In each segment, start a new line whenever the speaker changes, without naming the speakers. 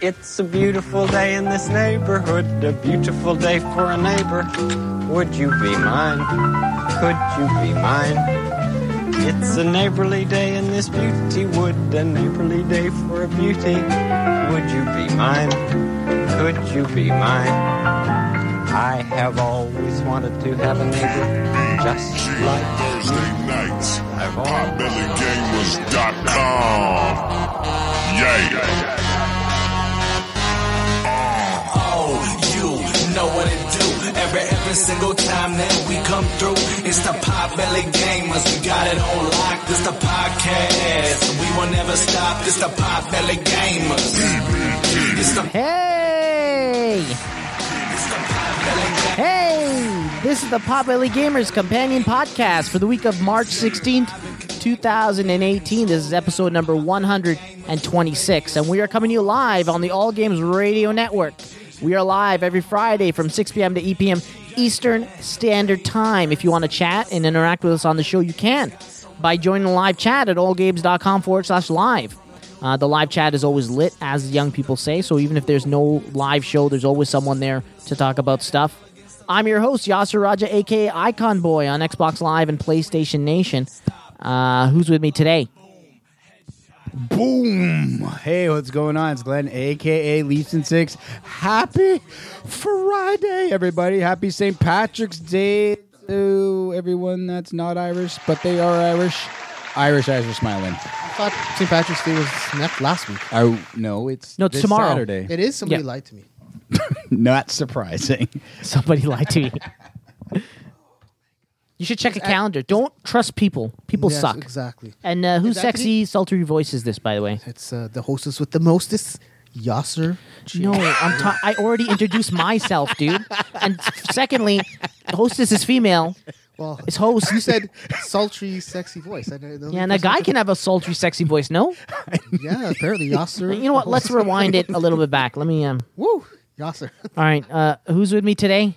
It's a beautiful day in this neighborhood, a beautiful day for a neighbor. Would you be mine? Could you be mine? It's a neighborly day in this beauty wood, a neighborly day for a beauty. Would you be mine? Could you be mine? I have always wanted to have a neighbor just like
Thursday nights at potbellygamers.com. Yay!
Oh, you know what it do. Every every single time that we come through, it's the Pot Belly Gamers. We got it on lock. This the podcast. We will never stop. This the Pot Belly Gamers. It's the
Hey! Hey! This is the Potbelly Gamers Companion Podcast for the week of March 16th, 2018. This is episode number 126, and we are coming to you live on the All Games Radio Network. We are live every Friday from 6 p.m. to 8 p.m. Eastern Standard Time. If you want to chat and interact with us on the show, you can by joining the live chat at allgames.com forward slash live. Uh, the live chat is always lit, as the young people say. So even if there's no live show, there's always someone there to talk about stuff. I'm your host, Yasser Raja, aka Icon Boy, on Xbox Live and PlayStation Nation. Uh, who's with me today?
Boom! Hey, what's going on? It's Glenn, aka Leafs and Six. Happy Friday, everybody! Happy St. Patrick's Day to everyone that's not Irish, but they are Irish. Irish eyes are smiling.
thought St. Patrick's Day was next last week.
Oh no, it's
No, it's
this
tomorrow.
Saturday.
It is somebody
Yeah.
lied to me.
Not surprising.
Somebody lied to me. you should check a calendar. Don't trust people. People
Yes,
suck.
Exactly.
And uh, whose
Is that
sexy, sultry voice is this, by the way?
It's uh, the hostess with the mostest, Yasser.
No, I'm ta- I already introduced myself, dude. And secondly, hostess is female.
Well,
It's host.
you said sultry, sexy voice. I, don't-
Yeah, and a guy can have a sultry, sexy voice. No,
Yeah, apparently Yasser.
you know what? Let's rewind it a little bit back. Let me. Um.
Woo, Yasser.
All right. Uh, who's with me today?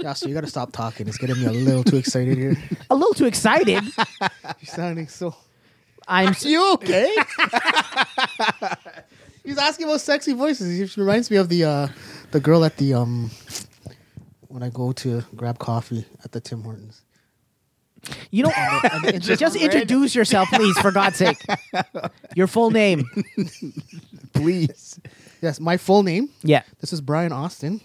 Yasser, you gotta stop talking. It's getting me a little too excited here.
A little too excited.
You're sounding so.
I'm. s-
You okay? He's asking about sexy voices. He reminds me of the uh, the girl at the um when I go to grab coffee at the Tim Hortons.
You know. uh, just introduce yourself, please, for God's sake. Your full name.
Please.
Yes, my full name.
Yeah.
This is Brian Austin.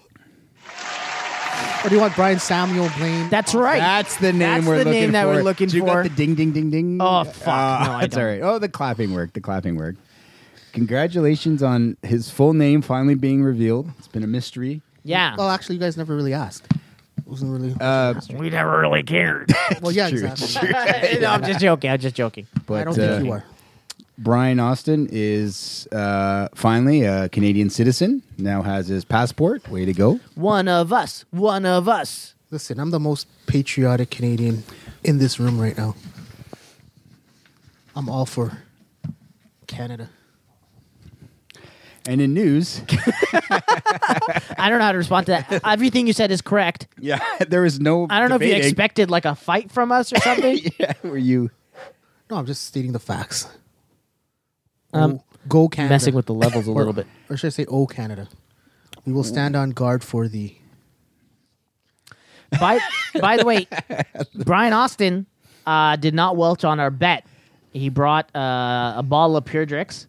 Or do you want Brian Samuel Blaine?
That's right.
That's the name
That's
we're
the
looking
name
for.
that we're looking
Do you
for.
got the ding, ding, ding, ding. Uh,
Oh, fuck. No, I
that's
don't.
all right. Oh, the clapping work. The clapping work. Congratulations on his full name finally being revealed. It's been a mystery.
yeah.
well, actually, you guys never really asked. It wasn't really.
Uh,
we never really cared.
well, yeah,
true,
exactly.
no, I'm just joking. I'm just joking.
but
I don't
uh,
think you are.
Brian Austin is uh, finally a Canadian citizen. Now has his passport. Way to go!
One of us. One of us.
Listen, I'm the most patriotic Canadian in this room right now. I'm all for Canada.
And in news,
I don't know how to respond to that. Everything you said is correct.
yeah, there is no.
I don't know if you
debating.
expected like a fight from us or something.
yeah, were you?
No, I'm just stating the facts.
Um,
Go- go Canada.
messing with the levels a
Or-
little bit.
Or should I say, oh Canada? We will stand on guard for thee.
By by the way, Brian Austin uh, did not welch on our bet. He brought uh, a bottle of Pure Drix,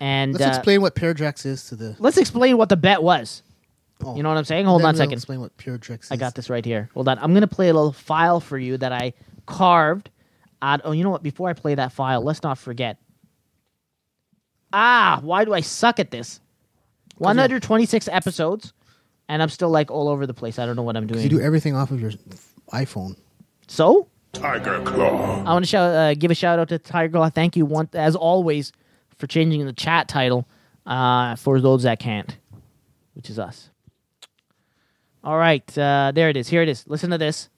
and
Let's
uh,
explain what Paradrax is to the.
let's explain what the bet was.
Oh.
You know what I'm saying? Hold
Then
on a
we'll
second.
Explain what Paradrax is.
I got this right here. Hold on. I'm gonna play a little file for you that I carved. Out. Oh, you know what? Before I play that file, let's not forget. Ah, why do I suck at this? 126 episodes, and I'm still like all over the place. I don't know what I'm doing.
You do everything off of your iPhone.
so
Tiger Claw.
I want to shout, uh, give a shout out to Tiger Claw. Thank you, one, as always, for changing the chat title uh, for those that can't, which is us. All right, uh, there it is. Here it is. Listen to this.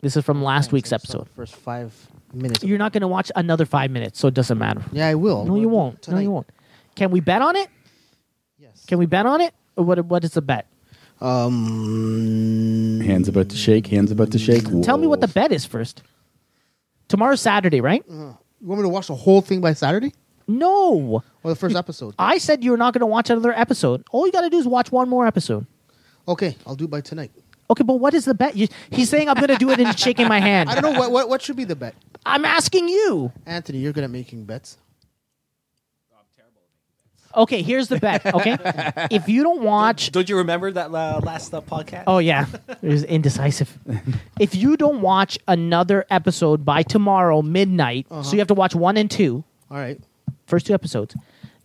This is from last week's episode.
First five minutes.
You're not going to watch another five minutes, so it doesn't matter.
yeah, I will.
No, you won't. No,
Tonight.
you won't. Can we bet on it?
Yes.
Can we bet on it? Or what? What is the bet?
Um,
Hands about to shake. Hands about to shake.
Tell me what the
Whoa.
bet is first. Tomorrow's Saturday, right?
Mm-hmm. you want me to watch the whole thing by Saturday?
No.
Well, the first episode.
I said you were not going to watch another episode. All you got to do is watch one more episode.
Okay, I'll do it by tonight.
Okay, but what is the bet? You, he's saying I'm going to do it and shaking my hand.
I don't know what, what what should be the bet.
I'm asking you.
Anthony, you're good at making bets.
Okay, here's the bet. Okay, if you don't watch,
Don't you remember that uh, last uh, podcast?
oh yeah, it was indecisive. If you don't watch another episode by tomorrow midnight,
Uh-huh.
so you have to watch one and two,
All right.
first two episodes.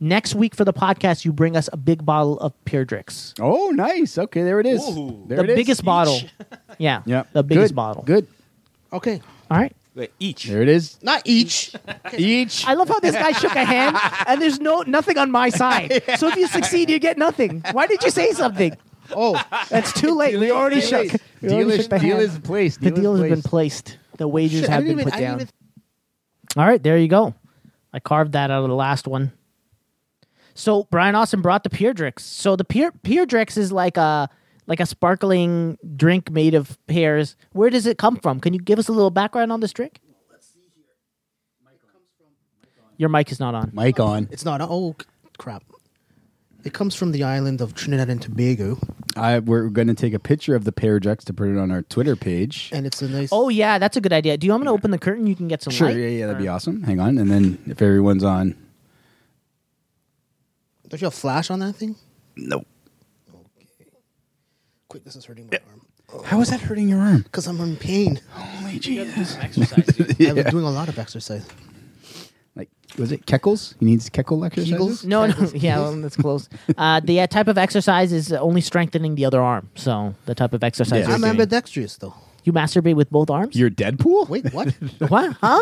Next week for the podcast, you bring us a big bottle of Peerdrix,
Oh, nice. Okay, there it is.
Ooh.
There
the
it is.
biggest bottle. Yeah,
Yeah,
the biggest
Good.
bottle.
Good.
Okay.
All right.
Wait, each.
There it is.
Not each.
Each.
I love how this guy shook a hand and there's no nothing on my side. So if you succeed, you get nothing. Why did you say something?
Oh,
That's too late. We already shook. We already
Deal is,
shook the
deal
hand.
is placed.
The deal has
is
been placed. The wagers
shit, I
have
didn't
been
even-
put
I didn't
down.
even-
All right, there you go. I carved that out of the last one. So Brian Austin brought the Peerdrix. So the Peer Peerdrix is like a like a sparkling drink made of pears. Where does it come from? Can you give us a little background on this drink? Your mic is not on.
Mic on.
it's not. Oh, c- crap. It comes from the island of Trinidad and Tobago,
I, we're going to take a picture of the pear jugs to put it on our Twitter page.
and it's a nice.
Oh yeah, that's a good idea. Do you want me to open the curtain? You can get some
Sure.
light.
Yeah, yeah, that'd be awesome. Hang on. And then if everyone's on.
don't you have flash on that thing?
Nope.
Quick, this is hurting my arm
How is that hurting your arm?
because I'm in pain.
Holy Jesus.
I've been doing a lot of exercise.
Like, was it Keckles? He needs Keckle
Kegels?
exercises?
No, no, yeah, well, that's close. Uh, the uh, type of exercise is only strengthening the other arm. So the type of exercise
Yeah.
you're
I'm
doing.
ambidextrous though.
you masturbate with both arms.
You're Deadpool?
Wait, what?
what? Huh?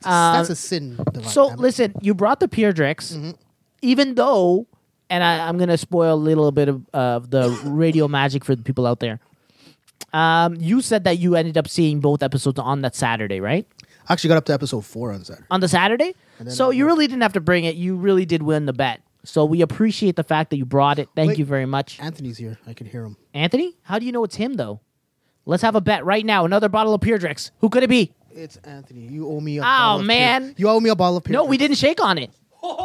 That's a sin. Divine.
So
I'm-
listen, you brought the Peerdrix,
Mm-hmm.
even though, and I, I'm going to spoil a little bit of uh, the radio magic for the people out there. Um, you said that you ended up seeing both episodes on that Saturday, right?
I actually got up to episode four on Saturday.
On the Saturday.
then
So
I
you really didn't have to bring it. You really did win the bet. So we appreciate the fact that you brought it. Thank
Wait.
you very much,
Anthony's here. I can hear him.
Anthony. How do you know it's him though? Let's have a bet right now. Another bottle of Peerdrix. Who could it be?
It's Anthony. You owe me a. Oh
man.
you owe me a bottle of. Pear
No, we
Drink.
didn't shake on it.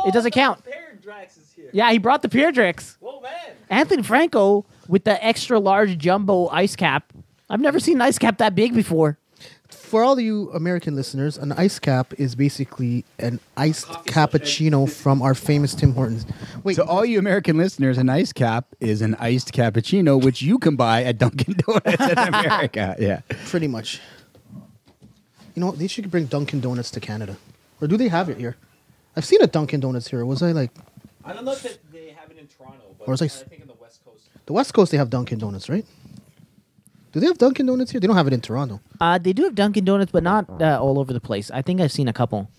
It doesn't count. Yeah, he brought the Peerdrix.
Oh, man.
Anthony Franco with the extra large jumbo ice cap. I've never seen an ice cap that big before.
For all you American listeners, an ice cap is basically an iced cappuccino from our famous Tim Hortons. Wait,
To all you American listeners, an ice cap is an iced cappuccino, which you can buy at Dunkin' Donuts in America. Yeah.
pretty much. You know, what? they should bring Dunkin' Donuts to Canada, or do they have it here? I've seen a Dunkin' Donuts here. Was I like
I don't know if it- they have it in Toronto, but
Or is it-
I think in the West Coast.
the West Coast? They have Dunkin' Donuts, right? Do they have Dunkin' Donuts here? They don't have it in Toronto.
Uh, they do have Dunkin' Donuts, but not uh, all over the place. I think I've seen a couple.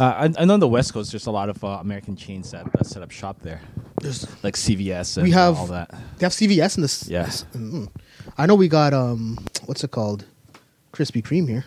Uh, I, I know on the West Coast, there's a lot of uh, American chains that, that set up shop there,
There's
like CVS and
we have
all that.
They have CVS in this.
Yes.
Mm. I know we got um, what's it called, Krispy Kreme here.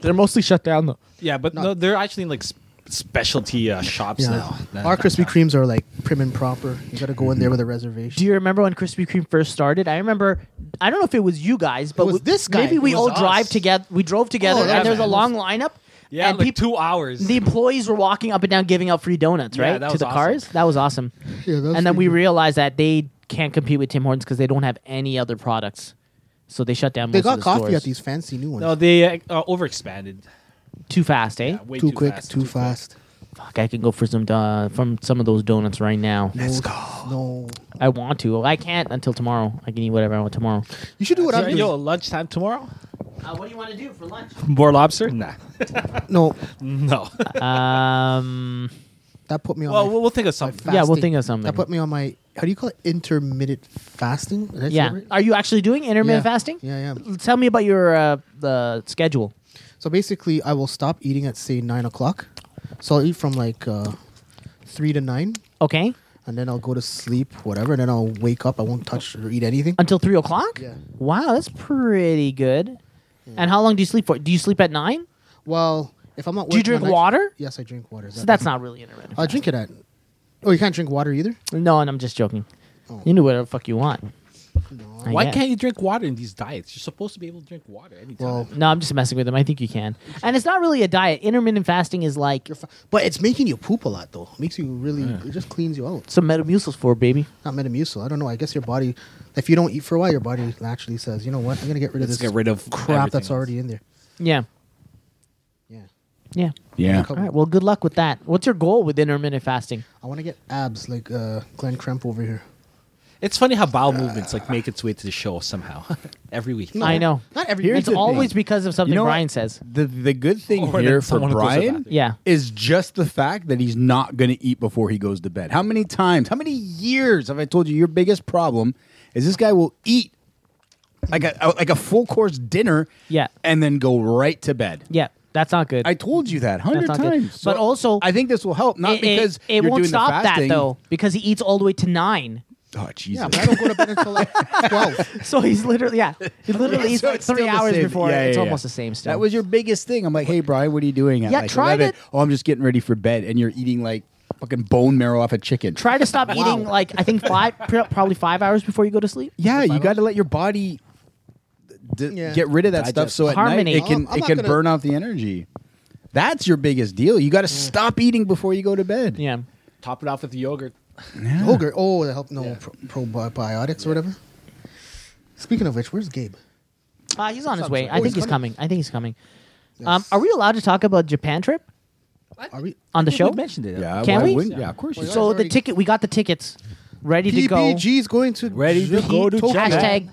They're mostly shut down though. Yeah, but
Not-
no, they're actually in like s- specialty uh, shops now. That-
Our
that's
Krispy
how-
Kremes are like prim and proper. You got to go in there with a reservation.
Mm-hmm. Do you remember when Krispy Kreme first started? I remember. I don't know if it was you guys, but
was
we-
this guy.
Maybe
It
we
was
all
us.
drive together. We drove together,
Oh,
and
yeah,
there was a
man.
long lineup.
Yeah,
and
like
people,
two hours.
the employees were walking up and down giving out free donuts,
Yeah,
right?
that
to
was
the
awesome.
cars. That was awesome.
Yeah, that was
and then we
pretty good.
realized that they can't compete with Tim Hortons because they don't have any other products. So they shut down.
they
most
got
of the
coffee
stores.
at these fancy new ones.
no, they uh, uh, overexpanded.
too fast, eh?
Yeah, way
too, quick,
fast,
too fast.
Fuck, I can go for some uh, from some of those donuts right now.
Let's go. No,
I want to. I can't until tomorrow. I can eat whatever I want tomorrow.
you should do what
So,
I'm doing.
yo, lunchtime tomorrow?
Uh, what do you want to do for lunch?
More lobster? Nah,
No,
no.
Um,
that put me on.
well,
my
we'll we'll think of something.
fasting.
Yeah, we'll think of something.
That put me on my. How do you call it? Intermittent fasting. Did I say that
yeah.
right?
Are you actually doing intermittent
Yeah.
fasting?
Yeah, yeah.
Tell me about your uh, the schedule.
So basically, I will stop eating at say nine o'clock. So I'll eat from like uh, three to nine,
Okay,
and then I'll go to sleep, whatever. And then I'll wake up. I won't touch or eat anything.
until three o'clock.
Yeah.
Wow, that's pretty good. And how long do you sleep for? Do you sleep at nine?
Well, if I'm not.
Do you
working
drink
on night-
water?
Yes, I drink water.
So that's not really intermittent.
I drink it at. Oh, you can't drink water either. Oh.
No, and I'm just joking. You do whatever the fuck you want. I
Why
guess.
can't you drink water in these diets? You're supposed to be able to drink water anytime.
Well,
No, I'm just messing with them. I think you can. And it's not really a diet. Intermittent fasting is like
but it's making you poop a lot though. It makes you really. It just cleans you out.
some Metamucil's for, baby.
Not Metamucil. I don't know. I guess your body, if you don't eat for a while, your body naturally says, you know what, I'm gonna get rid of
Let's
this
get rid of
crap that's
everything
already in there.
Yeah.
Yeah.
Yeah.
Yeah.
All right. Well, good luck with that. What's your goal with intermittent fasting?
I want to get abs like uh, Glenn Kremp over here.
It's funny how bowel movements like make its way to the show somehow every week.
I know.
Not every.
Here's
it's
the thing.
always because of something
You know what?
Brian says.
The the good thing
Or
here
that
for
someone goes to the
Brian
bathroom.
Yeah.
is just the fact that he's not going to eat before he goes to bed. How many times, how many years have I told you your biggest problem is this guy will eat like a like a full course dinner
Yeah.
and then go right to bed.
Yeah. That's not good.
I told you that 100
That's not good.
times.
But also-
I think this will help not
It- it-
because
it,
you're
won't
doing
stop
the fasting.
that though because he eats all the way to nine.
Oh Jesus.
Yeah, but I don't go to bed until like twelve.
So he's literally yeah, he literally eats
So
like
it's still
three
the
hours
same-
before.
yeah,
it's
yeah, yeah.
almost the same stuff.
That was your biggest thing. I'm like, hey, Brian, what are you doing at
Yeah,
like
try
11?
to-
Oh, I'm just getting ready for bed, and you're eating like fucking bone marrow off a chicken.
try to stop eating like I think five pr- probably five hours before you go to sleep.
Yeah, you got to let your body d-
Yeah.
get rid of that stuff
Digest.
so at
Harmony.
night it can
I'm- I'm
it
not
can
gonna-
burn off the energy. That's your biggest deal. You got to stop eating before you go to bed.
Yeah.
Top it off with yogurt.
Ogre. Oh, that help. No pro- probiotics or whatever. Speaking of which, where's Gabe?
Uh, he's on his
Sounds
way.
like-
I
Oh,
think
he's
he's coming. I think he's coming. Um, are we allowed to talk about Japan trip
Are we?
on the show?
You mentioned it.
Yeah,
Can
why
we?
wouldn't- Yeah, of course. You
Well,
can.
So
Guys,
the
already-
ticket, we got the tickets ready to go.
PBG's going to
Ready to
Japan.
go to
Tokyo.
Japan.
Hashtag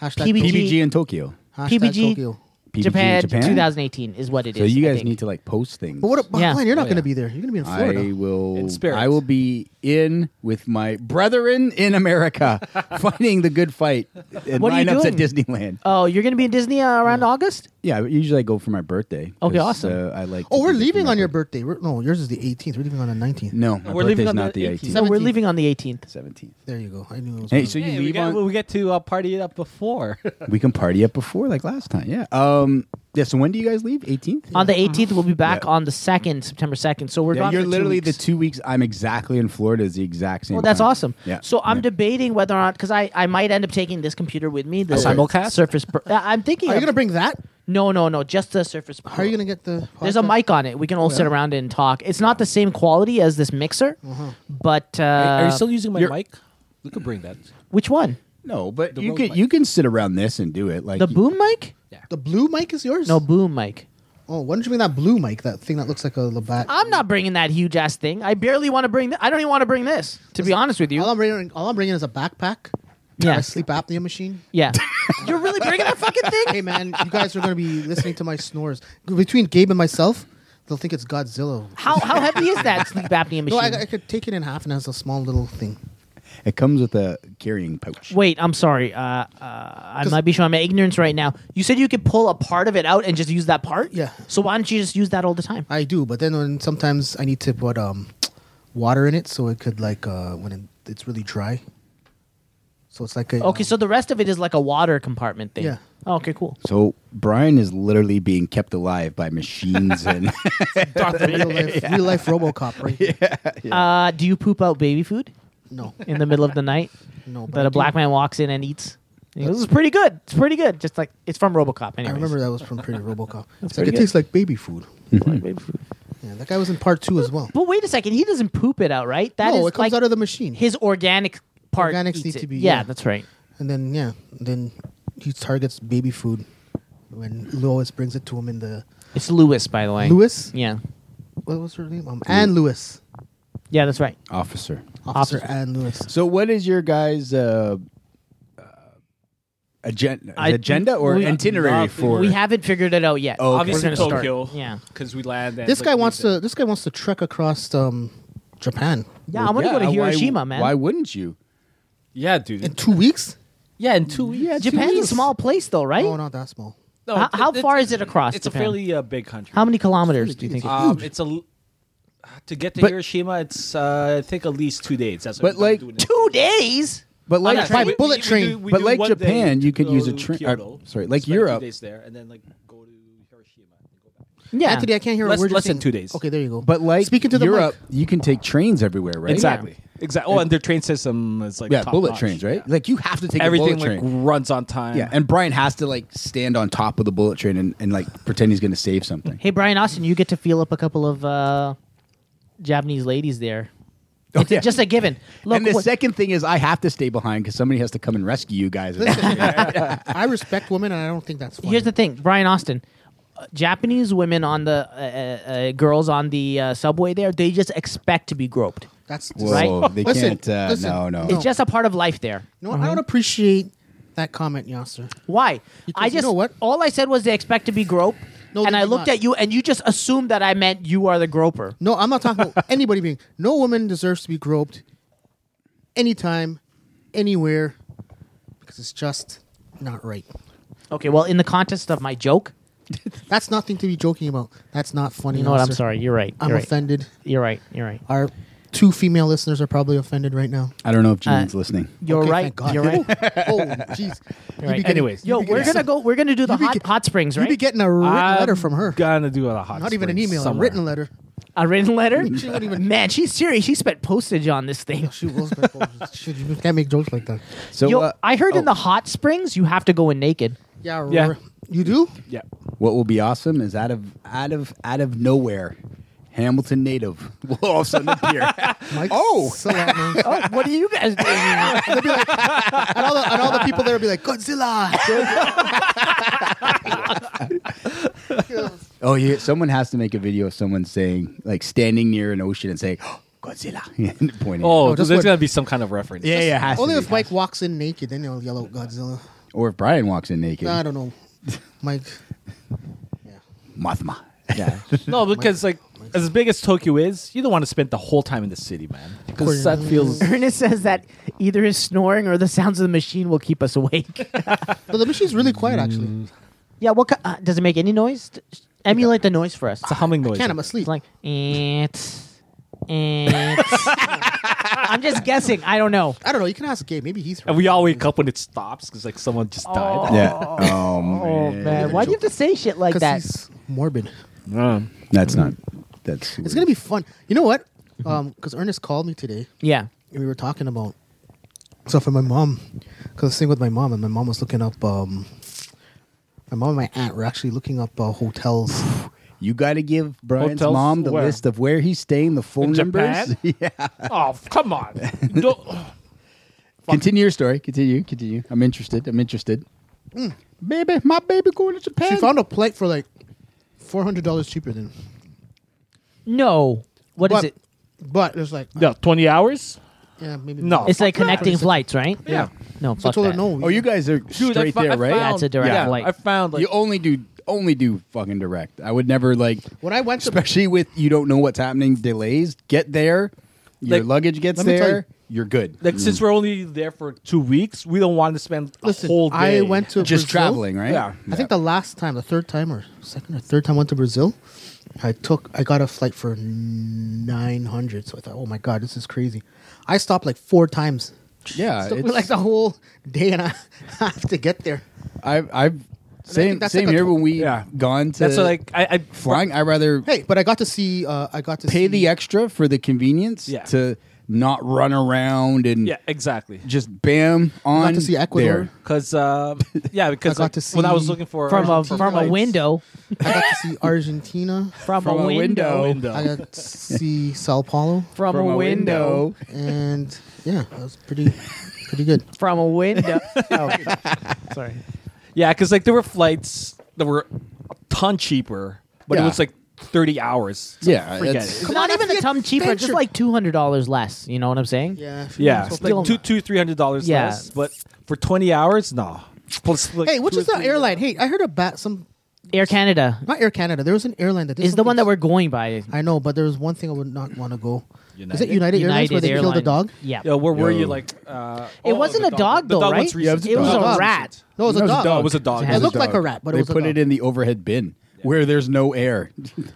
Hashtag
PBG.
PBG in Tokyo.
Hashtag
PBG.
Tokyo.
PBG in
Japan,
Japan?
2018 is what it is.
So you
I
guys
think.
need to like post things.
But what? About,
Yeah.
Glenn, you're not
Oh,
going to
yeah.
be there. You're going to be in Florida.
I will.
In spirit.
I will be in with my brethren in America, fighting the good fight and
What are you
lineups at
doing?
Disneyland.
Oh, you're going to be in Disney uh, around August?
Yeah, but usually I go for my birthday. 'cause,
Okay, awesome.
Uh, I like.
oh,
to
we're
do that for
leaving
my
on your
birthday.
birthday. We're, no, yours is the 18th. We're leaving on the 19th.
No, my
We're
birthday's
leaving on
not
the
the
18th.
18th.
No, we're
17th.
leaving on the 18th.
17th.
There you go. I knew it was.
Hey,
one
so
of
you
Hey, we,
leave
got,
on.
we get to uh, party it up before.
We can party up before, like last time. Yeah. Um. Yeah. So when do you guys leave? 18th.
On the 18th, we'll be back
Yeah.
on the 2nd, September 2nd. So we're
Yeah,
gone
you're
for
literally
two weeks.
the two weeks I'm exactly in Florida is the exact same.
Well, that's
time.
awesome.
Yeah.
So I'm
Yeah.
debating whether or not because I, I might end up taking this computer with me. The
A simulcast?
Surface. Pro. Uh, I'm
the-
thinking.
Are you
of-
going to bring that?
No, no, no. Just the Surface. Pro.
How are you going to get the?
There's a
podcast?
mic on it. We can all sit around and talk. It's not the same quality as this mixer, but uh,
Are you still using my
you're-
mic? We could bring that.
which one?
No, but
The
you
road
can
bike.
you can sit around this and do it. Like
The boom mic?
The blue mic is yours.
No boom mic.
Oh, why don't you bring that blue mic? That thing that looks like a Labatt.
I'm not bringing that huge ass thing. I barely want to bring. Th- I don't even want to bring this. To be honest with
All
you,
I'm bringing, all I'm bringing is a backpack.
Yeah.
A sleep apnea machine.
yeah. You're really bringing that fucking thing?
hey man, you guys are gonna be listening to my snores. Between Gabe and myself, they'll think it's Godzilla.
How how heavy is that sleep apnea machine?
No, I, I could take it in half and it has a small little thing.
it comes with a carrying pouch.
Wait, I'm sorry. Uh, uh, I might be showing my ignorance right now. You said you could pull a part of it out and just use that part.
Yeah.
So why don't you just use that all the time?
I do, but then when sometimes I need to put um water in it so it could like uh when it, it's really dry. So it's like a
Okay, so the rest of it is like a water compartment thing. Oh,
Yeah.
okay, cool.
So Brian is literally being kept alive by machines and
um, real life real life RoboCop right? here.
Uh, do you poop out baby food
No,
in the middle of the night?
no. but I
that a
do-
black man walks in and eats. He goes, This is pretty good. It's pretty good. Just like it's from RoboCop. Anyways.
I remember that was from pretty RoboCop. It's like
pretty
it
good.
tastes like baby food.
Like baby food.
Yeah, that guy was in part two as well.
But wait a second, he doesn't poop it out, right? That is
no, it comes
like
out of the machine.
his organic part.
Organics
eats
need
it.
to be-
Yeah,
yeah.
that's right.
And then yeah, then he targets baby food when Lois brings it to him in the
It's Lewis, by the way.
Lewis?
Yeah.
what was her name? Um, Anne Lewis,
Yeah, that's right.
officer.
Officer
Officer.
Anne Lewis.
So what is your guys uh, uh, agenda
I-
agenda or
we-
itinerary for
We haven't figured it out yet.
Oh, okay.
We're
Obviously
gonna start.
Tokyo.
Yeah.
Because we land. at,
This
like,
guy wants
Nice.
to. This guy wants to trek across um, Japan
Yeah, I want to go
Yeah,
to
why-
Hiroshima, man.
Why wouldn't you?
Yeah,
in
dude.
two weeks.
Yeah, in two weeks.
Yeah,
Japan's a small place, though, right?
Oh, not that small.
No,
How-
it-
how
it's-
far is it across
It's a
Japan?
fairly uh, big country.
How many kilometers do you think? it-
Um, it's a l- to get to
But-
Hiroshima. It's uh, I think at least two days. That's
But,
what we
like,
do it in-
Two days.
But
Oh,
like
yeah,
train.
we- we-
bullet
we
train.
do- we
But
do
like
one day
Japan, you
to
could
go
use a
to
train- uh,
Kyoto,
sorry, like
spend a few
Europe.
days there, and then like go to Hiroshima and go back.
Yeah.
Anthony, I can't hear
Less-
a word. you're
less than
saying.
two days.
Okay, there you go.
But like
speaking to the
Europe,
mic.
you can take trains everywhere, right?
Exactly. Exactly. Oh, and their train system is like
Yeah,
top
bullet
notch.
trains, right?
Yeah.
Like you have to take
Everything
a bullet
like
train.
runs on time.
yeah, and Brian has to like stand on top of the bullet train and, and like pretend he's going to save something.
Hey, Brian Austin, you get to feel up a couple of uh, Japanese ladies there.
Oh, yeah.
Just a given. Look,
and the
what-
second thing is, I have to stay behind because somebody has to come and rescue you guys.
I respect women, and I don't think that's funny.
here's the thing, Brian Austin. uh, Japanese women on the uh, uh, uh, girls on the uh, subway there, they just expect to be groped.
that's
Right?
Whoa, they
Listen,
can't. Uh,
listen.
no, no.
It's
It's just a part of life there.
You know what? I don't appreciate that comment, Yasser.
Why?
Because
I
you
just
know what?
all I said was they expect to be groped,
No,
and
they
I
do
looked
not.
at you, and you just assumed that I meant you are the groper.
No, I'm not talking about anybody being. No woman deserves to be groped anytime, anywhere, because it's just not right.
Okay, well, in the context of my joke,
That's nothing to be joking about. That's not funny.
you know what? I'm
Yasser.
sorry. You're right.
I'm
You're right.
offended.
You're right. You're right.
Our two female listeners are probably offended right now.
I don't know if Janine's listening.
You're
Okay,
right.
thank God.
You're right.
oh, jeez.
You're right.
Anyways.
Yo, we're gonna go. We're gonna do the
be
hot,
get-
hot springs,
You'd
right?
be getting a written
I'm
letter from her.
Gonna do a hot.
Not even an
spring
email,
somewhere.
a written letter.
a written letter. Man, she's serious. She spent postage on this thing.
She will spend Shit, you can't make jokes like that.
So,
Yo,
uh,
I heard
oh,
in the hot springs you have to go in naked.
Yeah,
Yeah.
Aurora. You do?
Yeah.
what will be awesome is out of out of out of nowhere, Hamilton native will all of a sudden appear.
Mike oh.
Oh, what are you guys doing? here?
and, all the, and all the people there will be like, Godzilla.
oh, yeah. Someone has to make a video of someone saying like standing near an ocean and saying oh, Godzilla and pointing.
Oh,
just
there's
what-
gonna be some kind of reference.
yeah, yeah. it has to
Only
be.
if Mike walks in naked, then they'll yell out Godzilla.
or if Brian walks in naked,
I don't know. Mike.
Mothma. Yeah.
No, because like as big as Tokyo is, you don't want to spend the whole time in the city, man. Because that feels.
Ernest says that either his snoring or the sounds of the machine will keep us awake.
But the machine's really quiet, actually.
yeah, what ki- uh, does it make any noise? D- sh- Emulate the noise for us.
It's a humming noise.
Can't, I'm asleep.
It's like it's it's. I'm just guessing. I don't know.
I don't know. You can ask Gabe. Maybe he's
and we all wake up when it stops because like someone just died.
yeah. Oh man.
Oh man, why do you have to say shit like
Because
that?
he's morbid.
Mm.
That's not. That's.
It's going to be fun. You know what? Because Ernest called me today.
Yeah.
and we were talking about so for my mom because I was sitting with my mom and my mom was looking up um my mom and my aunt were actually looking up uh, hotels
You got to give Brian's
Hotels
mom the
where?
list of where he's staying, the phone numbers.
Japan? Oh, come on. Don't-
Continue your story. Continue. Continue. I'm interested. I'm interested.
Mm.
Baby, my baby going to Japan.
she found a flight for like four hundred dollars cheaper than
No. What is
but,
it?
but there's like
no, 20 hours?
yeah maybe
No.
It's like
fuck that.
connecting flights, right?
Yeah.
No,
so I
fuck
told her
that.
no
oh, you guys are
Dude, I
straight
fou-
there,
I
right?
found-
That's a direct
yeah,
flight.
I found like
you only do only do fucking direct. I would never like
when I went to
especially with you don't know what's happening delays. Get there, your
Like,
luggage gets
let me tell you-
there, you, are good. Mm.
Like since we're only there for two weeks, we don't want to spend
listen
a whole day.
I went to
Just
Brazil.
traveling, right?
Yeah.
I think the last time the third time or second or third time I went to Brazil I took I got a flight for nine hundred so I thought oh my god this is crazy I stopped like four times
yeah.
So
it's-
like the whole day and I have to get there.
I, I've same
that's
same
like a
here
tw-
when we
Yeah.
gone to
That's like I, I
flying. I would rather
Hey, but I got to see. Uh, I got to
pay
see,
the extra for the convenience
Yeah.
to not run around and
Yeah, exactly.
just bam on
got to see Ecuador.
there.
Because um, yeah, because
got
like,
to
when I was
see-
looking for
From a
Argentina
from a
flights-
window.
I got to see Argentina.
From,
From
a,
a
window.
window.
window.
I got to see Sao Paulo,
From, a window.
and yeah, that was pretty, pretty good.
From a window. oh, sorry.
Yeah, because like there were flights that were a ton cheaper, but
Yeah.
it was like thirty hours. So
Yeah,
forget
it's-
it.
Come
Not
on,
even
that's
a
the
ton cheaper, just
adventure.
like two hundred dollars less. You know what I'm saying?
Yeah, if you
Yeah,
might as
it's
well
like
play-
two two three hundred dollars
Yeah.
less, but for twenty hours, no. Plus, like,
Hey, which
two
is
or
the
three-
uh,
airline? Hey, I heard about some
Air Canada
not Air Canada. There was an airline that did
is the one that
something-
we're going by.
I know, but there was one thing I would not want to go. Is it
United?
United, Airlines where they killed a
Airlines.
dog?
Yeah.
Yeah, where were
Yo.
you? Like, uh,
It
oh,
wasn't
the
a dog, though,
the dog
right?
Was recent.
It was
The dog
a
dog.
rat.
No, it was
That
a dog.
dog. It was a dog.
It
It
was a
looked like a
dog.
rat, but
they
it was a
put
dog.
it in the overhead bin where there's no air.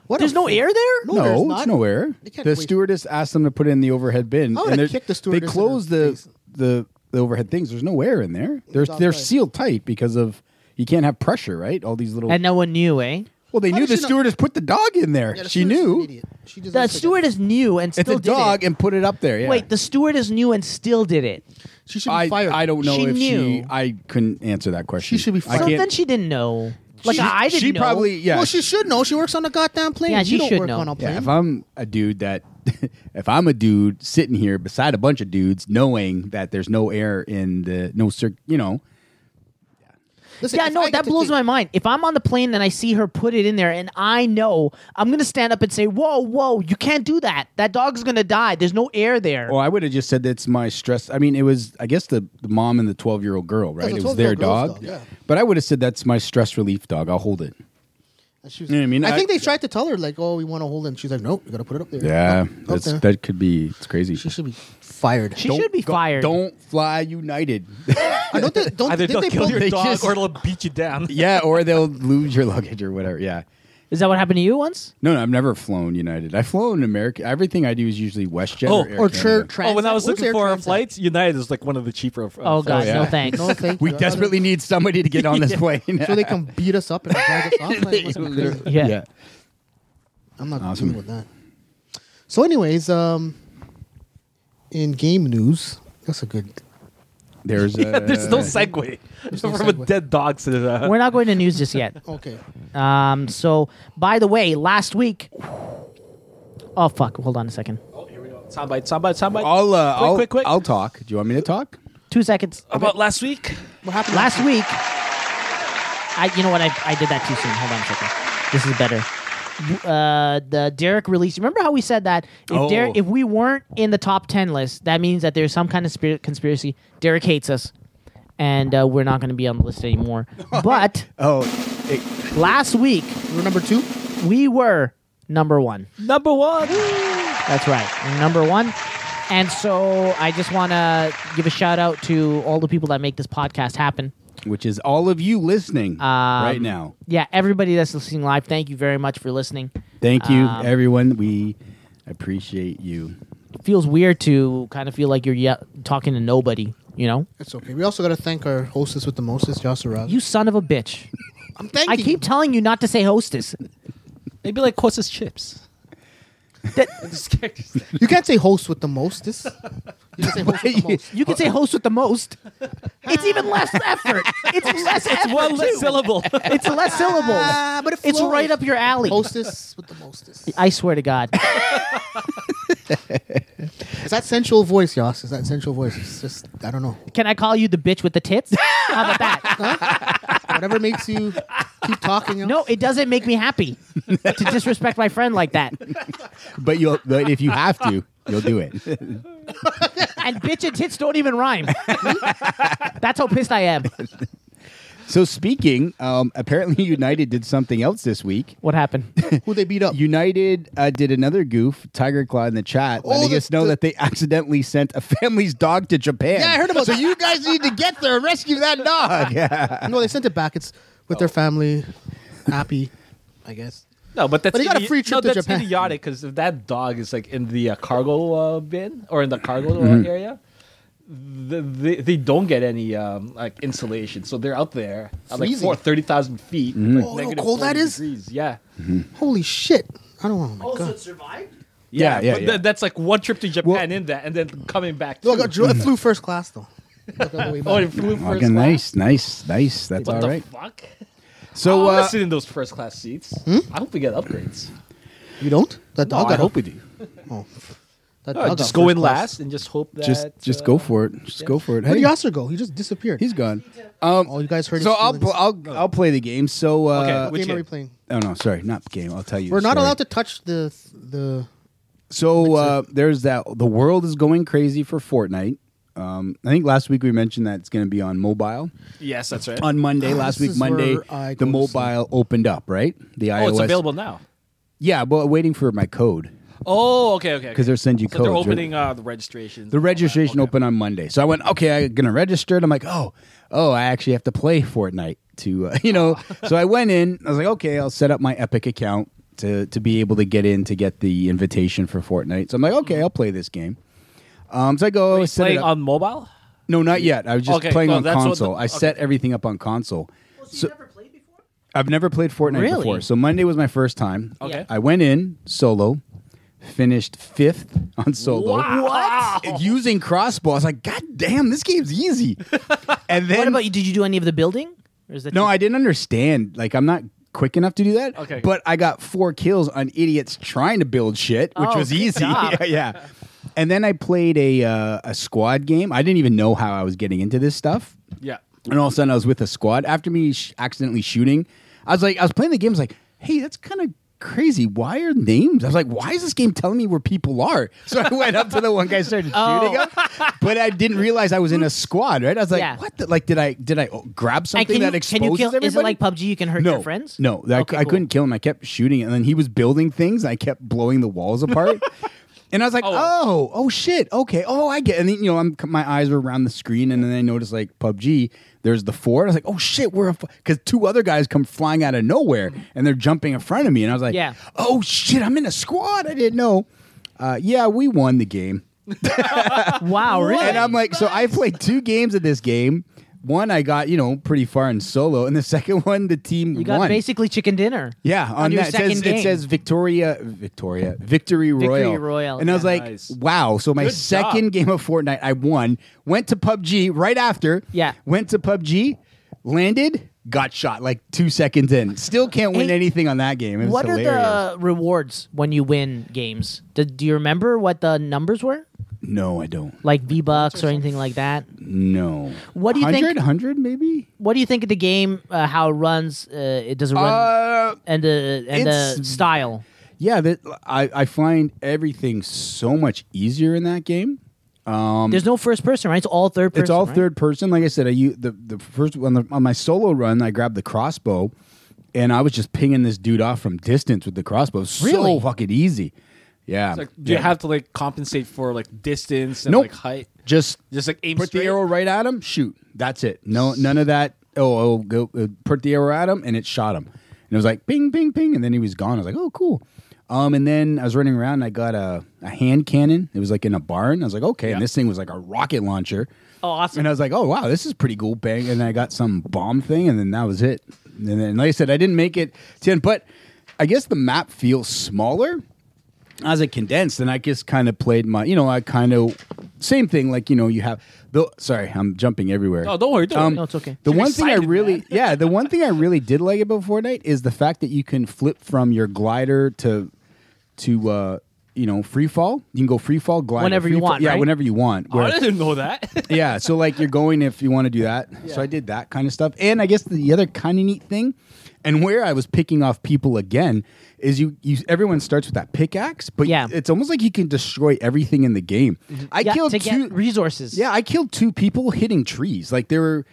What a
There's no
fool.
air there.
No, there's
no, it's
not.
no air.
They can't
The
wait.
stewardess asked them to put it in the overhead bin.
I would've
and they're-
kicked the
They
stewardess in
closed
her
the,
face.
the the overhead things. There's no air in there. They're
all
they're
right.
sealed tight because of you can't have pressure, right? All these little
And no one knew, eh?
Well, they
How
knew the
did she know-
stewardess put the dog in there.
Yeah, the
she
stewardess is an
knew
idiot. She doesn't
The
look like
stewardess knew and
it's
still
a
did
dog
it.
and put it up there. Yeah.
Wait, the stewardess knew and still did it.
that. She should be
I,
fired.
I don't know
She
if she.
knew.
I couldn't answer that question.
should
I
be
So
fired.
can't-
then she didn't know. Like
she-
I didn't
She
know.
probably yeah.
Well, she should know. She works on a goddamn plane.
Yeah,
you
she
don't
should
work
know.
on a plane.
Yeah, if I'm a dude that, if I'm a dude sitting here beside a bunch of dudes, knowing that there's no air in the no cir, you know,
Listen,
Yeah,
if
no,
I get
that
to
blows
take-
my mind. If I'm on the plane and I see her put it in there and I know, I'm gonna stand up and say, Whoa, whoa, you can't do that. That dog's gonna die. There's no air there.
well, I would have just said that's my stress. I mean, it was I guess the, the mom and the twelve year old girl, right?
the
It was their
12-year-old girl's
dog.
dog, yeah.
But I would have said that's my stress relief dog. I'll hold it.
And she was-
You know what I mean? I-
think they tried to tell her like, "Oh, we want to hold it." And she's like, "Nope, you got to put it up there."
Yeah,
Up- up
that's
there.
that could be it's crazy.
Oh, She should be fired.
she should be
go-
fired.
Don't fly United.
I don't think. Don't,
Either
didn't they
they'll kill
pull-
your
they
dog
just-
or they'll beat you down.
yeah, or they'll lose your luggage or whatever. Yeah.
Is that what happened to you once?
No, no, I've never flown United. I've flown America. Everything I do is usually WestJet
Oh,
or, Air
or
Canada.
tra- Transat.
oh, when I was
What
looking
Air
for our
Transat?
flights, United is like one of the cheaper. Uh,
Oh
flights.
god,
yeah.
no thanks.
No, thank
We
you.
desperately need somebody to get on this plane.
so they can beat us up and drag us off. Like, listen, I'm crazy.
Yeah.
I'm not
Awesome.
dealing with that. So, anyways, um, in game news, that's a good.
There's uh, a,
There's no segue
no
from a
segue.
dead uh, dog to the.
We're not going to news just yet.
Okay,
Um, so, by the way, last week. Oh fuck! Hold on a second.
oh, here we go. Soundbite, soundbite, soundbite.
I'll, uh,
quick,
I'll,
quick, quick.
I'll talk. Do you want me to talk?
Two seconds.
About last week,
what happened
Last week, I you know what I, I did that too soon. Hold on a second. This is better. Uh, the Derek release. Remember how we said that if
Oh.
Derek, if we weren't in the top ten list, that means that there's some kind of spirit conspiracy. Derek hates us, and uh, we're not going to be on the last list anymore. but
Oh,
last week
We're number two.
we were number one.
number one.
That's right, number one. And so I just want to give a shout out to all the people that make this podcast happen.
which is all of you listening right now.
Yeah, everybody that's listening live, thank you very much for listening.
Thank you,
um,
everyone. We appreciate you.
It feels weird to kind of feel like you're ye- talking to nobody, you know?
It's okay. We also got to thank our hostess with the mostest, Yasiraj.
You son of a bitch.
I'm thanking.
I keep telling you not to say hostess.
Maybe like Costas chips.
That-
you. you can't say host with the mostest. You can say host with the most.
you can say host with the most. It's even less effort. It's less effort.
One less
too.
syllable.
It's less syllables.
Ah, but it
It's
flows.
right up your alley.
Hostess with the mostest.
I swear to God.
Is that sensual voice, Yas? Is that sensual voice? It's just I don't know.
Can I call you the bitch with the tits? How about that?
Whatever makes you keep talking. Yas.
No, it doesn't make me happy to disrespect my friend like that.
But you'll, but if you have to, you'll do it.
And bitch and tits don't even rhyme. That's how pissed I am.
so speaking, um, apparently United did something else this week.
What happened?
who they beat up?
United uh, did another goof. Tiger Claw in the chat
Oh,
letting
the-
us know
the-
that they accidentally sent a family's dog to Japan.
Yeah, I heard about
So
that.
you guys need to get there and rescue that dog. yeah.
no, they sent it back. It's with their family, happy, I guess.
No, but that's
But he got a free trip
no,
to
that's
Japan.
idiotic because if that dog is like in the uh, cargo uh, bin or in the cargo uh,
Mm-hmm.
area, the, they, they don't get any um, like insulation, so they're out there at like
Freezing.
four, 30,000 feet. Like
Oh, how
negative
cold that
40
is?
Degrees. Yeah,
Holy shit! I don't want. Oh my god!
survived?
Yeah, yeah,
but
yeah.
th- that's like one trip to Japan
Well-
in that, and then coming back.
No, I
too.
got I flew first class though.
oh, it flew first
Fucking
class?
nice, nice, nice. That's
What
all
the
right.
fuck?
So
I want
uh,
to sit in those first class seats.
Hmm?
I hope we get upgrades.
You don't? That dog. got
we do.
Oh. That
No,
dog
Uh, just
got
go
first
in
class.
last and just hope that. uh,
just just go for it. Just go for it.
Where
Hey,
did Yasser go? He just disappeared.
he's gone. Um,
Oh, you guys heard.
so
his
I'll pl-
feelings.
I'll I'll play the game. So uh,
Okay,
What
which
game are we
hit?
playing?
oh no, sorry, not game. I'll tell you. the
We're not
story.
allowed to touch the the.
So uh, there's that. The world is going crazy for Fortnite. Um, I think last week we mentioned that it's going to be on mobile
Yes, that's right.
on Monday.
Ah,
last
this
week
is
Monday,
where I
the
go to
mobile opened up, right? The iOS.
oh, it's available now.
Yeah, but waiting for my code.
Oh, okay, okay.
'Cause they'll send you
so They're
codes, right?
opening uh, the registration.
The registration opened on Monday, so I went. Okay, I'm gonna register. And I'm like, oh, oh, I actually have to play Fortnite to, uh, you know. so I went in. I was like, okay, I'll set up my Epic account to to be able to get in to get the invitation for Fortnite. So I'm like,
Mm-hmm.
okay, I'll play this game. Um, so I go I set it
Playing
up.
on mobile?
No, not yet. I was just
Okay,
playing
well,
on
that's what the-
console. I
okay.
set everything up on console.
so you never played before?
I've never played Fortnite
Really?
before, so Monday was my first time.
Okay.
I went in solo, finished fifth on solo.
Wow.
What? Using crossbow, I was like, God damn, this game's easy. and then
What about you? Did you do any of the building? Or is that
no,
just-
I didn't understand. Like, I'm not quick enough to do that.
Okay.
But I got four kills on idiots trying to build shit, which
Oh,
was
good
easy.
job.
yeah, yeah. And then I played a uh, a squad game. I didn't even know how I was getting into this stuff.
Yeah.
And all of a sudden, I was with a squad. After me sh- accidentally shooting, I was like, I was playing the game. I was like, hey, that's kind of crazy. Why are names? I was like, why is this game telling me where people are? So I went up to the one guy, started
Oh.
shooting him, but I didn't realize I was in a squad. Right? I was like,
Yeah.
what? The, like, did I did I oh, grab
And
something that exposes
can you kill?
everybody?
Is it like PUBG? You can hurt
no,
your friends.
No, I,
Okay,
I
cool.
couldn't kill him. I kept shooting, and then he was building things. I kept blowing the walls apart. And I was like, oh. oh, shit, okay, oh, I get. And then, you know, I'm my eyes were around the screen, and then I noticed like PUBG. There's the four. I was like, oh shit, we're because two other guys come flying out of nowhere, and they're jumping in front of me, and I was like,
Yeah.
oh shit, I'm in a squad. I didn't know. Uh, yeah, we won the game.
Wow, really?
And I'm like, so I played two games of this game. One I got, you know, pretty far in solo, and the second one the team
you got
won.
basically chicken dinner.
Yeah, on,
your
that it says,
second game.
it says Victoria, Victoria, Victory Royal,
Royal,
and I was
yeah.
like,
Nice.
wow. So my
Good job.
second game of Fortnite, I won. Went to PUBG right after.
Yeah.
went to PUBG, landed, got shot like two seconds in. Still can't win
Hey,
anything on that game. It was
What
hilarious.
are the rewards when you win games? Do, do you remember what the numbers were?
No, I don't.
Like V bucks or anything like that?
No.
What do you think-
100, 100 maybe?
What do you think of the game? Uh, how it runs? Uh, it doesn't run,
Uh,
and the and the
it's-
style.
yeah. That, I I find everything so much easier in that game.
There's no first person, right? It's all third person.
it's all
right?
third person. Like I said, I u- the the first on, the, on my solo run, I grabbed the crossbow, and I was just pinging this dude off from distance with the crossbow.
Really?
So fucking easy. Yeah.
It's like, do
Yeah.
you have to like compensate for like distance and
Nope.
like height?
just
Just like aim
put
straight?
the arrow right at him? Shoot. That's it. No, none of that. Oh, oh go uh, put the arrow at him, and it shot him. And it was like ping, ping, ping, and then he was gone. I was like, oh, cool. Um, and then I was running around, and I got a, a hand cannon. It was like in a barn. I was like, okay. And this thing was like a rocket launcher.
Oh, awesome.
And I was like, oh wow, this is pretty cool. Bang! And I got some bomb thing, and then that was it. And then, like I said, I didn't make it ten, but I guess the map feels smaller as it condensed. And I just kind of played my, you know, I kind of same thing. Like you know, you have the sorry, I'm jumping everywhere.
Oh, don't worry, don't
um,
worry.
No, it's okay.
The
You're
one thing I
excited,
really, yeah, the one thing I really did like about Fortnite is the fact that you can flip from your glider to to uh, you know free fall. You can go free fall glider
Whenever you
free fall-
want,
Yeah,
right?
whenever you want. where-
Oh, I didn't know that.
yeah, so like you're going if you want to do that. So I did that kind of stuff. And I guess the other kind of neat thing, and where I was picking off people again, is you, you everyone starts with that pickaxe, but
Yeah. Mm-hmm.
it's almost like you can destroy everything in the game. I
Yeah,
killed
to
two
get resources.
Yeah, I killed two people hitting trees. Like they were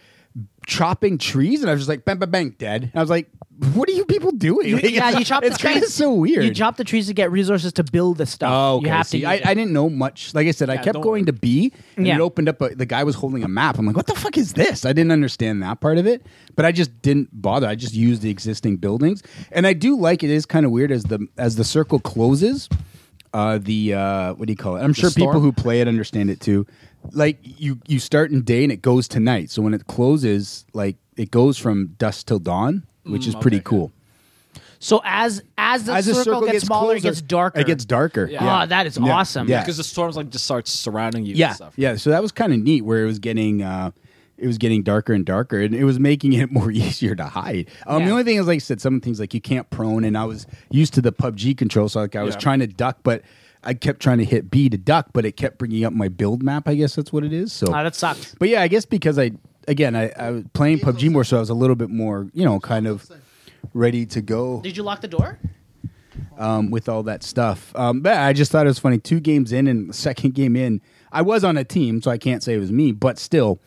chopping trees, and I was just like bang, bang, bang, dead. And I was like, what are you people doing? Like,
yeah,
it's-
you chop
It's
the trees.
kind of so weird.
You chop the trees to get resources to build the stuff.
Oh, okay.
you have
See,
to.
I,
use it.
I didn't know much. Like I said, I
Yeah,
kept
don't
going
worry.
to B, and
Yeah.
it opened up. A, the guy was holding a map. I'm like, what the fuck is this? I didn't understand that part of it, but I just didn't bother. I just used the existing buildings, and I do like it. Is kind of weird as the as the circle closes. Uh, the uh, what do you call it? I'm sure people
storm?
who play it understand it too. Like you, you start in day and it goes to night. So when it closes, like it goes from dusk till dawn, which
Mm,
is pretty cool.
So as as the
As the
circle,
circle
gets,
gets
smaller, it
closer,
gets darker.
it gets darker.
Oh,
Yeah.
that is
Yeah.
awesome.
Yeah.
because the storms like just start surrounding you.
yeah,
and stuff.
yeah. So that was kind of neat, where it was getting uh, it was getting darker and darker, and it was making it more easier to hide. Um,
Yeah.
The only thing is, like I said, some things like you can't prone, and I was used to the PUBG control, so like I was
Yeah.
trying to duck, but I kept trying to hit B to duck, but it kept bringing up my build map. I guess that's what it is. So
Ah, that sucks.
but yeah, I guess because I again I, I was playing PUBG more, so I was a little bit more you know kind of ready to go
Did you lock the door?
um, with all that stuff. Um, but I just thought it was funny. Two games in and the second game in, I was on a team, so I can't say it was me, but still,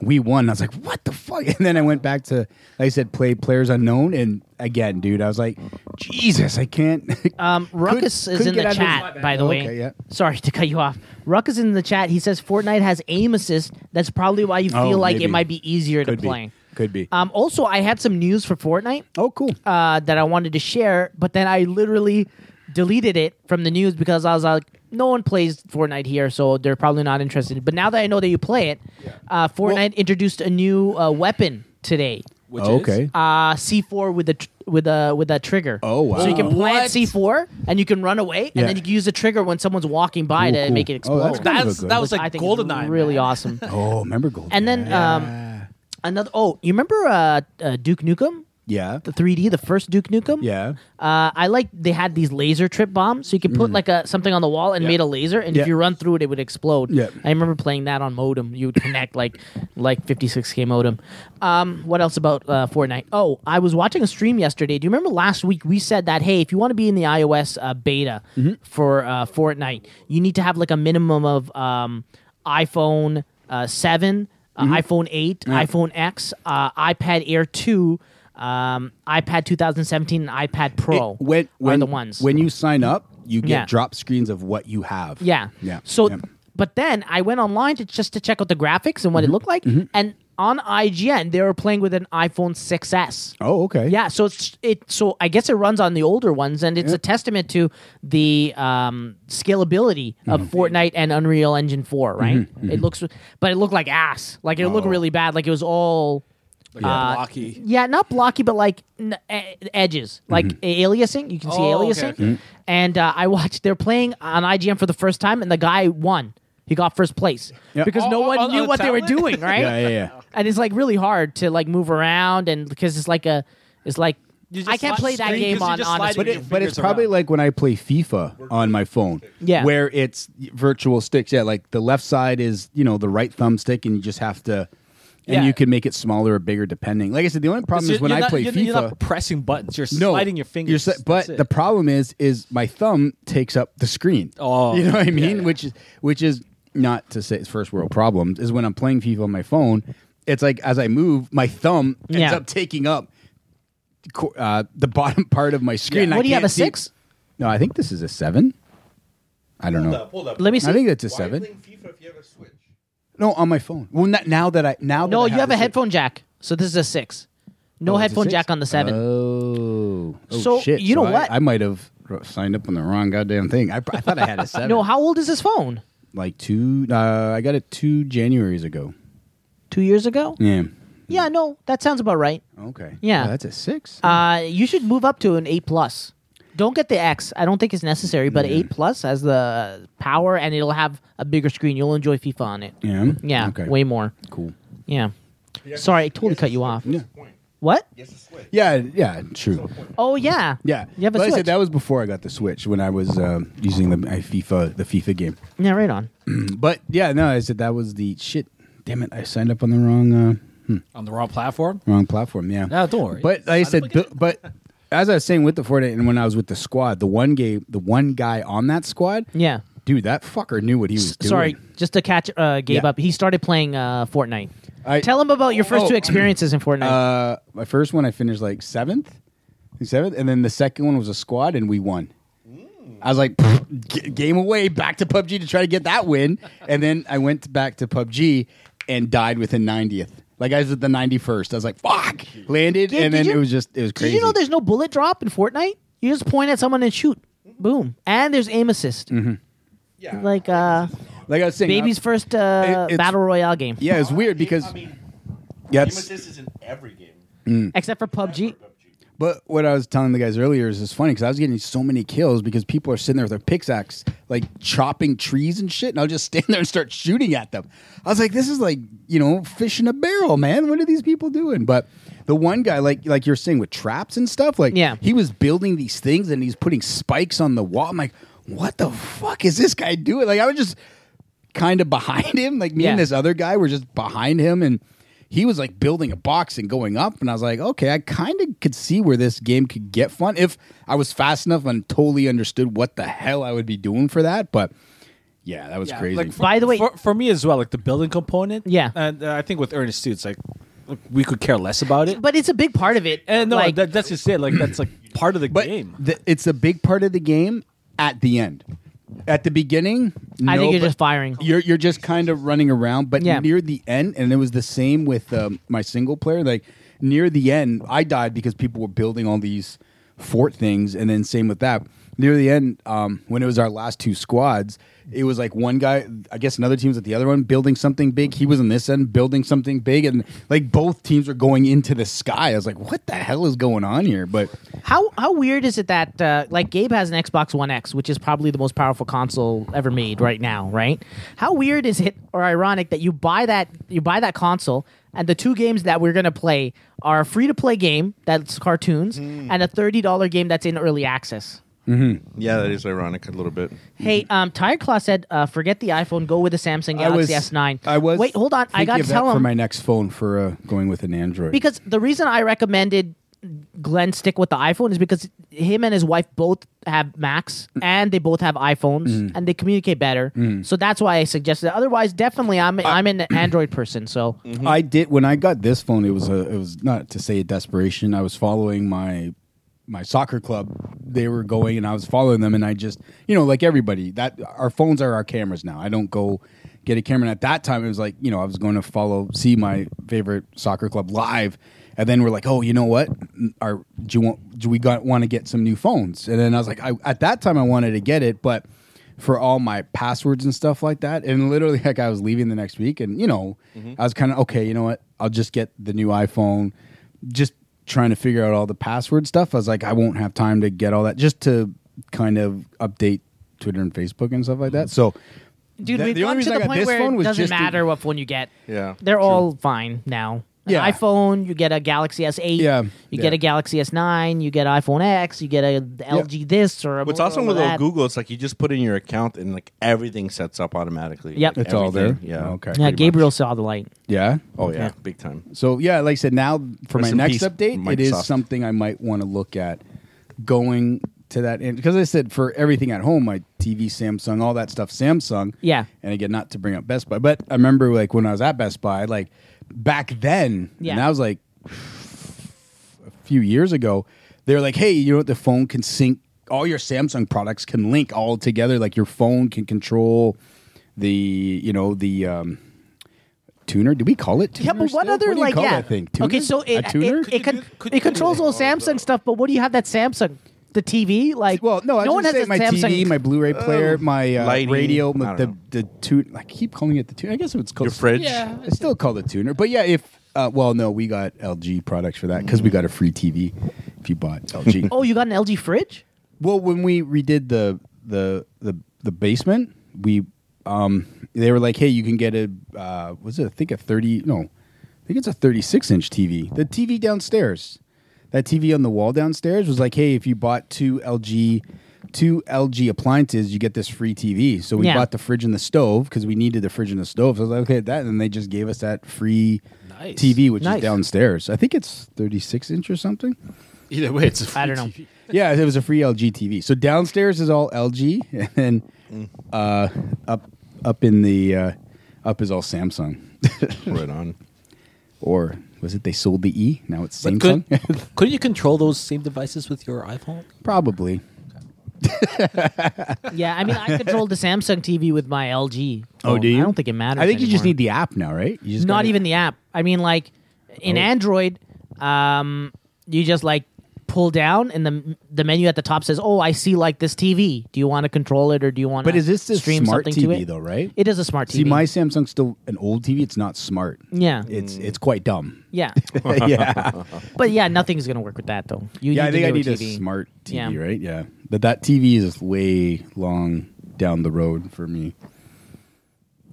we won. I was like, what the fuck? And then I went back to, like I said, play Players Unknown. And again, dude, I was like, Jesus, I can't.
Um, Ruckus is in
couldn't get out
the
of
chat,
his-
by the way.
Okay, yeah.
Sorry to cut you off. Ruckus is in the chat. He says Fortnite has aim assist. That's probably why you
Oh,
feel like it
maybe.
might be easier
Could
to
be.
play.
Could be.
Um, also, I had some news for Fortnite
oh, cool.
uh, that I wanted to share, but then I literally deleted it from the news because I was like, no one plays Fortnite here, so they're probably not interested. But now that I know that you play it, uh, Fortnite introduced a new uh, weapon today.
Which
Oh, okay.
Is,
uh, C4 with the tr- with a with that trigger.
Oh, wow.
So you can plant
What?
C4 and you can run away,
Yeah.
and then you can use the trigger when someone's walking by
Cool,
to
cool.
make it
Oh,
explode.
that's kind of a
That's-
good
that
one.
was
Which
like
I think
GoldenEye,
Is really
man.
awesome.
Oh, remember Gold?
And then um, another. Oh, you remember uh, uh, Duke Nukem?
yeah,
The 3D, the first Duke Nukem.
yeah. Mm.
Uh, I like they had these laser trip bombs, so you could put like a something on the wall and made a laser, and
Yeah.
if you run through it, it would explode.
Yeah.
I remember playing that on modem. You would connect like like 56k modem. Um, what else about uh, Fortnite? Oh, I was watching a stream yesterday. Do you remember last week we said that hey, if you want to be in the iOS uh, beta
Mm-hmm.
for uh, Fortnite, you need to have like a minimum of um, iPhone uh, seven, uh,
Mm-hmm.
iPhone eight, iPhone X, uh, iPad Air two. Um, iPad 2017 and iPad Pro
when when
are the ones.
when you sign up, you get
Yeah.
drop screens of what you have.
Yeah.
yeah.
So,
yeah.
but then I went online to just to check out the graphics and what
Mm-hmm.
it looked like, and on IGN they were playing with an iPhone 6s.
oh, okay.
Yeah, so it's it. So I guess it runs on the older ones, and it's a testament to the um, scalability
Mm-hmm.
of Fortnite and Unreal Engine Four. Right? It looks, but it looked like ass. Like it looked
Oh.
really bad. Like it was all
like,
uh,
blocky.
yeah, not blocky, but like n- e- edges,
Mm-hmm.
like aliasing. You can see
Oh, okay,
aliasing.
okay.
And uh, I watched. They're playing on IGN for the first time, and the guy won. He got first place
Yeah.
because
Oh,
no
oh,
one
on-
knew
on
what they were
tablet?
doing, right?
yeah, yeah, yeah.
And it's like really hard to like move around, and because it's like a, it's like
You just
I can't play
slide
that
screen
game
'cause you
on
just
on.
slide
A
it
switch.
But,
Putting your
it, but it's
fingers
probably
around.
like when I play FIFA on my phone.
Yeah.
Where it's virtual sticks. Yeah, like the left side is, you know, the right thumbstick and you just have to and
Yeah.
you can make it smaller or bigger depending. Like I said, the only problem is
you're
when I
not,
play
you're,
FIFA.
you're not pressing buttons. You're
no,
sliding your fingers.
you're sli- but
That's it.
the problem is, is my thumb takes up the screen.
Oh,
you know what I
yeah,
mean?
yeah.
Which is, which is not to say it's first world problems. Is when I'm playing FIFA on my phone, it's like as I move, my thumb ends
Yeah.
up taking up co- uh, the bottom part of my screen. and I
What do you have a
can't see-
six?
No, I think this is a seven. I don't know.
Hold up.
Let me
I
see.
think it's a
Why
seven.
playing FIFA if you have a Switch?
No, on my phone. Well, not, now that I now that
No,
I
you have
the
a
Switch-
headphone jack, so this is a six. No
Oh, it's a
headphone
six? Uh,
jack on the seven.
Oh, Oh,
So,
shit.
you know
I-
what?
I, might have r- signed up on the wrong goddamn thing. I, I thought I had a seven.
no, how old is this phone?
like two. Uh, I got it two Januarys ago.
Two years ago?
Yeah.
Yeah, no, that sounds about right.
Okay.
Yeah.
Oh, that's a six.
Uh, you should move up to an eight plus. Don't get the X. I don't think it's necessary, but eight plus has the power and it'll have a bigger screen. You'll enjoy FIFA on it.
yeah.
Yeah,
Okay.
way more.
cool.
Yeah. Sorry, I totally cut you off.
Yeah.
What?
Yes, a Switch.
Yeah. Yeah. True.
Oh yeah.
Yeah.
You have a
but I
Switch.
said that was before I got the Switch when I was um, using the my FIFA the FIFA game.
yeah, right on.
But yeah, no, I said that was the shit. Damn it! I signed up on the wrong uh,
on the wrong platform.
wrong platform. Yeah.
No, don't worry.
But like I said, bu- but as I was saying with the Fortnite and when I was with the squad, the one game, the one guy on that squad,
Yeah.
dude, that fucker knew what he was doing.
Sorry, just to catch uh, Gabe
Yeah.
up. He started playing uh, Fortnite.
I-
Tell him about your first
Oh,
two experiences in Fortnite.
Uh, my first one, I finished like seventh, seventh, and then the second one was a squad, and we won. I was like, "Pfft, g- game away, back to PUBG to try to get that win, and then I went back to PUBG and died within ninetieth. Like I was at the ninety first. I was like, fuck, landed,
Gabe,
and
did
then
you-
it was just it was
Did
crazy.
you know there's no bullet drop in Fortnite? You just point at someone and shoot. Boom. And there's aim assist.
Mm-hmm.
Yeah.
Like uh
like I was saying,
Baby's
I-
first uh,
It- it's-
battle royale game,
yeah, it's weird because
I mean,
yeah,
Game
it's-
Assist is in every game.
except for PUBG.
But what I was telling the guys earlier is it's funny because I was getting so many kills because people are sitting there with their pickaxe, like chopping trees and shit, and I'll just stand there and start shooting at them. I was like, this is like you know fish in a barrel, man. What are these people doing? But the one guy, like like you're saying with traps and stuff, like
Yeah.
he was building these things and he's putting spikes on the wall. I'm like, what the fuck is this guy doing? Like I was just kind of behind him. Like me
Yeah.
and this other guy were just behind him, and he was like building a box and going up. And I was like, okay, I kind of could see where this game could get fun if I was fast enough and totally understood what the hell I would be doing for that. But yeah, that was
Yeah,
crazy.
like, for-
By the way-
for, for me as well, like the building component.
Yeah.
and uh, I think with Ernest too, it's like look, we could care less about it.
But it's a big part of it.
and Uh, no,
like,
that, that's just it. Like that's like part of the
but
game.
th- it's a big part of the game at the end. At the beginning,
I
no,
think you're
but-
just firing.
Mm-hmm. you're you're just kind of running around but
Yeah.
near the end and it was the same with um, my single player like near the end i died because people were building all these fort things. And then same with that. Near the end, um, when it was our last two squads, it was like one guy, I guess another team was at the other one building something big. He was on this end building something big. And like both teams were going into the sky. I was like, what the hell is going on here? But
How how weird is it that uh, like Gabe has an Xbox One X, which is probably the most powerful console ever made right now, right? How weird is it or ironic that you buy that you buy that console and the two games that we're gonna play are a free to play game that's cartoons
Hmm.
and a thirty dollar game that's in early access.
Mm-hmm.
Yeah, that is ironic a little bit.
Hey, um, Tire Claw said, uh, "Forget the iPhone, go with the Samsung
I was,
Galaxy S9."
I was.
Wait, hold on. I
thinking
got to
of that
tell
for
him
my next phone for uh, going with an Android.
because the reason I recommended Glenn stick with the iPhone is because him and his wife both have Macs and they both have iPhones and they communicate better. So that's why I suggested. it. Otherwise, definitely, I'm I'm an Android person. So
I did when I got this phone. It was a it was not to say a desperation. I was following my my soccer club. They were going, and I was following them. And I just you know like everybody that our phones are our cameras now. I don't go get a camera. And at that time, it was like you know I was going to follow see my favorite soccer club live. And then we're like, oh, you know what? Our do you want do we got want to get some new phones? And then I was like, I, at that time I wanted to get it, but for all my passwords and stuff like that. And literally, like I was leaving the next week, and you know, I was kind of okay. You know what? I'll just get the new iPhone. Just trying to figure out all the password stuff. I was like, I won't have time to get all that. Just to kind of update Twitter and Facebook and stuff like that. So,
dude,
Mm-hmm. the-
we've
the only
gone to
reason
the
I got
point
this
where
phone
it
was
doesn't
just to-
matter what phone you get.
Yeah,
they're all fine now. An
Yeah.
iPhone, you get a Galaxy S8,
Yeah,
you get a
yeah.
Galaxy S9, you get iPhone X, you get a LG this or a
What's
Motorola
awesome with old
that.
Google, it's like you just put in your account and like everything sets up automatically.
Yep.
Like,
it's all there.
everything. Yeah.
Oh, Okay.
Yeah,
pretty
Gabriel
much.
saw the light.
Yeah.
Oh yeah, big time.
So yeah, like I said, now for
Rest
my
in
next
peace,
update, it is
Microsoft.
something I might want to look at going to that end because I said for everything at home, my TV, Samsung, all that stuff, Samsung.
Yeah.
And again, not to bring up Best Buy, but I remember like when I was at Best Buy, like back then,
Yeah.
and that was like a few years ago, they were like, hey, you know what? The phone can sync, all your Samsung products can link all together. Like your phone can control the, you know, the, um, Tuner? Did we call it? Tuner
Yeah, but what
still?
other
do you
like
call
yeah?
that thing?
Okay,
Tuner?
so it
a tuner.
it, it, con- it controls all Samsung stuff, but what do you have that Samsung? The TV, like
well, no, I
no
no
one
just
has
say
a
my
Samsung. Oh.
TV, my Blu-ray player, my uh,
Lighting,
radio,
I
my, the
don't
the tuner. I keep calling it the tuner. I guess it's called
Your fridge.
Yeah, it's still called a tuner. But yeah, if uh, well, no, we got LG products for that because we got a free TV if you bought LG.
oh, you got an LG fridge?
Well, when we redid the the the, the basement, we um they were like, hey, you can get a uh, was it I think a thirty no, I think it's a thirty six inch TV. The TV downstairs, that TV on the wall downstairs was like, hey, if you bought two LG two LG appliances, you get this free TV. So we
Yeah.
bought the fridge and the stove because we needed the fridge and the stove. So I was like, okay, that, and they just gave us that free. TV, which
Nice.
is downstairs. I think it's 36 inch or something.
Either way, it's a
I don't know.
Yeah, it was a free LG TV. So downstairs is all LG, and then uh, up up in the uh, up is all Samsung.
Right on.
Or was it they sold the E? Now it's
But
Samsung.
Could, could you control those same devices with your iPhone?
Probably.
Yeah, I mean, I controlled the Samsung TV with my LG.
Oh,
phone.
do you?
I don't think it matters.
I think you just
anymore.
need the app now, right? You just
not
gotta-
even the app. I mean, like in
Oh.
Android, um, you just like pull down, and the the menu at the top says, "Oh, I see like this TV. Do you want to control it, or do you want?"
But is this a
stream
smart
something to
TV
it?
though, right?
It is a smart TV.
See, my Samsung's still an old TV. It's not smart.
yeah,
It's it's quite dumb.
yeah.
yeah,
But yeah, nothing's gonna work with that though. You
yeah. I
need
think I
to
need
do a
a
TV.
smart TV,
Yeah.
right? Yeah, but that TV is way long down the road for me.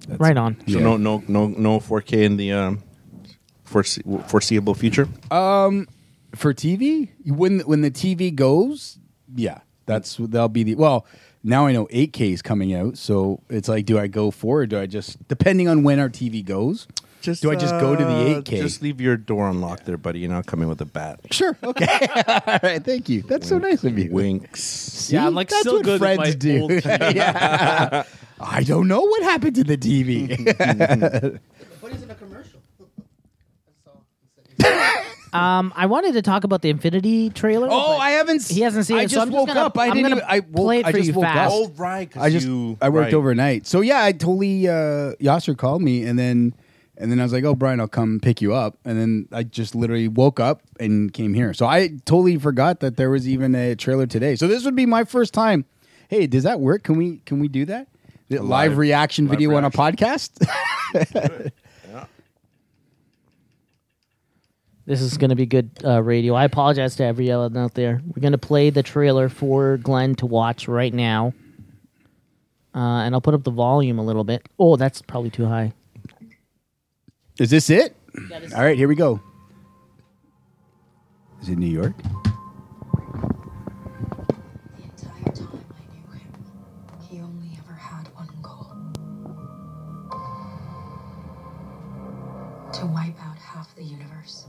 Right on.
So
Yeah.
no, no, no, no 4K in the um, forese- foreseeable future.
for TV, when when the TV goes, yeah, that's that'll be the well. Now I know 8K is coming out, so it's like, do I go for or do I just depending on when our TV goes? do I just go to the
uh,
8K?
Just leave your door unlocked there, buddy. You're not coming with a bat.
sure, okay, all right, thank you. That's so nice of you.
Winks.
See,
Yeah, I'm, like,
that's
still
what
good with
friends
my
do.
old TV.
Yeah. I don't know what happened to the TV.
What is in a commercial?
Um, I wanted to talk about the Infinity trailer.
oh,
but
I haven't. s-
He hasn't seen
I
it, so
just
I'm just
woke
gonna-
up. I
I'm
didn't.
gonna
Even, I woke,
play it
I
for
just
you
woke
fast.
up.
Oh,
right.
I just I worked
right.
overnight. So yeah, I totally uh Yasser called me and then And then I was like, "Oh, Brian, I'll come pick you up." And then I just literally woke up and came here. So I totally forgot that there was even a trailer today. So this would be my first time. Hey, does that work? Can we can we do that? The live,
live-
reaction
live
video on a
reaction.
podcast?
This is going to be good uh, radio. I apologize to everyone out there. We're going to play the trailer for Glenn to watch right now. Uh, and I'll put up the volume a little bit. Oh, that's probably too high.
Is this it?
That is-
All right, here we go. Is it New York?
entire time I knew him, he only ever had one goal to wipe out half the universe.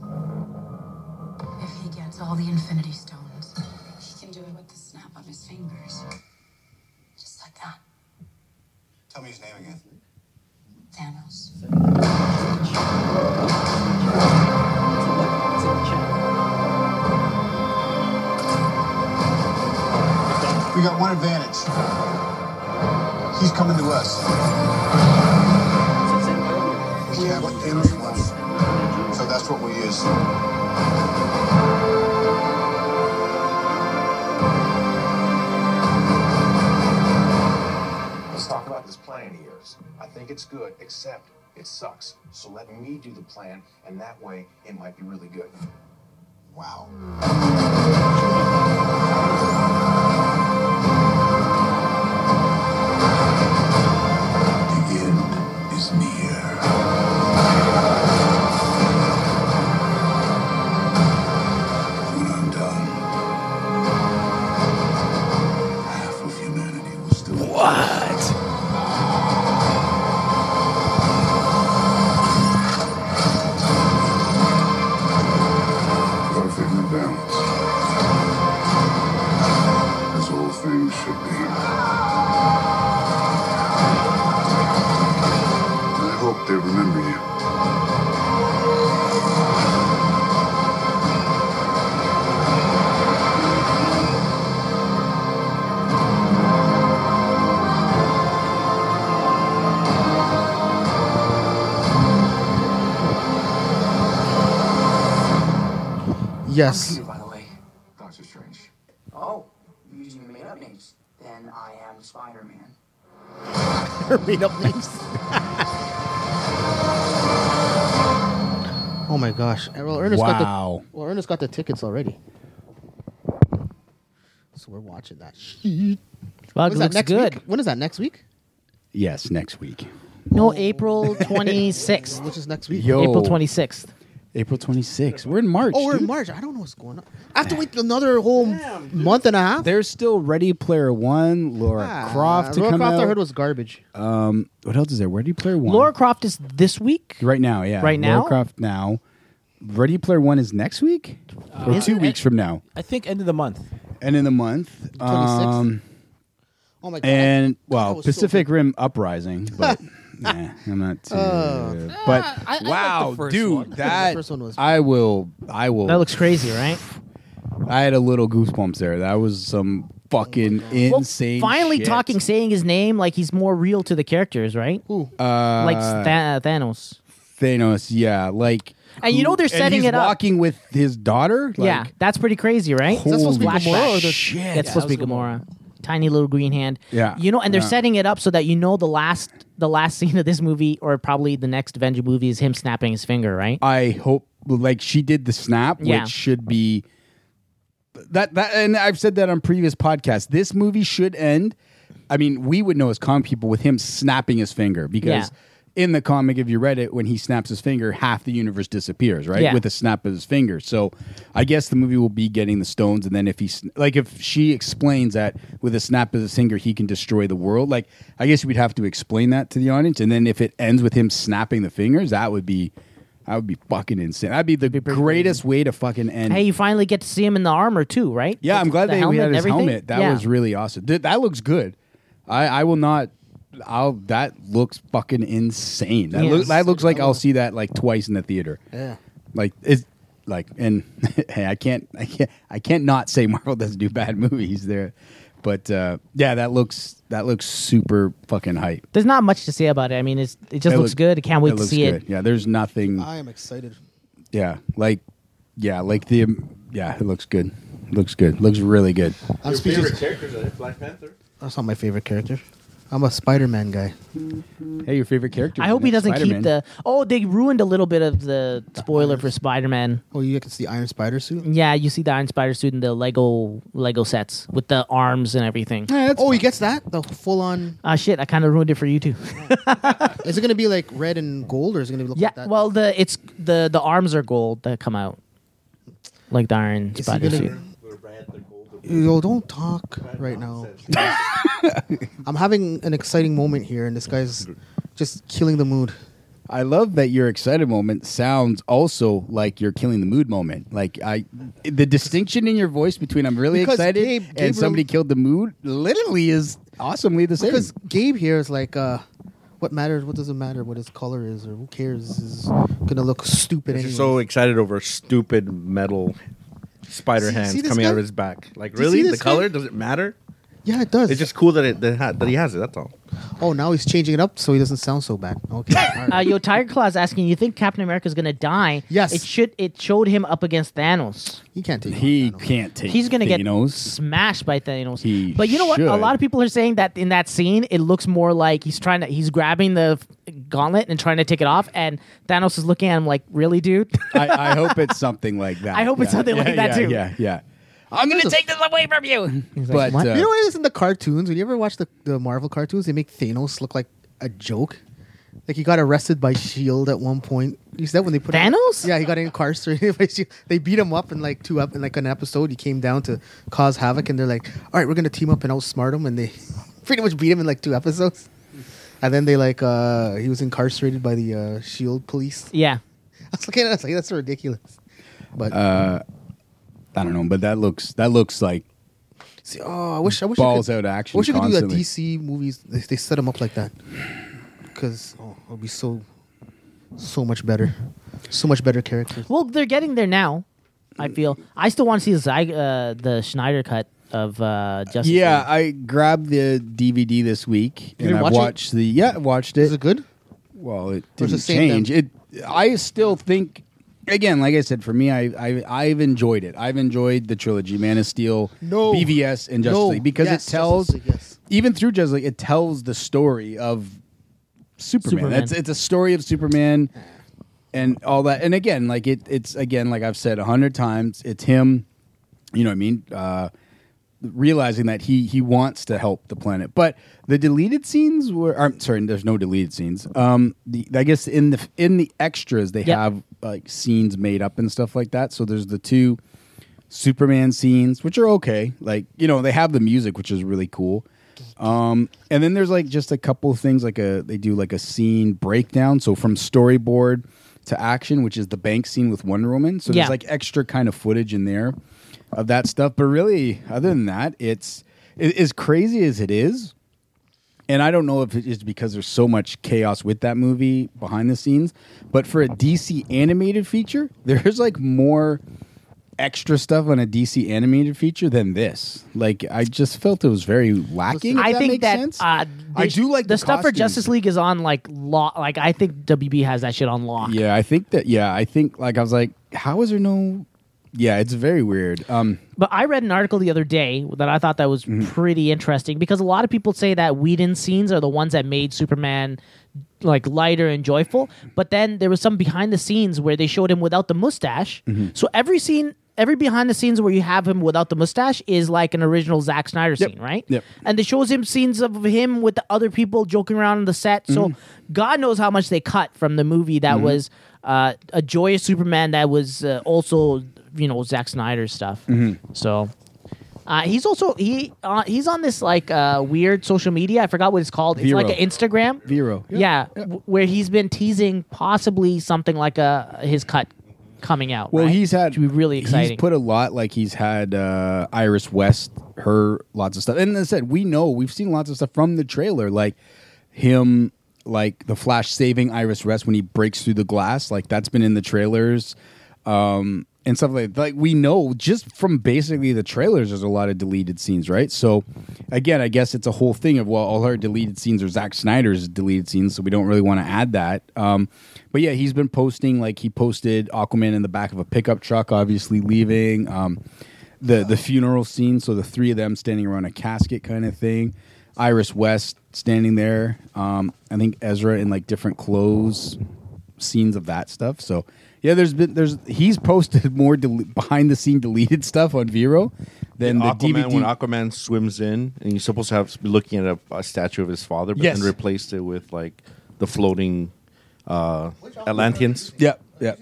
If he gets all the Infinity Stones, he can do it with the snap of his fingers. Just like that.
Tell me his name again.
Thanos.
We got one advantage. He's coming to us. We have what Thanos wants. So that's what we use.
Let's talk about this plan of yours. I think it's good, except it sucks. So let me do the plan, and that way it might be really good. Wow.
The end is near. When I'm done, half of humanity will still. What? Perfectly balanced. As all things should be. And I hope they remember you.
Yes.
by the way, Doctor Strange. Oh, you're using made up names. Then I am Spider Man.
Read up names. oh my gosh. Eh, Well, Ernest
Wow.
got the, well, Ernest got the tickets already. So we're watching that. Shit.
Wow,
When's
it
that
looks
next
good.
Week? When is that next week?
Yes, next week.
No, April 26th.
Which is next week.
Yo.
April 26th.
April 26th. We're in March.
oh, we're in
dude.
March. I don't know what's going on. I have to wait another whole month and a half.
There's still Ready Player One, Laura
Ah,
Croft to
Laura
come
Croft
out.
I heard was garbage.
um, what else is there? Ready Player One.
Laura Croft is this week?
right now, yeah.
Right now?
Laura Croft now. Ready Player One is next week or
Uh,
Is
two
it?
weeks from now,
I think end of the month.
and in the month.
26th?
Um,
uh, Oh my god.
and
that
well,
was so
Pacific Rim Uprising, but nah, I'm not too.
Oh.
but
Ah, I- I liked the
wow,
first
dude,
one. The
that
first one was-
I will, I will.
That looks crazy, right?
I had a little goosebumps there. That was some fucking insane.
Finally
shit.
talking, saying his name like he's more real to the characters, right?
Uh,
like Tha- Thanos.
Thanos, yeah, like.
And you know they're
who- and
setting
he's
it up.
Walking with his daughter, like,
yeah, that's pretty crazy, right?
Is that supposed to be Holy Gamora or the-
shit.
shit.
That's
Yeah,
supposed to
that
be
was
Gamora. Tiny little green hand.
Yeah.
You know, and they're
Yeah.
setting it up so that you know the last the last scene of this movie or probably the next Avenger movie is him snapping his finger, right?
I hope like she did the snap,
Yeah.
which should be that that and I've said that on previous podcasts. This movie should end. I mean, we would know as comic people with him snapping his finger because in the comic, if you read it, when he snaps his finger, half the universe disappears, right?
Yeah.
With a snap of his finger. So I guess the movie will be getting the stones, and then if he sn- like if she explains that with a snap of his finger he can destroy the world, like I guess we'd have to explain that to the audience, and then if it ends with him snapping the fingers, that would be. That would be fucking insane. That'd be the greatest way to fucking end.
Hey, you finally get to see him in the armor too, right?
Yeah, I'm glad
the
they
helmet
we had
and
his
everything?
helmet. That
Yeah.
was really awesome. Dude, that looks good. I, I will not. I'll. That looks fucking insane. That,
Yeah.
looks. that looks like I'll see that like twice in the theater.
Yeah.
Like it's like and hey, I can't. I can't. I can't not say Marvel doesn't do bad movies. They're But uh, yeah, that looks that looks super fucking hype.
There's not much to say about it. I mean, it's it just
It
looks
look-
good. I can't wait to
looks
see it.
good. Yeah, there's nothing.
I am excited.
Yeah, like yeah, like the yeah, it looks good. Looks good. Looks really good.
I'm
Your
speechless.
favorite characters are Black Panther.
That's not my favorite character. I'm a Spider-Man guy.
Hey, your favorite character?
I hope he doesn't keep the. Oh, they ruined a little bit of the spoiler for Spider Man.
Oh, you can see the Iron Spider suit.
Yeah, you see the Iron Spider suit in the Lego Lego sets with the arms and everything.
oh, he gets that the full on.
Ah, shit! I kind of ruined it for you too.
Is it gonna be like red and gold, or is it gonna be look
yeah,
like that?
well, the it's the the arms are gold that come out, like the Iron
Is he
Spider suit.
gonna? Yo, don't talk right now. I'm having an exciting moment here, and this guy's just killing the mood.
I love that your excited moment sounds also like your killing the mood moment. Like I, the distinction in your voice between I'm really
Because
excited
Gabe- Gabriel-
and somebody killed the mood literally is awesomely the same.
Because Gabe here is like, uh, what matters? What does it matter? What his color is, or who cares? Is gonna look stupid
You're
anyway.
so excited over stupid metal spider
See-
hands
see this
coming out of
guy?
his back. Like,
Do you
really?
see
The
this guy?
color does it matter?
yeah, it does.
It's just cool that it that, it ha- that he has it. That's all.
oh, now he's changing it up so he doesn't sound so bad. Okay. all right.
Uh, yo, Tiger Claw's asking, you think Captain America's gonna die?
Yes.
It should. It showed him up against Thanos.
He can't take.
He can't take.
He's gonna get
Thanos.
smashed by Thanos.
He
but you know what? A
should.
lot of people are saying that in that scene, it looks more like he's trying to. He's grabbing the f- gauntlet and trying to take it off, and Thanos is looking at him like, "Really, dude?
I, I hope it's something like that.
I hope it's
Yeah,
something
yeah,
like that
yeah,
too."
Yeah, yeah. I'm gonna take this away from you. But uh,
you know what it is in the cartoons? When you ever watch the, the Marvel cartoons, they make Thanos look like a joke. Like he got arrested by Shield E at one point. Is that when they put him-
Thanos?
yeah, he got incarcerated by Shield. E They beat him up in like two up in like an episode. He came down to cause havoc, and they're like, "All right, we're gonna team up and outsmart him," and they pretty much beat him in like two episodes. And then they like uh he was incarcerated by the uh Shield police.
Yeah,
I was looking at it, I was like, "That's ridiculous." But
uh, I don't know. But that looks that looks like
See, oh, I wish I wish
balls
I could,
out action.
I wish I could do
constantly.
that DC movies. They, they set them up like that because oh, it'll be so so much better, so much better characters.
Well, they're getting there now. I feel. I still want to see the Zy- uh, the Schneider cut of uh, Justice.
Yeah, I grabbed the DVD this week
You
and
didn't
I
watch it?
watched the yeah, I watched it. Is
it good?
Well, it
Or is it
didn't
same
change.
then?
It I still think again, like I said, for me, I, I I've enjoyed it. I've enjoyed the trilogy, Man of Steel,
No.
BVS, and Justice
No.
League because
Yes,
it tells
Justice League, yes.
even through Justice League, it tells the story of Superman.
Superman.
That's it's a story of Superman and all that. And again, like it, it's again, like I've said a hundred times, it's him. You know what I mean? Uh, realizing that he he wants to help the planet, but the deleted scenes were. or, I'm sorry, there's no deleted scenes. Um, the, I guess in the in the extras they
Yep.
have like scenes made up and stuff like that. So there's the two Superman scenes, which are okay. Like you know they have the music, which is really cool. Um, and then there's like just a couple of things like a they do like a scene breakdown, so from storyboard to action, which is the bank scene with Wonder Woman. So
Yeah.
there's like extra kind of footage in there of that stuff. But really, other than that, it's i- as crazy as it is. And I don't know if it is because there's so much chaos with that movie behind the scenes, but for a DC animated feature, there's like more extra stuff on a DC animated feature than this. Like I just felt it was very lacking. if
I think
makes
that
sense.
Uh,
I
they-
do like
the,
the
stuff for
costumes.
Justice League is on like lock. Like I think WB has that shit on lock.
Yeah, I think that. Yeah, I think like I was like, how is there no? Yeah, it's very weird. Um,
But I read an article the other day that I thought that was
Mm-hmm.
pretty interesting because a lot of people say that Whedon scenes are the ones that made Superman like lighter and joyful. But then there was some behind the scenes where they showed him without the mustache.
Mm-hmm.
So every scene, every behind the scenes where you have him without the mustache is like an original Zack Snyder scene, right?
Yep.
And they shows him scenes of him with the other people joking around on the set. So
Mm-hmm.
God knows how much they cut from the movie that was uh, a joyous Superman that was uh, also you know Zack Snyder stuff.
Mm-hmm.
So uh, he's also he uh, he's on this like uh, weird social media. I forgot what it's called.
Vero.
It's like an Instagram.
Vero.
Yeah, w- where he's been teasing possibly something like a his cut coming out.
Well,
right?
he's had
Should be really exciting.
He's put a lot like he's had uh, Iris West, her lots of stuff, and as I said, we know we've seen lots of stuff from the trailer, like him, like the Flash saving Iris West when he breaks through the glass, like that's been in the trailers. Um, and stuff like like we know just from basically the trailers there's a lot of deleted scenes right so again i guess it's a whole thing of well all our deleted scenes are Zack snyder's deleted scenes so we don't really want to add that um, but yeah he's been posting like he posted aquaman in the back of a pickup truck obviously leaving um, the the funeral scene so the three of them standing around a casket kind of thing iris west standing there um, i think ezra in like different clothes scenes of that stuff. So yeah, there's been there's he's posted more del- behind the scene deleted stuff on Vero than the
Aquaman,
DVD.
when Aquaman swims in, and you're supposed to have be looking at a, a statue of his father, but
Yes.
then replaced it with like the floating uh, Atlanteans.
Yeah, yeah.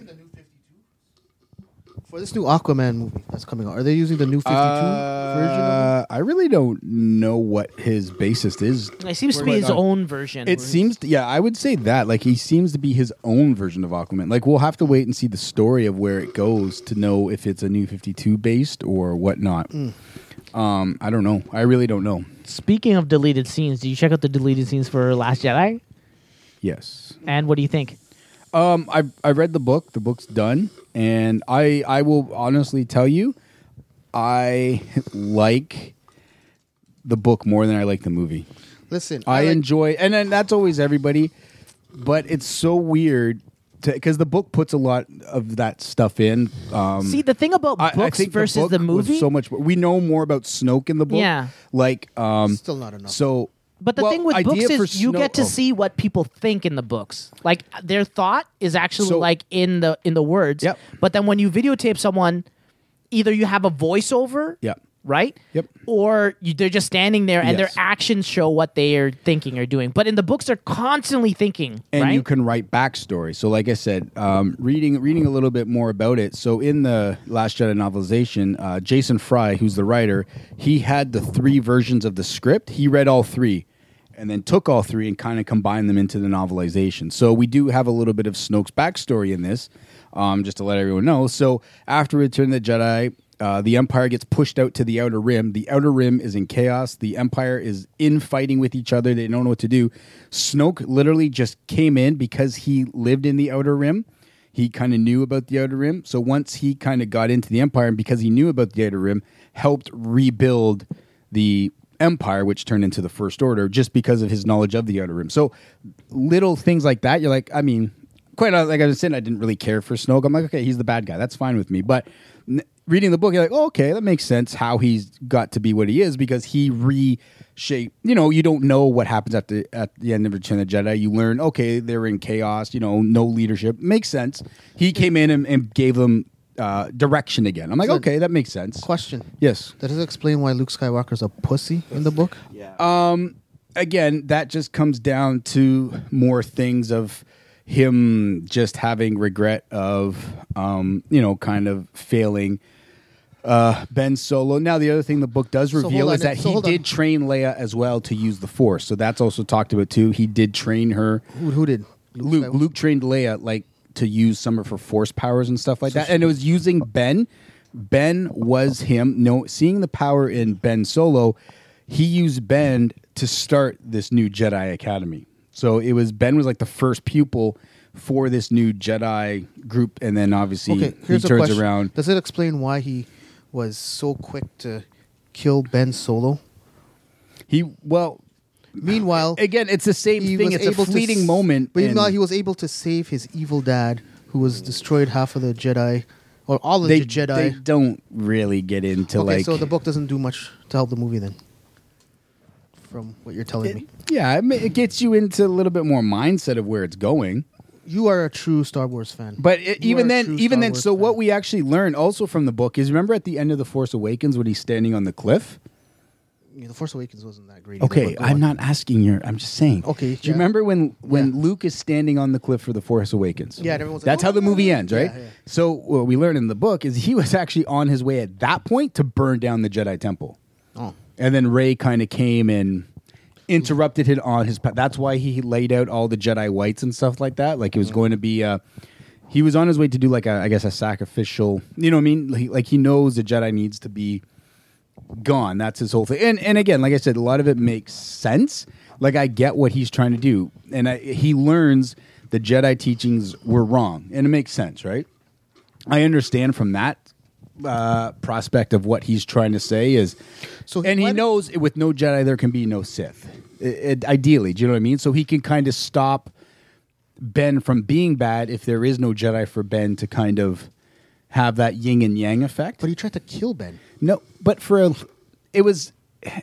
For this new Aquaman movie that's coming out, are they using the new 52 version of
Uh, I really don't know what his basis is.
It seems to be his
But, uh,
own version.
It seems, to, yeah, I would say that. Like, he seems to be his own version of Aquaman. Like, we'll have to wait and see the story of where it goes to know if it's a new 52 based or whatnot.
Mm.
Um, I don't know. I really don't know.
Speaking of deleted scenes, did you check out the deleted scenes for Last Jedi?
Yes.
And what do you think?
Um, I I read the book. The book's done, and I I will honestly tell you, I like the book more than I like the movie.
Listen,
I, enjoy, and then that's always everybody, but it's so weird because the book puts a lot of that stuff in. Um,
See, the thing about
I- I
books
think
versus
book
the
was
movie-
so much. We know more about Snoke in the book.
Yeah.
like um,
still not enough.
So,
But the
well,
thing with
idea
books
for
is you
Snoke-
get to
oh.
see what people think in the books. Like their thought is actually
So-
like in the in the words. Yep. But then when you videotape someone, either you have a voiceover,
Yeah.
right?
Yep.
Or you, they're just standing there and
Yes.
their actions show what they are thinking or doing. But in the books, they're constantly thinking,
and
right?
you can write backstory. So, like I said, um, reading reading a little bit more about it. So, in the Last Jedi novelization, uh, Jason Fry, who's the writer, he had the three versions of the script. He read all three, and then took all three and kind of combined them into the novelization. So, we do have a little bit of Snoke's backstory in this, um, just to let everyone know. So, after Return of the Jedi. Uh, the Empire gets pushed out to the Outer Rim. The Outer Rim is in chaos. The Empire is in fighting with each other. They don't know what to do. Snoke literally just came in because he lived in the Outer Rim. He kind of knew about the Outer Rim. So once he kind of got into the Empire, and because he knew about the Outer Rim, helped rebuild the Empire, which turned into the First Order just because of his knowledge of the Outer Rim. So little things like that, you're like, I mean, quite honest, like I was saying, I didn't really care for Snoke. I'm like, okay, he's the bad guy. That's fine with me. But n- reading the book, you're like, oh, okay, that makes sense how he's got to be what he is because he reshaped. You know, you don't know what happens at the at the end of Return of the Jedi. You learn, okay, they're in chaos. You know, no leadership makes sense. He came in and, and gave them uh, direction again. I'm like,
Listen,
okay, that makes sense.
Question.
Yes.
That does explain why Luke Skywalker's a pussy in the book.
Um, again, that just comes down to more things of him just having regret of, um, you know, kind of failing. Uh, ben Solo. Now, the other thing the book does
So hold
reveal
on,
is that
so
he
hold on.
did train Leia as well to use the Force. So that's also talked about too. He did train her.
Who, who did?
Luke. Luke, trained Leia like to use some of her Force powers and stuff like that, and it was using Ben. Ben was him. No, seeing the power in Ben Solo, he used Ben to start this new Jedi Academy. So it was Ben was like the first pupil for this new Jedi group, and then obviously
Okay,
he
here's a
turns
question.
around.
Does it explain why he was so quick to kill Ben Solo?
He well.
Meanwhile,
again, it's the same
he
thing.
was
It's a
able to
fleeting
s-
moment
But
in-
meanwhile, he was able to save his evil dad, who was destroyed half of the Jedi or all of
They,
the Jedi.
they don't really get into
okay,
like
so the book doesn't do much to help the movie then. From what you're telling me,
yeah. It, ma- it gets you into a little bit more mindset of where it's going.
you are a true Star Wars fan.
But it,
You
even
are a
then,
true
even
Star
then,
Wars
so what we actually learned also from the book is remember at the end of the Force Awakens when he's standing on the cliff.
Yeah, the Force Awakens wasn't that great. either,
Okay,
but go
I'm
on.
not asking you. I'm just saying.
Okay,
do you
yeah.
remember when when Luke is standing on the cliff for the Force Awakens?
Yeah, and everyone's like,
that's how the movie ends, right?
yeah.
So what we learned in the book is he was actually on his way at that point to burn down the Jedi Temple,
Oh.
and then Ray kind of came and interrupted him on his path. That's why he laid out all the Jedi whites and stuff like that. Like it was going to be. Uh, he was on his way to do like a, I guess, a sacrificial. You know what I mean? Like, like he knows the Jedi needs to be gone. That's his whole thing. And and again, like I said, a lot of it makes sense. Like I get what he's trying to do, and I, he learns the Jedi teachings were wrong, and it makes sense, right? I understand from that uh, prospect of what he's trying to say is, so and he knows with no Jedi there can be no Sith. I- I- ideally, do you know what I mean? So he can kind of stop Ben from being bad if there is no Jedi for Ben to kind of have that yin and yang effect. But
he tried to kill Ben.
No, but for a, it was,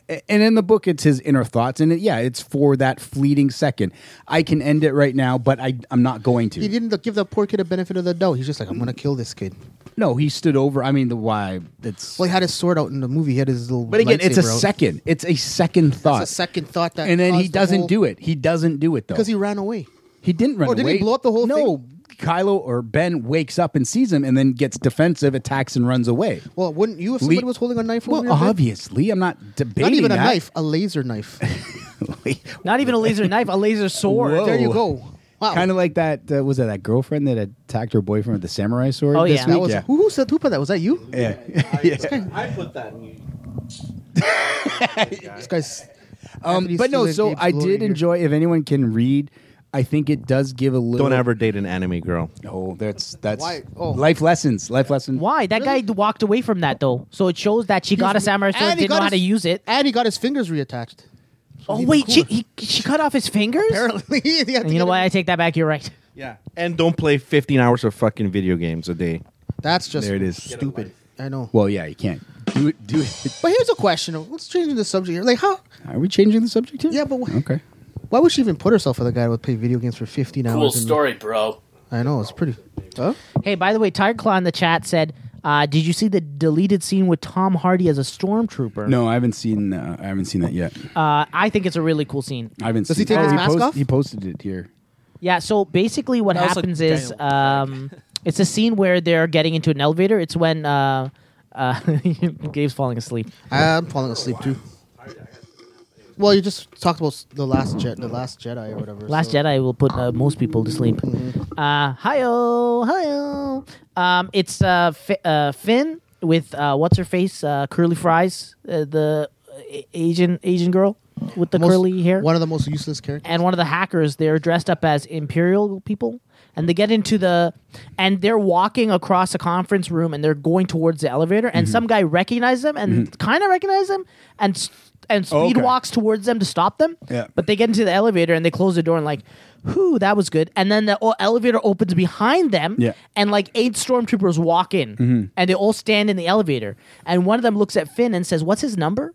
and in the book it's his inner thoughts, and it, yeah, it's for that fleeting second. I can end it right now, but I I'm not going to.
He didn't give the poor kid a benefit of the doubt. He's just like, I'm gonna kill this kid.
No, he stood over. I mean, the why? It's
well, he had his sword out in the movie. He had his little.
But again, it's a
lightsaber out.
second. It's a second thought.
That's a second thought that.
and then he
caused the
doesn't
whole-
do it. He doesn't do it though
because he ran away.
He didn't run
Or did
away.
he blow up the whole
no,
thing?
Kylo or Ben wakes up and sees him, and then gets defensive, attacks, and runs away.
Well, wouldn't you if
Le-
somebody was holding a knife? over
Well,
your head?
obviously, I'm not debating.
Not even a
that.
knife, a laser knife.
Not even a laser knife, a laser sword.
Whoa.
There you go. Wow.
Kind of Oh. like that. Uh, was that that girlfriend that attacked her boyfriend with the samurai sword?
Oh
this
yeah,
week?
that was,
yeah.
Who, who said who put that? Was that you?
Yeah.
I put that in you.
This guy's.
Um,
Anthony
but no,
Steele
so
keeps
I
gloating
did
here.
enjoy. If anyone can read, I think it does give a little.
Don't ever date an anime girl.
No, that's that's
Why? Oh.
life lessons. Life lessons.
Why? That guy walked away from that though. So it shows that she got a samurai sword,
and he
didn't know
got
how to
his-
use it.
And he got his fingers reattached.
Oh
even
wait, she, he, she cut off his fingers.
Apparently,
and you know what? I take that back. You're right.
Yeah. And don't play 15 hours of fucking video games a day.
That's just
There it is.
Stupid. I know.
Well, yeah, you can't do it. Do it.
But here's a question. Let's change the subject here. Like how?
Are we changing the subject here?
Yeah, but wh-
Okay.
why would she even put herself with a guy who would play video games for 15 hours?
Cool
and-
story,
bro.
I know it's pretty. Huh?
Hey, by the way, Tiger Claw in the chat said, uh, "Did you see the deleted scene with Tom Hardy as a stormtrooper?"
No, I haven't seen. Uh, I haven't seen that yet.
Uh, I think it's a really cool scene.
I haven't.
Does
seen
he take
oh,
his mask
post-
off?
He posted it here.
Yeah. So basically, what
That was like
happens is um, it's a scene where they're getting into an elevator. It's when uh, uh, Gabe's falling asleep.
I'm falling asleep too. Well, you just talked about s- the last jet, the last Jedi or whatever.
Last Jedi will put uh, most people to sleep. Uh, hiyo, hiyo. Um, it's uh, F- uh, Finn with uh, what's her face, uh, curly fries, uh, the A- Asian Asian girl with the
Most-
curly hair,
One of the most useless characters.
and one of the hackers. They're dressed up as Imperial people, and they get into the, and they're walking across a conference room, and they're going towards the elevator,
Mm-hmm.
and some guy recognizes them and kind of recognizes them, and. s- And
Oh,
speed
okay.
walks towards them to stop them.
Yeah.
But they get into the elevator and they close the door and like, whew, that was good. And then the o- elevator opens behind them.
Yeah.
And like eight stormtroopers walk in
Mhm.
and they all stand in the elevator. And one of them looks at Finn and says, "What's his number?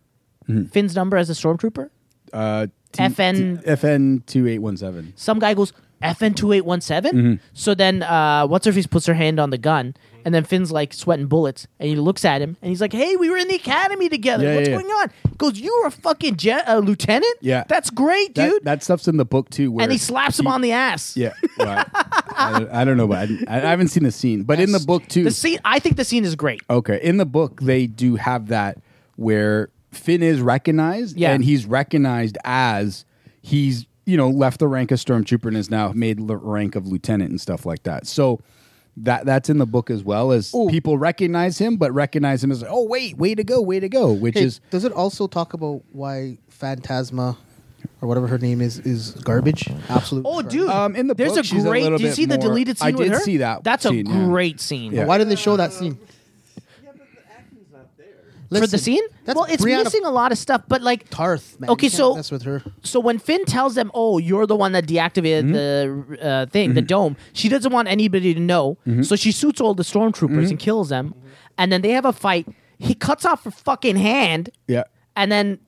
Mhm.
Finn's number as a stormtrooper?"
Uh, T-
FN.
T- FN two eight one seven.
Some guy goes, "FN two eight one
Mhm.
seven." So then, uh, what's her face puts her hand on the gun. And then Finn's like sweating bullets, and he looks at him, and he's like, "Hey, we were in the academy together.
Yeah,
What's
yeah, yeah.
going on?" He goes, "You were a fucking je- uh, lieutenant.
Yeah.
that's great,
That-
dude."
That, stuff's in the book too. Where
and he slaps him on the ass.
Yeah. well, I, I don't, I don't know, but I, didn't- I haven't seen the scene. But in the book too.
The scene, I think the scene is great.
Okay, in the book they do have that where Finn is recognized,
Yeah.
and he's recognized as he's you know left the rank of stormtrooper and is now made the rank of lieutenant and stuff like that. So that that's in the book as well as people recognize him, but recognize him as oh wait, way to go, way to go, which
Hey,
is
does it also talk about why Phantasma or whatever her name is is garbage? Absolute.
Oh, dude!
Um, in the
there's
book,
a
she's a
great.
little
did you
bit
see the
more-
deleted scene
I
with
did
her?
see that
That's
scene,
a
yeah.
great scene.
Yeah.
Why didn't they show that scene?
For the
Listen,
scene?
that's
well, it's
Brianna-
missing a lot of stuff, but like
Tarth. Man,
Okay,
you can't
so-
mess with her.
so when Finn tells them, "Oh, you're the one that deactivated the uh, thing, the dome," she doesn't want anybody to know, so she shoots all the stormtroopers and kills them, and then they have a fight. He cuts off her fucking hand,
yeah.
and then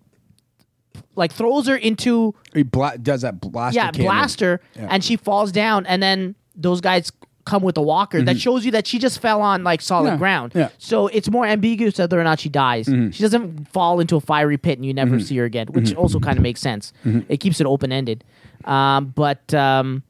like throws her into
He bla- does that blaster.
yeah
cannon.
blaster,
Yeah.
and she falls down, and then those guys come with a walker that
Mhm.
shows you that she just fell on like solid
Yeah,
ground.
yeah.
So it's more ambiguous whether or not she dies.
Mhm.
She doesn't fall into a fiery pit and you never
Mhm.
see her again, which
Mhm.
also kind of makes sense.
Mhm.
It keeps it open ended. Um, but um,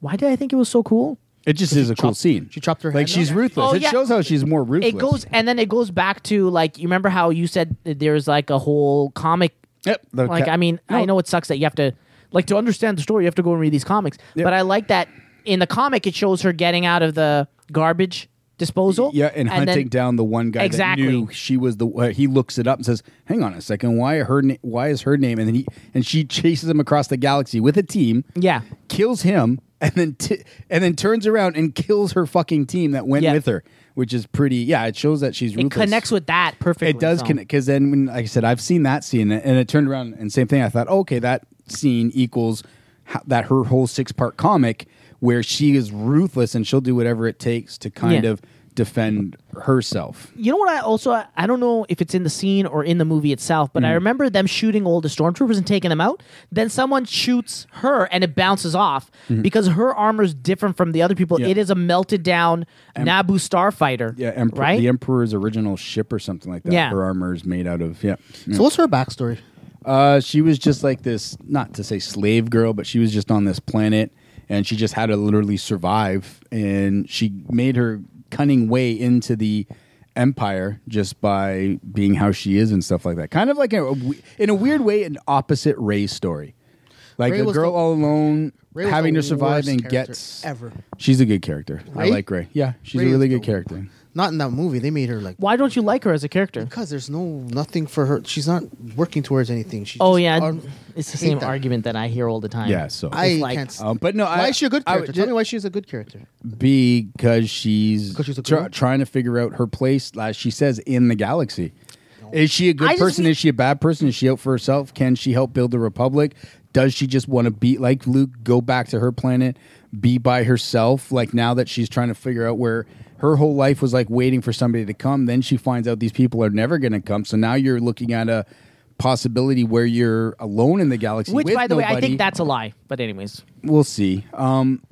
why did I think it was so cool?
It just is a cool scene. She
chopped her
like she's ruthless.
Oh,
it
yeah.
shows how she's more ruthless.
It goes and then it goes back to like you remember how you said that there's like a whole comic.
Yep. the
Like
ca-
I mean, I
No.
know it sucks that you have to like to understand the story. You have to go and read these comics. But I like that in the comic it shows her getting out of the garbage disposal.
Yeah, and,
then-
hunting down the one guy
Exactly.
that knew she was the. Uh, he looks it up and says, "Hang on a second, why her? Na- why is her name?" And then he and she chases him across the galaxy with a team.
Yeah,
kills him, and then t- and then turns around and kills her fucking team that went
Yeah.
with her, which is pretty. Yeah, it shows that she's
It
ruthless.
connects with that perfectly.
It does
so.
connect because then, when like I said, I've seen that scene and it turned around and same thing. I thought, okay, that scene equals ho- that her whole six part comic where she is ruthless and she'll do whatever it takes to kind
Yeah.
of defend herself.
You know what? I also I don't know if it's in the scene or in the movie itself, but I
Mm.
remember them shooting all the stormtroopers and taking them out. Then someone shoots her, and it bounces off
Mhm.
because her armor is different from the other people.
Yeah.
It is a melted down Naboo starfighter.
Yeah, Emperor,
right.
the Emperor's original ship or something like that.
Yeah.
Her armor is made out of yeah.
So what's her backstory?
Uh, she was just like this, not to say slave girl, but she was just on this planet, and she just had to literally survive. And she made her cunning way into the empire just by being how she is and stuff like that. Kind of like a, in a weird way, an opposite Ray story. Like
Rey
a
was
girl
the-
all alone,
Rey was
having
the
to survive
worst
and
character
gets
ever.
She's a good character. I
Rey?
like Ray. Yeah, she's
Rey
a
is
really
the
good character.
Not in that movie. They made her like.
Why don't you like her as a character?
Because there's no nothing for her. She's not working towards anything. She's
Oh
just
yeah,
un-
it's the
hate
same
that.
argument that I hear all the time.
Yeah, so-
It's
I
like-
can't.
Um, but no,
why
I-
is she a good
I would
character? Tell
ju-
me why she's a good character.
because she's,
she's a
try-
girl?
trying to figure out her place, as she says, in the galaxy. Is she a
I
good
just
person?
mean-
Is she a bad person? Is she out for herself? Can she help build the republic? Does she just want to be like Luke, go back to her planet, be by herself? Like now that she's trying to figure out where her whole life was like waiting for somebody to come, then she finds out these people are never going to come. So now you're looking at a possibility where you're alone in the galaxy.
which,
with
by the way, I
nobody
think that's a lie. But anyways,
we'll see. Um,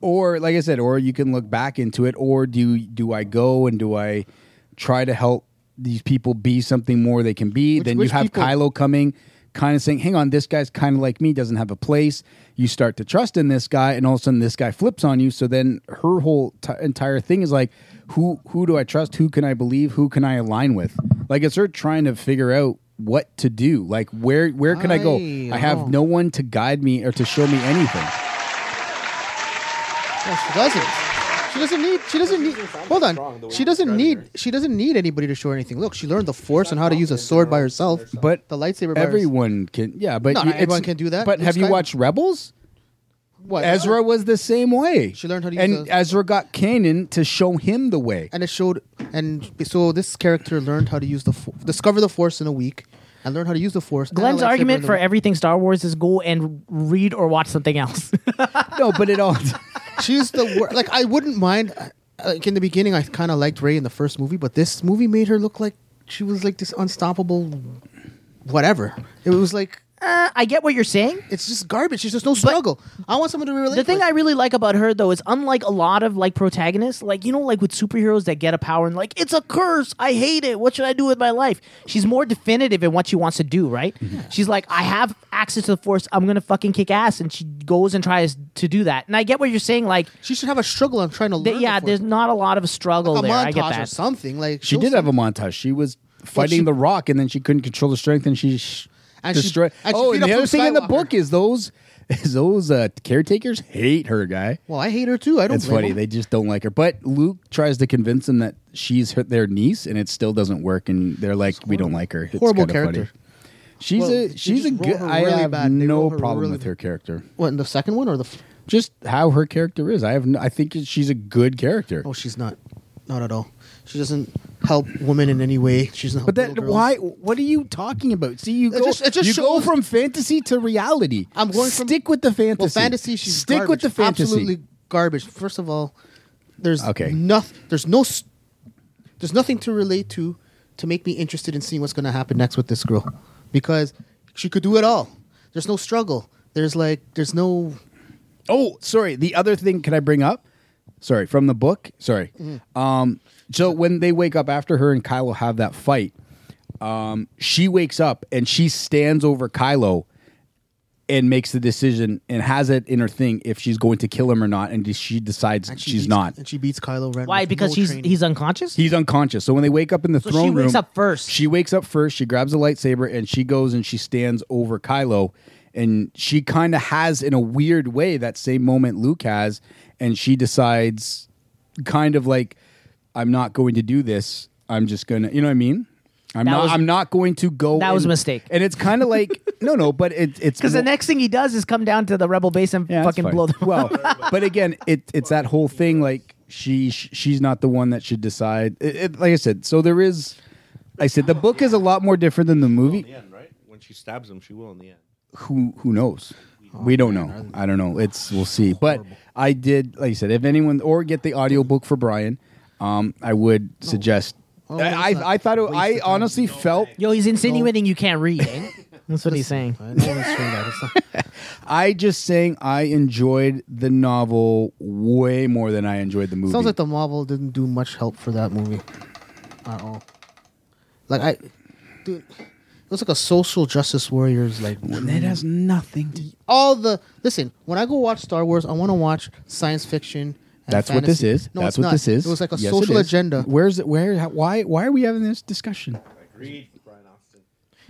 or like I said, or you can look back into it. Or do do I go and do I try to help these people be something more they can be? then you
which
have
people-
Kylo coming, kind of saying, "Hang on, this guy's kind of like me, doesn't have a place." You start to trust in this guy, and all of a sudden, this guy flips on you. So then her whole t- entire thing is like, "Who who do I trust? Who can I believe? Who can I align with?" Like it's her trying to figure out what to do. Like where where can I go?
Aye,
I have
oh.
no one to guide me or to show me anything.
No, she doesn't. She doesn't need. She doesn't need. Hold on. She doesn't need. She doesn't need anybody to show her anything. Look, she learned the force and how to use a sword by herself.
But
the lightsaber. By herself.
Everyone can, yeah, but
No,
you-
not everyone
it's-
can do that.
But
Luke
have you
Skywalker-
watched Rebels?
What?
Ezra was the same way.
She learned how to use
and
a-
Ezra got Kanan to show him the way.
and it showed. And so this character learned how to use the fo- discover the force in a week, and learn how to use the force. and a
Glenn's
lightsaber
argument
in a
for
week.
everything Star Wars is go and read or watch something else.
no, but it all.
She's the worst. Like I wouldn't mind. uh, Like in the beginning, I kind of liked Ray in the first movie, but this movie made her look like she was like this unstoppable, whatever. It was like
Uh, I get what you're saying.
It's just garbage. There's just no struggle. I want someone to relate.
The thing
with.
I really like about her though is unlike a lot of like protagonists, like you know, like with superheroes that get a power and like it's a curse. I hate it. What should I do with my life? She's more definitive in what she wants to do. Right?
Mm-hmm.
She's like, I have access to the force. I'm gonna fucking kick ass, and she goes and tries to do that. And I get what you're saying. Like
she should have a struggle. I'm trying to
learn. yeah, there's not a lot of struggle
Like a
there. I get
montage or
that.
something like
She did have a montage. She was fighting
she-
the rock, and then she couldn't control the strength, and she sh-
And she-
destroyed.
and she
oh, and
beat up
the other
Luke
thing in the
Skywalker.
book is those is those uh, caretakers hate her guy.
Well, I hate her too. I don't.
it's
blame
funny
him.
they just don't like her. But Luke tries to convince them that she's her, their niece, and it still doesn't work. And they're like, "We don't like her." It's
Horrible
kinda funny.
character.
She's
Well, they
a she's a
just
good.
wrote
I
her really
have
bad. They
no
wrote her
problem
really-
with her character.
What in the second one or the? F-
Just how her character is. I have. No, I think she's a good character.
oh, she's not. Not at all. She doesn't help women in any way. She's not.
But that why? What are you talking about? See, you
It
go.
just- it just
you go
shows-
from fantasy to reality.
I'm going from-
Stick with the fantasy.
Well, fantasy. She's
stick with
garbage.
the fantasy.
Absolutely garbage. First of all, there's
Okay.
nothing. There's no. s- There's nothing to relate to to make me interested in seeing what's going to happen next with this girl, because she could do it all. There's no struggle. There's like there's no
Oh, sorry. The other thing, can I bring up? Sorry, from the book. Sorry. Um, so when they wake up after her and Kylo have that fight, um, she wakes up and she stands over Kylo and makes the decision and has it in her thing if she's going to kill him or not, and she decides
and she
she's
beats-
not.
And she beats Kylo Ren.
Why?
with
Because
no
he's
training.
he's unconscious.
He's unconscious. So when they wake up in the
So she
throne room,
wakes up first.
She wakes up first. She grabs a lightsaber and she goes and she stands over Kylo, and she kind of has, in a weird way, that same moment Luke has, and she decides, kind of like, I'm not going to do this. I'm just gonna, you know what I mean? I'm
That
not.
was-
I'm not going to go.
that was a
and-
mistake.
And it's kind of like no, no, but it, it's
Because the next thing he does is come down to the rebel base and
that's
fucking
fine.
blow them.
Well, but again, it it's that whole thing. Like she, sh- she's not the one that should decide. It, it, like I said, so there is. I said the book is a lot more different than the movie.
When she stabs him, she will in the end.
who who knows? we don't know. I don't know. It's we'll see. But I did, like I said, if anyone or get the audiobook for Brian, um, I would
Oh.
suggest. I, I I thought it, I honestly felt.
Yo, he's insinuating you can't read. eh? That's what he's saying.
I just saying I enjoyed the novel way more than I enjoyed the movie.
Sounds like the Marvel didn't do much help for that movie at all. Like I, dude, it was like a social justice warriors like.
It has nothing to.
all the listen. When I go watch Star Wars, I want to watch science fiction. And
That's what this
fantasy.
is.
No,
That's
it's
what
not.
this is.
It was like a
Yes, it
social
is.
agenda.
Where's it? Where? how- Why? Why are we having this discussion?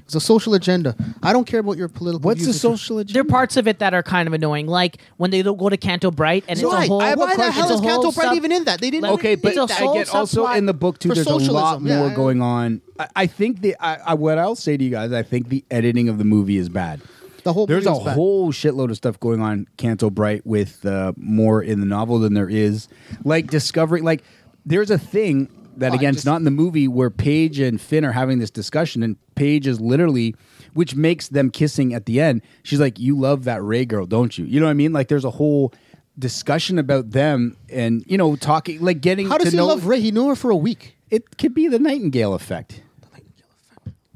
It's a social agenda. I don't care about your political.
What's
views.
the social agenda? There are parts of it that are kind of annoying, like when they don't go to Canto Bright, and
So
it's a whole.
why? Why the hell
it's a
is
whole
Canto Bright
sub-
even in that? They didn't.
Okay,
even
but
need that.
I get also in the book too.
for
There's a lot
socialism. Yeah,
more
I-
going on. I, I think the I, I, what I'll say to you guys, I think the editing of the movie is bad.
The whole
there's
movie
a
was bad.
whole shitload of stuff going on Canto Bright with uh, more in the novel than there is like discovering like there's a thing that again it's not in the movie where Paige and Finn are having this discussion and Paige is literally which makes them kissing at the end. She's like, "You love that Ray girl, don't you?" You know what I mean? Like there's a whole discussion about them and you know talking like getting
How does
to
he
know-
love Ray? He knew her for a week.
It could be the Nightingale effect.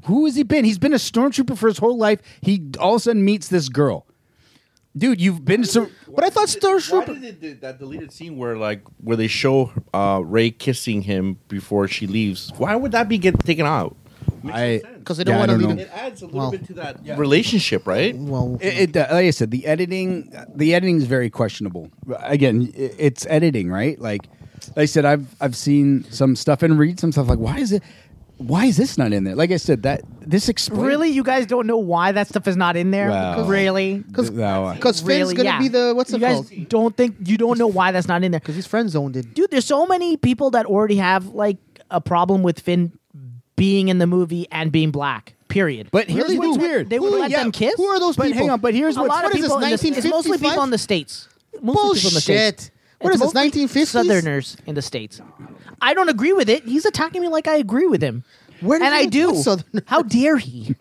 Who has he been? He's been a stormtrooper for his whole life. He all of a sudden meets this girl. Dude, you've been so. But I thought
Why did they do that deleted scene where like where they show uh, Ray kissing him before she leaves? Why would that be get taken out?
I
'Cause they don't yeah, I wanna don't leave know. him-
It adds a little
Well,
bit to that
yeah.
relationship, right?
Well,
It, it, uh, like I said, the editing, the editing is very questionable. Again, i- it's editing, right? Like, like I said, I've I've seen some stuff and read some stuff. Like, why is it? Why is this not in there? Like I said, that this explains.
Really, you guys don't know why that stuff is not in there?
Wow.
Really?
Because
Finn's gonna be the- what's
you
it
guys
called?
Don't think you don't know why that's not in there because
he's friend zoned it.
Dude, there's so many people that already have like a problem with Finn being in the movie and being black. Period.
But here's
Really?
what's
They would-
weird.
They would
Who-
let
yeah,
them kiss.
who are those But hang people? on, but here's
a
what's-
lot
what
of
is this,
people. in the- it's mostly
1955?
people in the states. Mostly people in the states.
Bullshit. What
It's
is this?
mostly
1950s?
Southerners in the states. I don't agree with it. He's attacking me like I agree with him. Where and I do. How dare he?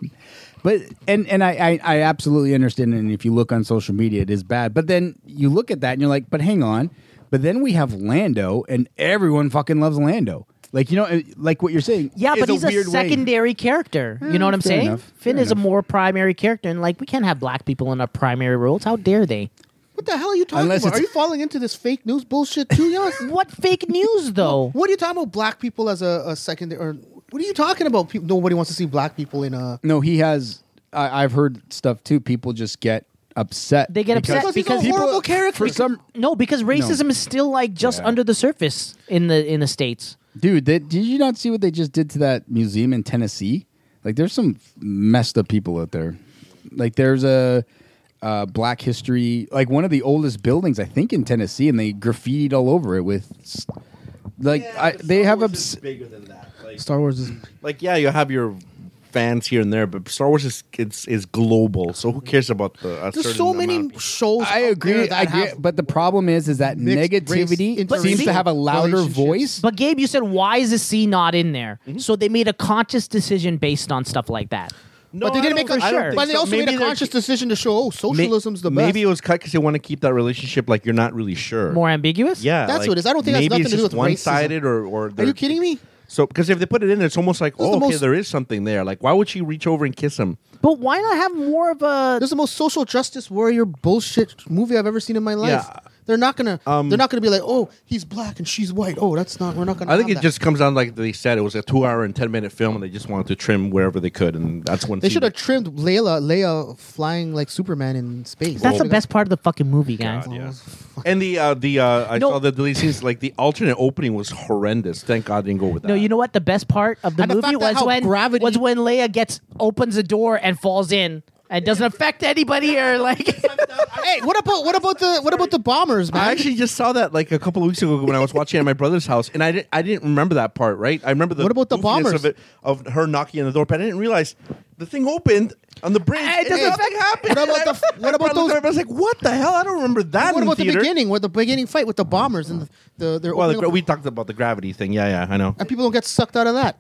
But and and I, I I absolutely understand. And if you look on social media, it is bad. But then you look at that and you're like, but hang on. But then we have Lando, and everyone fucking loves Lando. Like you know, it- like what you're saying.
Yeah,
is
but he's a,
weird way.
secondary character. You know what I'm
fair
saying?
enough,
Finn
fair
is a more primary character, and like we can't have black people in our primary roles. How dare they?
What the hell are you talking
Unless
about? Are
it's-
you falling into this fake news bullshit too, Young?
what fake news though?
What are you talking about? Black people as a, a secondary? Or what are you talking about? People, nobody wants to see black people in a.
No, he has. I, I've heard stuff too. People just get upset.
They get upset because
For some
no, because racism is still like just
Yeah.
under the surface in the in the states.
dude, they, did you not see what they just did to that museum in Tennessee? Like, there's some messed up people out there. Like, there's a uh, Black History, like one of the oldest buildings, I think, in Tennessee, and they graffitied all over it with, s- like, I, they have obs-
Bigger than that. Like,
Star Wars is
like yeah, you have your fans here and there, but Star Wars is it's, is global. So who cares about the? A
There's
certain
so many
amount of
shows. I
agree. I get, but the problem is, is that
mixed
negativity
race
seems
interracial
to have a louder voice.
But Gabe, you said why is the C not in there?
Mm-hmm.
So they made a conscious decision based on stuff like that.
but they
I
didn't make
don't
a.
think- I don't think
But they
so.
also
Maybe
made a
they're-
conscious decision to show, oh, socialism's the best.
Maybe it was cut because they want to keep that relationship like you're not really sure.
More ambiguous.
Yeah,
That's
like,
what it is. I don't think it has
maybe
nothing
it's
to do
just
with racism.
one-sided or or.
Are you
they're-
kidding me?
So because if they put it in, it's almost like
is
oh,
the
okay,
most-
there is something there. Like why would she reach over and kiss him?
But why not have more of a?
This is the most social justice warrior bullshit movie I've ever seen in my life.
Yeah. Um,
They're not gonna. they're not gonna be like, oh, he's black and she's white. Oh, that's not. We're not gonna.
I think
have
it
that.
just comes down like they said. It was a two-hour and ten-minute film, and they just wanted to trim wherever they could, and that's when
They
she-
should have trimmed Layla, Leia flying like Superman in space.
That's the best part of the fucking movie, guys.
And the uh, the uh, I
No.
saw the deleted scenes. Like the alternate opening was horrendous. Thank God I didn't go with that.
No, you know what? The best part of the
And the
movie
fact that
was
how
when
gravity-
was when Leia gets opens the door and falls in and doesn't affect anybody or like.
hey, what about what about the what about the bombers, man?
I actually just saw that like a couple of weeks ago when I was watching it at my brother's house, and I didn't I didn't remember that part. Right? I remember the
What about the
goofiness
bombers?
of it of her knocking on the door, but I didn't realize the thing opened on the bridge.
Hey, it
and
doesn't
nothing happened.
What about the-
My
what about
brother looked
those-
at it, I was like, what the hell? I don't remember that.
what
in
about the
theater.
beginning? Where the beginning fight with the bombers and the, the they're
Well, the,
opening
gra-
up-
we talked about the gravity thing. Yeah, yeah, I know.
and people don't get sucked out of that.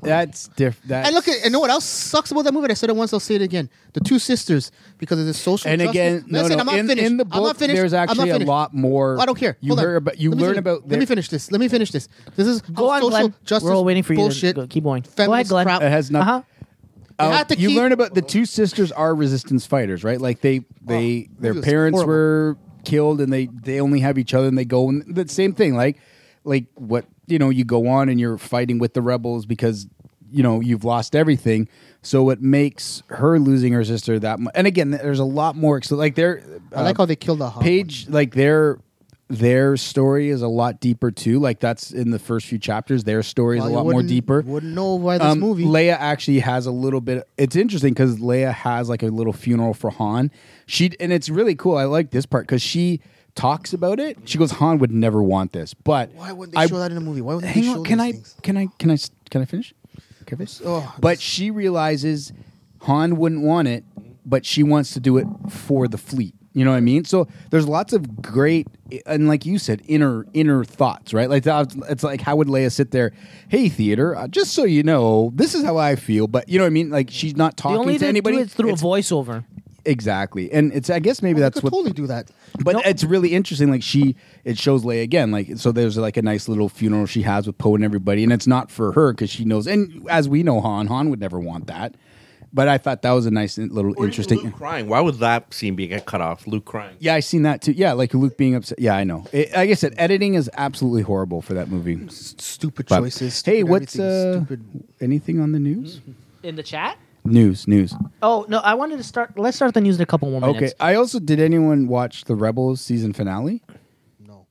That's different.
and look, at, and know what else sucks about that movie? And I said it once, I'll say it again. The two sisters because of the social.
And
justice-
again, no,
Listen,
no,
I'm not
in-
finished.
in the
I'm
book,
not finished.
there's
I'm not
actually a
finished.
lot more-
I don't care.
you
Hold on.
hear about- you
Let me
learn
finish-
about
Let
their-
me finish this. Let me finish this. This is
Go on,
social
Glenn.
justice.
We're all waiting for you. to
bullshit.
go- keep going. Go ahead,
feminist
Glenn.
crap.
It has nothing.
Uh-huh.
Oh,
had to
you
keep-
learn about the two sisters are resistance fighters, right? Like they they
it
their
was
parents
horrible.
were killed, and they they only have each other, and they go and the same thing, like like what you know, you go on and you're fighting with the rebels because you know you've lost everything. So it makes her losing her sister that much. And again, there's a lot more. So like they're
I
uh,
like how they killed the hot
page like their their story is a lot deeper too. Like that's in the first few chapters. Their story is
Well,
a
you
lot more
wouldn't-
deeper.
Wouldn't know why this
Um,
movie.
Leia actually has a little bit. It's interesting because Leia has like a little funeral for Han. She and it's really cool. I like this part because she talks about it. She goes, Han would never want this, but
Why wouldn't they
I,
show that in a movie? Why wouldn't they
hang
show
on. Can
these
I,
things?
can I? Can I? s- Can I? finish? Can I finish?
Oh,
but she realizes Han wouldn't want it, but she wants to do it for the fleet. You know what I mean? So there's lots of great and like you said, inner inner thoughts, right? Like that- it's like how would Leia sit there? Hey, theater, uh, just so you know, this is how I feel. But you know what I mean? Like she's not
The
talking
only
to
thing to do
anybody.
is through
It's-
a voiceover.
Exactly, and it's I guess maybe
They
that's
could
what
Oh totally do that.
but it's really interesting. Like she, it shows Leia again. Like so, there's like a nice little funeral she has with Poe and everybody, and it's not for her because she knows. And as we know, Han Han would never want that. But I thought that was a nice uh, little interesting.
Luke crying. Why would that scene be get cut off? Luke crying.
Yeah, I seen that too. Yeah, like Luke being upset. Yeah, I know. It, like I said, editing is absolutely horrible for that movie.
Stupid
But-
choices.
hey,
stupid
what's
everything,
uh, anything on the news?
In the chat?
News, news.
Oh, no, I wanted to start. Let's start the news in a couple more minutes.
Okay. I also did anyone watch the Rebels season finale? No.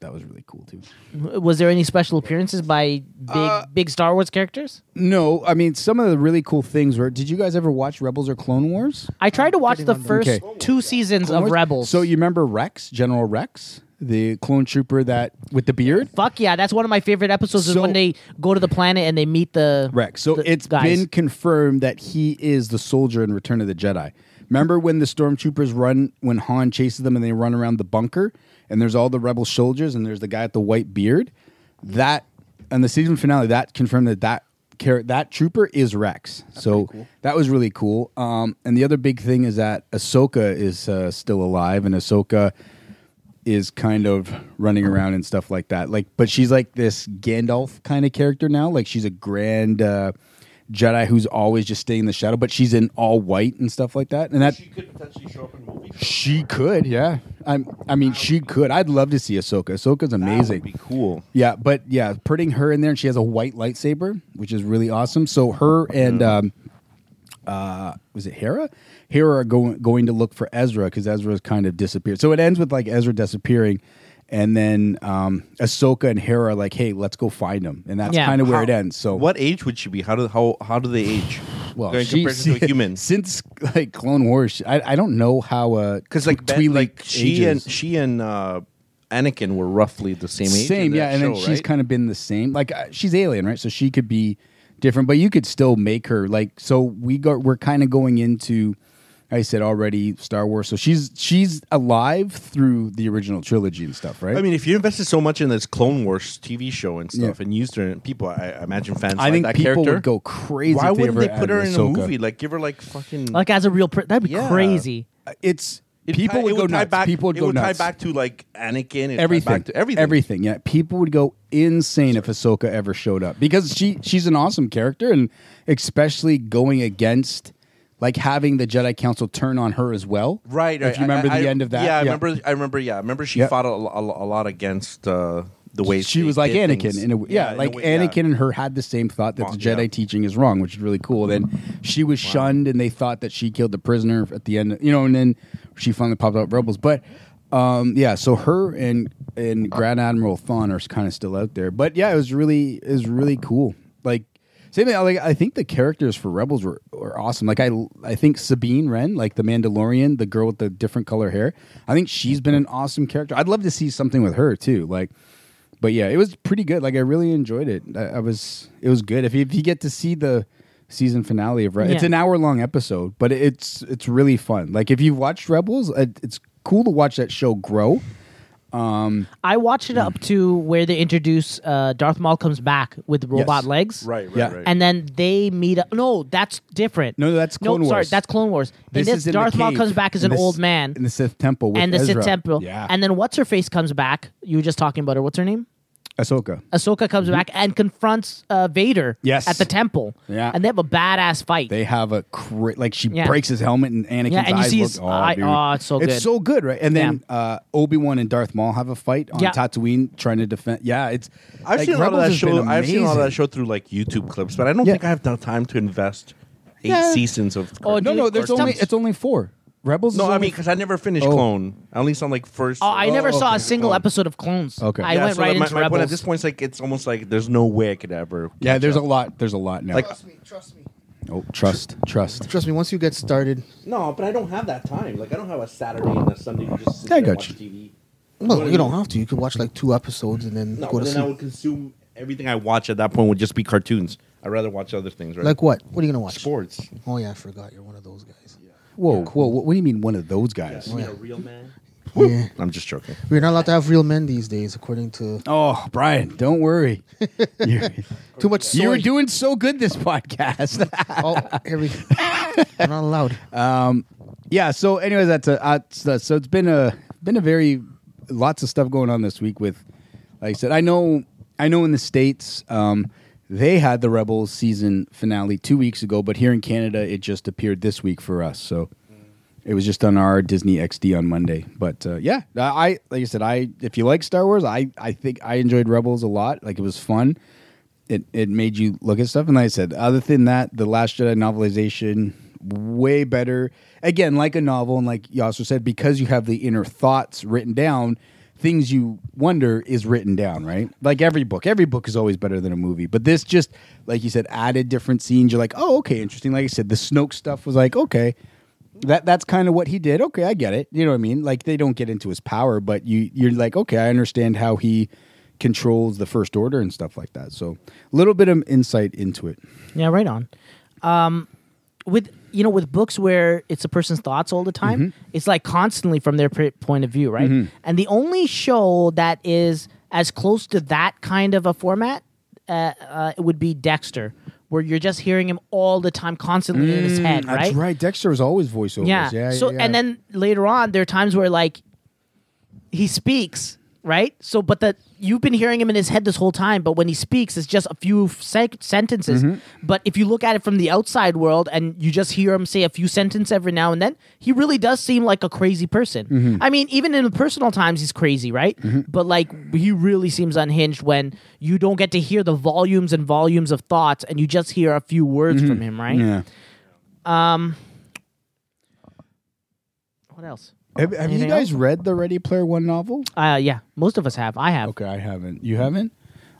That was really cool too.
W- Was there any special appearances by big
Uh,
big Star Wars characters?
No, I mean some of the really cool things were. Did you guys ever watch Rebels or Clone Wars?
I tried to watch the
them.
first
Okay.
two seasons
Clone
of
Wars?
Rebels.
So you remember Rex, General Rex, the clone trooper that with the beard?
Fuck yeah, that's one of my favorite episodes is
So-
when they go to the planet and they meet the
Rex. So
the
it's
guys.
been confirmed that he is the soldier in Return of the Jedi. Remember when the stormtroopers run when Han chases them and they run around the bunker and there's all the rebel soldiers and there's the guy with the white beard? That and the season finale that confirmed that that char- that trooper is Rex. so that was really cool. Um, and the other big thing is that Ahsoka is uh, still alive and Ahsoka is kind of running around and stuff like that. Like, but she's like this Gandalf kind of character now. Like, she's a grand uh, Jedi who's always just staying in the shadow, but she's in all white and stuff like that. And that she could potentially show up in movies. She could, yeah. I'm, I mean, she could. I'd love to see Ahsoka. Ahsoka's amazing.
Be cool.
Yeah, but yeah, putting her in there, and she has a white lightsaber, which is really awesome. So her and
Mm-hmm.
um, uh, was it Hera? Hera are going going to look for Ezra because Ezra's kind of disappeared. So it ends with like Ezra disappearing, and then um, Ahsoka and Hera are like, "Hey, let's go find him," and that's
Yeah.
kind of where it
How-
ends. So
What age would she be? How do how how do they age?
Well,
In
she,
comparison to a human.
since like Clone Wars, she- I, I don't know how uh
because like Ben-
Twi'lek
like she
ages.
and she and uh, Anakin were roughly the same age. in that
yeah, and then
show,
she's
right?
kind of been the same. Like uh, she's alien, right? So she could be different, but you could still make her like. So we got we're kind of going into, I said already Star Wars. So she's she's alive through the original trilogy and stuff, right?
I mean, if you invested so much in this Clone Wars TV show and stuff, and used her, in people, I, I imagine fans,
I
like
think
that
people
character.
would go crazy
Why
if they
wouldn't they
ever
put her in
added
a
Ahsoka.
movie? Like, give her like fucking
like as a real person. That'd be
Yeah.
crazy.
Uh, It's
It
people
tie-
would
it
go
tie
nuts.
Back,
people would
it
go
would
nuts.
tie back to like Anakin. It
everything,
Tied back to everything.
Yeah, people would go insane if Ahsoka ever showed up because she she's an awesome character, and especially going against like having the Jedi Council turn on her as well.
Right.
If
right.
you remember
I- I-
the end of that,
Yeah, I remember. I remember. Yeah, I remember. She
Yeah.
fought a, lo- a, lo- a lot against uh, the way
She
they
was like
did
Anakin,
things.
in a, w- yeah,
in a
like
way, yeah.
Anakin and her had the same thought that the Jedi teaching is wrong, which is really cool. Then she was shunned, and they thought that she killed the prisoner at the end, you know. And then she finally popped out rebels, but um, yeah. So her and and Grand Admiral Thawne are kind of still out there, but yeah, it was really it was really cool. Like Same thing. Like I think the characters for Rebels were, were awesome. Like I, I think Sabine Wren, like the Mandalorian, the girl with the different color hair. I think she's been an awesome character. I'd love to see something with her too. Like, but yeah, it was pretty good. Like I really enjoyed it. I, I was, it was good. If you, if you get to see the season finale of Rebels, it's
Yeah.
an hour long episode, but it's it's really fun. Like if you've watched Rebels, it, it's cool to watch that show grow. Um,
I watched it up to where they introduce uh, Darth Maul comes back with robot
Yes.
legs.
Right, right, Yeah. right.
And then they meet up. No, that's different.
No, that's Clone
no, Sorry,
Wars.
that's Clone Wars.
This
and
is
this
in the
Darth Maul
cave,
comes back as
in
an
the
old
s-
man.
in the Sith Temple with
and the
Ezra.
Sith Temple.
Yeah,
And then what's her face comes back. You were just talking about her. What's her name?
Ahsoka.
Ahsoka comes back and confronts uh, Vader
Mm-hmm. Yes.
at the temple.
Yeah.
And they have a badass fight.
They have a cra- like she
Yeah.
breaks his helmet and Anakin's
Yeah, and you
eyes
see
look-
his eye-
dude.
oh, it's so good.
It's so good, right? And then uh, Obi Wan and Darth Maul have a fight on
Yeah.
Tatooine, trying to defend. Yeah, it's.
I've
like,
seen a lot of
Rebels
that
has been
show. I've seen a lot of
amazing.
that show through like YouTube clips, but I don't think I have the time to invest eight
Yeah.
seasons of.
Oh, no,
cartoons.
no, there's only it's only four. Rebels.
No,
is
I
only
mean because I never finished
Oh.
Clone. I only saw like first.
Oh, I never saw a single episode of Clones.
Okay.
I
Yeah,
went
so
right
my,
into
my point
Rebels.
at this point is like it's almost like there's no way I could ever.
Yeah,
catch
there's
up.
a lot. There's a lot now.
Like
oh, trust, trust.
Trust me, once you get started,
no, but I don't have that time. Like I don't have a Saturday and a Sunday to just sit
I
there and
got
watch
you.
TV.
well,
what
you
I
don't
mean?
have to. You could watch like two episodes and then
No,
go
but
to
then I would
sleep.
consume everything I watch at that point would just be cartoons. I'd rather watch other things, right?
Like what? What are you gonna watch?
Sports.
Oh yeah, I forgot. You're one of those guys.
Whoa, whoa! What, what do you mean one of those guys?
Yeah, you mean a
real man.
Yeah.
I'm just joking.
We're not allowed to have real men these days, according to.
Oh, Brian, don't worry. You're-
Too much. Soy.
You were doing so good this podcast.
oh, every. I'm not allowed.
Um, yeah. So, anyways, that's a uh, so so it's been a been a very lots of stuff going on this week with, like I said, I know I know in the states um, they had the Rebels season finale two weeks ago, but here in Canada it just appeared this week for us. So. It was just on our Disney XD on Monday, but uh, yeah, I like I said, I if you like Star Wars, I I think I enjoyed Rebels a lot. Like it was fun. It it made you look at stuff, and like I said, other than that, the Last Jedi novelization way better. Again, like a novel, and like you also said, because you have the inner thoughts written down, things you wonder is written down, right? Like every book, every book is always better than a movie, but this just like you said, added different scenes. You're like, oh, okay, interesting. Like I said, the Snoke stuff was like, okay that that's kind of what he did. Okay, I get it. You know what I mean? Like they don't get into his power, but you you're like, okay, I understand how he controls the first order and stuff like that. So a little bit of insight into it.
Yeah, right on. Um, with you know, with books where it's a person's thoughts all the time,
Mm-hmm.
it's like constantly from their p- point of view, right?
Mhm.
And the only show that is as close to that kind of a format uh, uh, would be Dexter, where you're just hearing him all the time, constantly in
Mm,
his head, right?
That's right. Dexter was always voiceovers. Yeah. yeah
so
yeah.
and then later on, there are times where like he speaks, right? So, but that you've been hearing him in his head this whole time. But when he speaks, it's just a few sec- sentences.
Mhm.
But if you look at it from the outside world and you just hear him say a few sentences every now and then, he really does seem like a crazy person.
Mhm.
I mean, even in personal times, he's crazy, right?
Mm-hmm.
But like, he really seems unhinged when you don't get to hear the volumes and volumes of thoughts, and you just hear a few words from him, right?
Mm-hmm. Yeah.
Um, what else?
Have, have you
Anything
guys
else?
read the Ready Player One novel?
Uh, yeah, most of us have. I have.
Okay, I haven't. You haven't?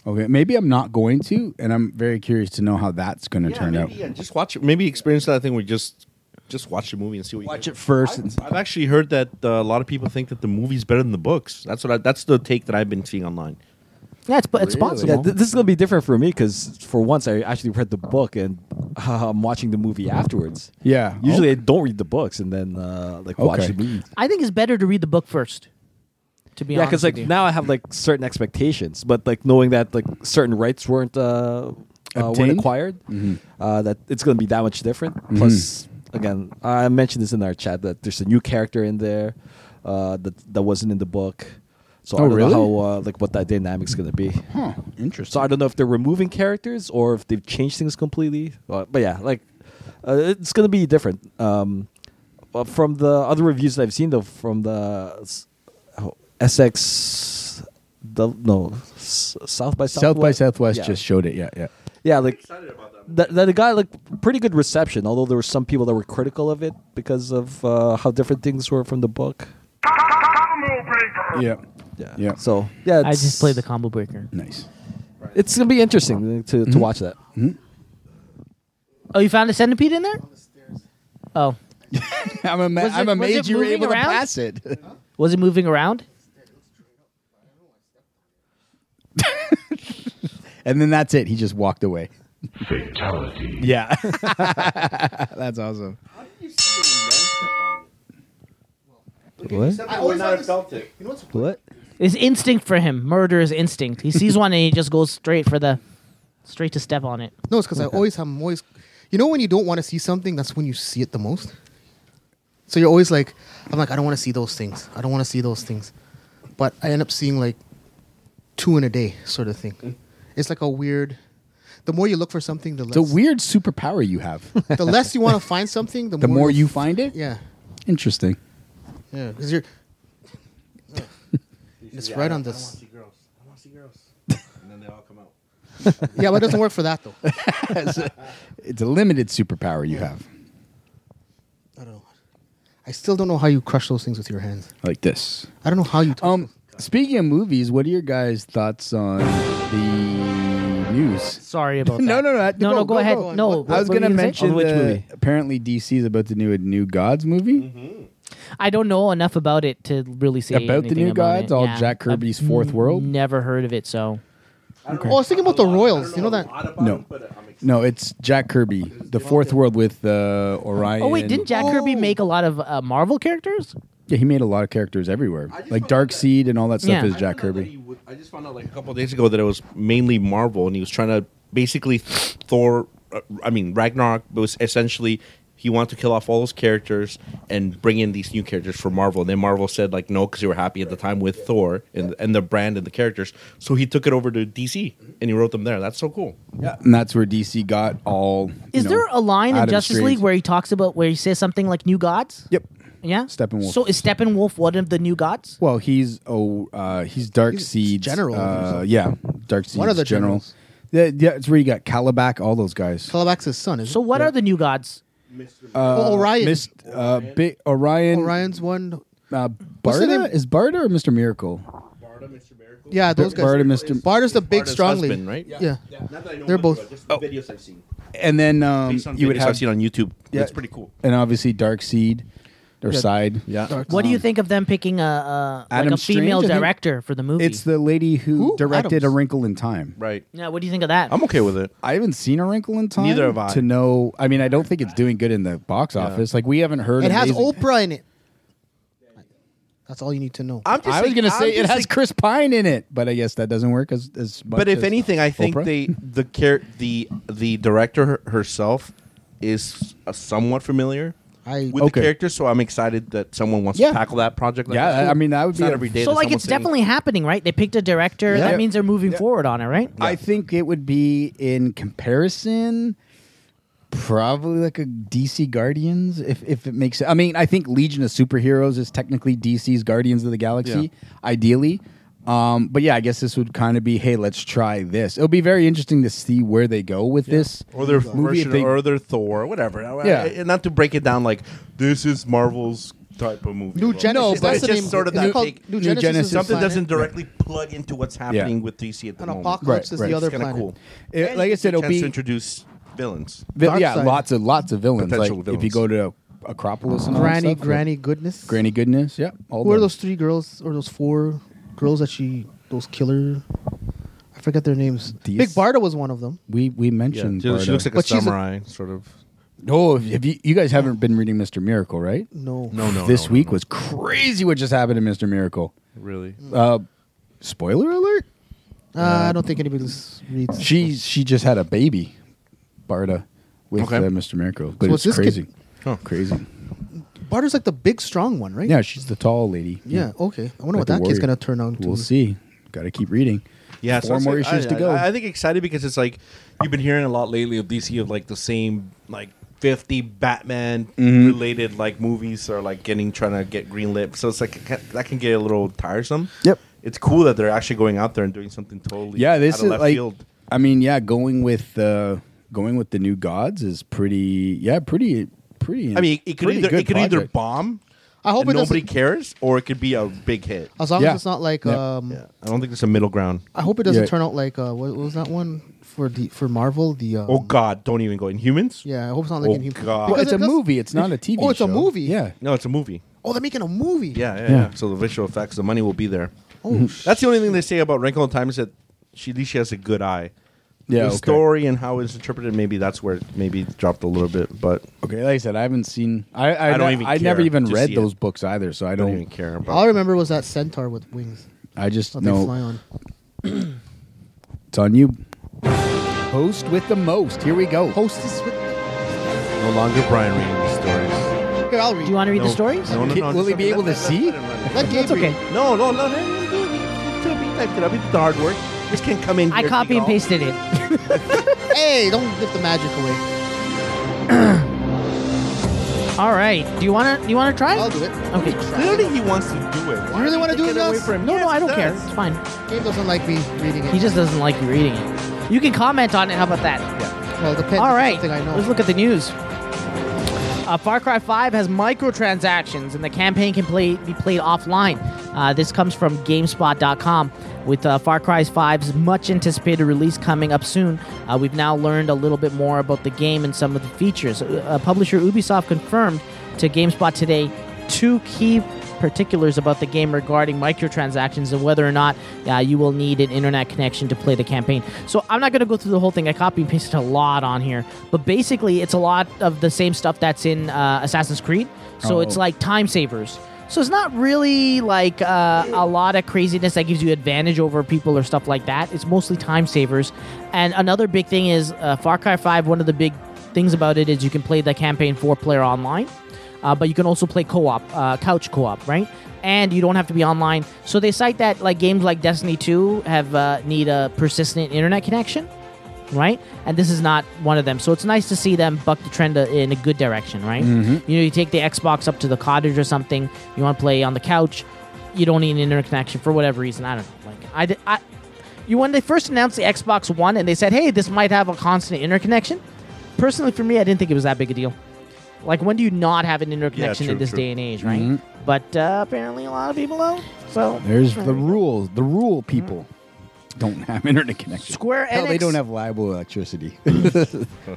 Okay, maybe I'm not going to, and I'm very curious to know how that's going to turn out.
Yeah, just watch it. Maybe experience that thing where you just just watch the movie and see what watch you
it first.
I've, I've actually heard that uh, a lot of people think that the movie's better than the books. That's what I, that's the take that I've been seeing online.
Yeah, it's, it's
Yeah,
possible.
th- this is gonna be different for me because for once I actually read the book and uh, I'm watching the movie afterwards.
Yeah, oh.
Usually I don't read the books and then uh, like watch
Okay.
the movie.
I think it's better to read the book first. To be
yeah,
honest,
because like
with you.
now I have like certain expectations, but like knowing that like certain rights weren't uh, uh weren't
Obtained? Mm-hmm.
acquired,
Mhm.
uh, that it's gonna be that much different. Plus, again, I mentioned this in our chat that there's a new character in there uh, that that wasn't in the book. So I
Oh,
don't
really?
know how uh, like what that dynamic's gonna be.
Huh, interesting.
So I don't know if they're removing characters or if they've changed things completely. Uh, but yeah, like uh, it's gonna be different. Um, uh, from the other reviews that I've seen, though, from the s- oh, SX, the no S- South by Southwest.
South by Southwest
Yeah.
just showed it. Yeah, yeah.
Yeah, like that, that it got like pretty good reception. Although there were some people that were critical of it because of uh, how different things were from the book.
Yeah,
yeah,
yeah.
So yeah,
I just played the combo breaker.
Nice. Mm-hmm.
It's gonna be interesting to, to watch that.
Mhm.
Oh, you found a centipede in there? Oh.
I'm, ama-
Was it-
I'm
was it
amazed you were
moving
able
around?
to pass it.
Was it moving around?
and then that's it. He just walked away.
Fatality.
Yeah. that's awesome.
What?
I always not have felt it. You know what's
What?
It's instinct for him. Murder is instinct. He sees one and he just goes straight for the, straight to step on it.
No, it's because I always I'm always you know when you don't want to see something, that's when you see it the most. So you're always like, I'm like, I don't want to see those things. I don't want to see those things. But I end up seeing like two in a day sort of thing. It's like a weird the more you look for something, the less
It's a weird superpower you have.
the less you want to find something, the,
The
more,
more you find it?
Yeah.
Interesting.
Yeah. Because you're It's right on this.
see girls. I want to see girls. and then they all come out.
yeah, but it doesn't work for that though.
it's, a, it's a limited superpower you have.
I still don't know how you crush those things with your hands.
Like this.
I don't know how you
Um speaking of movies, what are your guys' thoughts on the news?
Sorry about that.
No, no, no.
No, no, go ahead. No,
I
what
was
were you
gonna
gonna say?
mention
On which
the-
movie?
apparently DC is about to do a new Gods movie.
I don't know enough about it to really say
About the
anything
new
about
gods,
it.
all
Yeah.
Jack Kirby's
I've
fourth world?
Never heard of it, so.
Oh, I was thinking about the Royals. You know that
No, no, it's Jack Kirby, the Fourth World with uh, Orion.
Oh wait, didn't Jack Kirby make a lot of uh, Marvel characters?
Yeah, he made a lot of characters everywhere, like Dark Seed and all that
Yeah.
stuff is Jack Kirby.
I just found out like a couple days ago that it was mainly Marvel, and he was trying to basically Thor. Uh, I mean, Ragnarok was essentially he wanted to kill off all those characters and bring in these new characters for Marvel. And then Marvel said like no, because they were happy at the time with Thor and and the brand and the characters. So he took it over to DC and he wrote them there. That's so cool.
Yeah, and that's where DC got all. you
Is
know,
there a line
out
in
of the
Justice
streams.
League where he talks about where he says something like "New Gods"?
Yep.
Yeah.
Steppenwolf.
So is Steppenwolf one of the New Gods?
Well, he's oh, uh, he's Dark Seed
general or
Uh,
something.
yeah, Dark Seed.
One of the
general. Yeah, yeah, it's where you got Calabac, all those guys.
Calabac his son, is
So what are the New Gods?
Uh,
Oh, Orion.
Mist, uh, Big Orion.
Orion's one.
Uh,
What's the
Barda
name?
is Barda or Mr. Miracle?
Yeah, those guys.
Barda, Mr.
Barda's the big,
Barda's
strong lead.
husband, right?
Yeah.
Yeah. Yeah. Not that I know
They're
much
both.
about, just the Oh. videos I've seen.
And then um,
Based on
you would
videos
have
I've seen on YouTube. It's pretty cool.
And obviously Dark Seed or
Yeah.
Side. Yeah.
What do you think of them picking a, a like
Um, Adam
a female
Strange, I think-
director for the movie?
It's the lady who, directed
Adams.
A Wrinkle in Time.
Right.
yeah. What do you think of that?
I'm okay with it.
I haven't seen A Wrinkle in Time.
Neither have I.
To know, I mean, I don't think it's doing good in the box office. Like we haven't heard.
It has
amazing-
Oprah in it. That's all you need to know.
I'm
I was gonna say it has Chris Pine in it, but I guess that doesn't work as as much.
But if
as
anything, I think
Oprah.
they the care the the director her- herself is uh somewhat familiar
I-
with
Okay.
the character, so I'm excited that someone wants
Yeah.
to tackle that project. Like
Yeah,
that.
I- I mean, that would
It's
be
not
a-
every day.
so
that
like it's
someone's
definitely happening, right? They picked a director.
Yeah.
That means they're moving forward on it, right?
I think it would be in comparison, probably like a DC Guardians, if if it makes. I mean, I think Legion of Superheroes is technically DC's Guardians of the Galaxy, ideally. Um, but yeah, I guess this would kind of be, hey, let's try this. It'll be very interesting to see where they go with this
saying- or their
movie. if
version,
they-
or their Thor, whatever. I- I-
Yeah.
I- not to break it down like this is Marvel's type of movie.
New
Well,
Genesis,
No, but
that's
it's
the
just
name-
sort of
it's
that
called
take-
New New Genesis Genesis. is
something
planet.
doesn't directly plug into what's happening with DC at the
An
moment.
apocalypse
Right, is the right. other
It's kinda
planet.
Cool.
It-
And
like I
you get
said,
a
it'll
chance
be-
to introduce villains.
Vi- yeah,
Darkseid.
lots of lots of villains.
Potential
like if you
villains.
go to Acropolis and all that
Granny,
stuff,
Granny Goodness.
Granny Goodness, yeah. All
Who are
them.
those three girls or those four girls that she? Those killer. I forget their names.
These-
Big Barda was one of them.
We we
Yeah,
mentioned.
she- she
Bardo.
looks like a
But she's a-
samurai, sort of.
Oh, have you, you guys haven't been reading Mr. Miracle, right?
No.
No, no,
This
no, no,
week
no.
was crazy what just happened in Mr. Miracle.
Really?
Uh, spoiler alert.
Uh, I don't think anybody s- reads.
She she just had a baby, Barda, with
Okay.
uh, Mr. Miracle. But
So
it's
what's this
crazy.
kid-
Huh.
Crazy.
Barda's like the big, strong one, right?
Yeah, she's the tall lady.
Yeah. Okay. I wonder
Like
what
the
that kid's
warrior.
gonna turn on to.
We'll see. Got to keep reading.
Yeah, so
four
it's
more
like-
issues
I-
to go.
I, I think excited because it's like you've been hearing a lot lately of DC of like the same like fifty Batman
Mm-hmm.
related like movies are like getting trying to get greenlit. So it's like it can- that can get a little tiresome.
Yep.
It's cool that they're actually going out there and doing something totally
yeah, this
out
is
of left
like.
field.
I mean, yeah, going with uh, going with the new gods is pretty. Yeah, pretty pretty.
I mean, it could
pretty
either
good
it could either
project.
bomb
I hope
and
it doesn't-
nobody cares, or it could be a big hit.
As long as it's not like um,
I don't think there's a middle ground.
I hope it doesn't turn out like uh, what what was that one for the for Marvel? The um,
Oh God! Don't even go in humans.
Yeah, I hope it's not like
oh,
Inhumans.
God.
Well, it's a Because- movie,
it's not a TV
Oh, it's a show. movie?
Yeah.
No, it's a movie.
oh, they're making a movie.
Yeah, yeah,
Yeah.
yeah. So the visual effects, the money will be there.
Oh, Mhm.
that's the only thing they say about Wrinkle in Time is that she at least she has a good eye.
Yeah,
the
okay.
story and how it's interpreted, maybe that's where it maybe dropped a little bit. But
okay, like I said, I haven't seen. I I,
I don't
ne-
even
I never
care
even
to
read
see
those
it.
books either, so I
Don't
don't,
even care about.
All I remember was that centaur with wings.
I just
that they
know
fly on.
it's on you. Host with the most. Here we go.
Hostess with.
No longer Brian reading the stories.
Here, I'll read.
Do you want to read
No.
the stories?
No, no, no.
Will he
just
be
let-
able to
let- let-
see?
let him run it.
Let Gabe
That's okay.
read.
No, no, no, no. no, no, no. Tell me that, that I'll be the hard work. This can come in.
I
here,
copy and
Tigol.
pasted it.
Hey, don't give the magic away.
All right. Do you want to? You want to try?
I'll
it?
do it.
Okay.
Clearly, he wants to do it. Why
You really
are
want to do it,
taking away
Gus?
from him?
No, no,
Yes,
I don't
he
care.
does.
It's fine.
Gabe doesn't like me reading it.
He just doesn't like you reading it. You can comment on it. How about that?
well, depends.
All right.
Something I know.
Let's look at the news. Uh, Far Cry 5 has microtransactions, and the campaign can play, be played offline. Uh, this comes from GameSpot.com. With uh, Far Cry 5's much anticipated release coming up soon, uh, we've now learned a little bit more about the game and some of the features. Uh, uh, publisher Ubisoft confirmed to GameSpot today two key particulars about the game regarding microtransactions and whether or not uh, you will need an internet connection to play the campaign. So I'm not going to go through the whole thing. I copy and pasted a lot on here, but basically it's a lot of the same stuff that's in uh, Assassin's Creed. So
Oh.
it's like time savers. So it's not really like uh, a lot of craziness that gives you advantage over people or stuff like that. It's mostly time savers. And another big thing is uh, Far Cry 5. One of the big things about it is you can play the campaign four player online uh, but you can also play co-op, uh, couch co-op, right? And you don't have to be online. So they cite that like games like Destiny 2 have uh, need a persistent internet connection, right? And this is not one of them. So it's nice to see them buck the trend uh, in a good direction, right?
Mm-hmm.
You know, you take the Xbox up to the cottage or something. You want to play on the couch. You don't need an internet connection for whatever reason. I don't know. Like I, di- I, you when they first announced the Xbox One and they said, "Hey, this might have a constant interconnection." Personally, for me, I didn't think it was that big a deal. Like, when do you not have an interconnection
true,
in this
true. Mm-hmm.
day and age, right? But uh, apparently, a lot of people don't. So
There's the rules. The rule people don't have internet connection.
Square
Hell, they
Enix-
don't have liable electricity.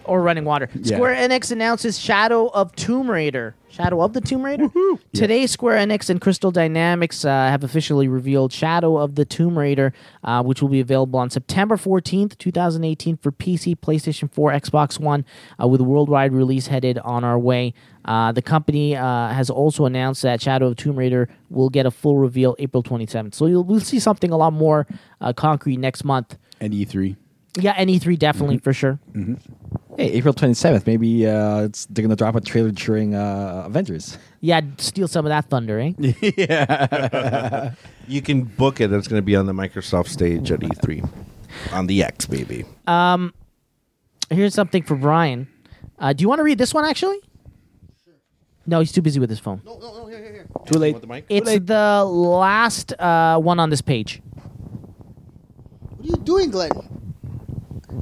or running water.
Yeah.
Square Enix announces Shadow of Tomb Raider. Shadow of the Tomb Raider. Today, Square Enix and Crystal Dynamics uh, have officially revealed Shadow of the Tomb Raider, uh, which will be available on September 14th, 2018, for PC, PlayStation 4, Xbox One, uh, with a worldwide release headed on our way. Uh, the company uh, has also announced that Shadow of Tomb Raider will get a full reveal April 27th. So you'll, we'll see something a lot more uh, concrete next month.
and E3.
Yeah, and E3 definitely for sure.
Hey, April 27th. Maybe uh, it's, they're going to drop a trailer during uh, Avengers.
Yeah, steal some of that thunder, eh?
You can book it. That's going to be on the Microsoft stage at E3, on the X, baby.
Here's something for Brian. Uh, do you want to read this one actually? No, he's too busy with his phone.
No, no, no. Here, here, here.
Too late.
With the mic?
It's the last uh, one on this page.
What are you doing, Glenn?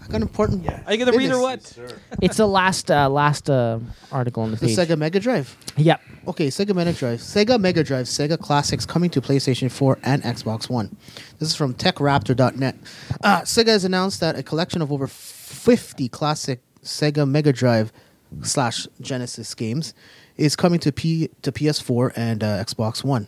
I got important.
Are you going to read or
business.
what?
It's the last uh, last uh, article on the
The
page.
Sega Mega Drive.
Yep.
Okay, Sega Mega Drive. Sega Mega Drive, Sega Classics coming to PlayStation 4 and Xbox One. This is from TechRaptor.net. Uh, Sega has announced that a collection of over 50 classic Sega Mega Drive slash Genesis games is coming to P to PS4 and uh, Xbox One.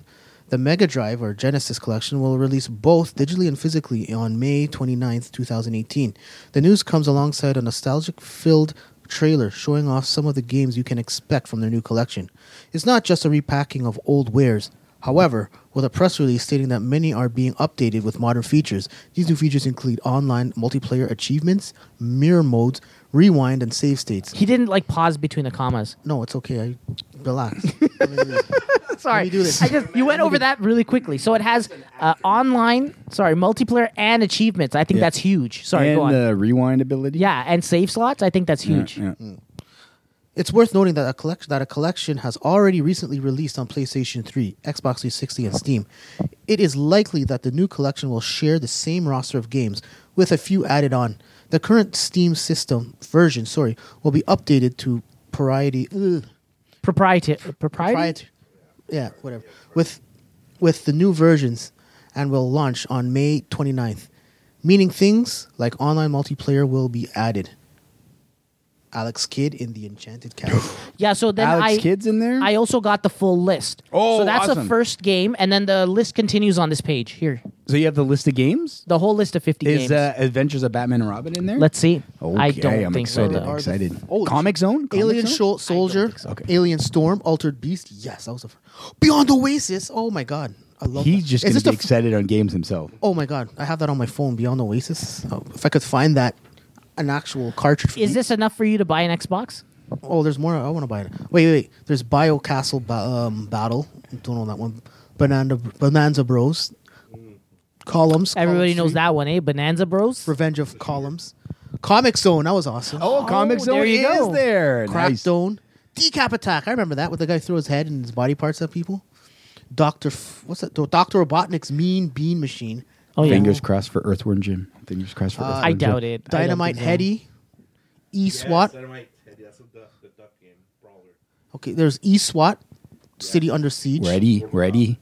The Mega Drive or Genesis collection will release both digitally and physically on May 29th, 2018. The news comes alongside a nostalgic filled trailer showing off some of the games you can expect from their new collection. It's not just a repacking of old wares, however, with a press release stating that many are being updated with modern features. These new features include online multiplayer achievements, mirror modes, rewind, and save states.
He didn't like pause between the commas.
No, it's okay. I relax.
Sorry.
me do this.
I just you went over that really quickly. So it has uh, online, sorry, multiplayer and achievements. I think
Yeah.
that's huge. Sorry,
and
go on.
the rewind ability.
yeah, and save slots. I think that's huge.
Yeah.
It's worth noting that a collection that a collection has already recently released on PlayStation 3, Xbox 360, and Steam. It is likely that the new collection will share the same roster of games, with a few added on. The current Steam system version, sorry, will be updated to priority. Ugh,
Proprietary. Proprietary.
priority yeah, whatever. With with the new versions and will launch on May 29th. Meaning things like online multiplayer will be added. Alex Kidd in the Enchanted Castle.
Yeah, so then
Alex
I
Kidd's
in there.
I also got the full list.
Oh,
so that's
awesome.
the first game, and then the list continues on this page here.
So you have the list of games.
The whole list of fifty
Is
games.
uh, Adventures of Batman and Robin in there?
Let's see.
Okay,
I don't
am
think so,
excited.
though.
I'm excited.
Oh,
Comic Zone. Comic
Alien
Zone?
Shol- Soldier, Alien Storm, Altered Beast. Yes, that was a Beyond Oasis. Oh my god, I love.
He's
that.
just
Is
going
this
to
the
be
f-
excited on games himself.
Oh my god, I have that on my phone. Beyond Oasis. Oh, if I could find that, an actual cartridge. For
Is
me.
this enough for you to buy an Xbox?
Oh, there's more. I want to buy it. Wait, wait, wait. There's Bio Castle ba- um, Battle. Don't know that one. Bonanza, Bonanza Bros. Columns.
Everybody knows that one, eh? Bonanza Bros.
Revenge of Columns. Comic Zone. That was awesome.
Oh, Comic Zone
there you
is
go.
there.
Crack
Nice.
Zone. Decap Attack. I remember that. Where the guy threw his head and his body parts at people. Doctor. F- what's that? Doctor Robotnik's Mean Bean Machine.
Fingers crossed for Earthworm Jim. Fingers crossed for.
Uh,
Earthworm
I
Jim.
doubt it. Oh, I uh, don't
Dynamite
think so.
Heady. E SWAT.
Dynamite Teddy, that's what the, the duck game. Brawler.
Okay, there's E SWAT. City Under Siege.
Ready, ready.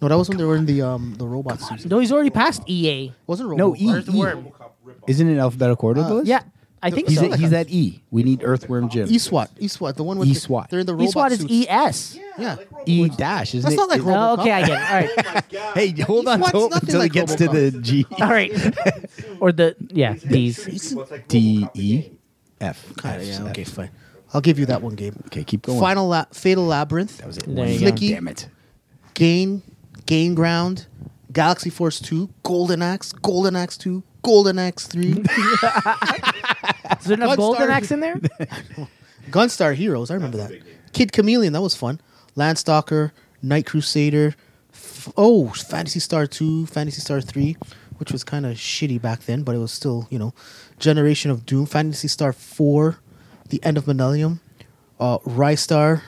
No, that was when they were in the um the robot suit.
No, he's already passed EA.
Wasn't Robocop.
No E. E. Isn't it in alphabetical order?
Uh,
the list?
yeah, I think
he's
so.
At, he's at E. We need Earthworm Jim.
E SWAT. E SWAT. The one with
E
the-
SWAT.
they're in the robot
E-SWAT is E-
suits.
ES.
Yeah.
E dash, isn't
That's
it?
not like
Is-
Robocop.
Oh, Okay, I get it. All right.
Hey, hold on
SWAT's
till,
nothing
until
like
it gets to the G.
All right. or the yeah, these.
D E F.
Kinda, yeah,
F's.
okay, fine. I'll give you that one game.
Okay, keep going.
Final la- Fatal Labyrinth. That
was it.
There you go.
Flicky.
Damn it.
Gain. Gain Ground. Galaxy Force 2. Golden Axe. Golden Axe 2. Golden Axe 3.
Is there enough
Gunstar.
golden axe in there?
Gunstar Heroes. I remember that. Kid Chameleon. That was fun. Landstalker. Night Crusader. F- oh, Fantasy Star 2. Fantasy Star 3. Which was kind of shitty back then, but it was still, you know, Generation of Doom. Fantasy Star 4. The End of Millennium. Uh, Rystar.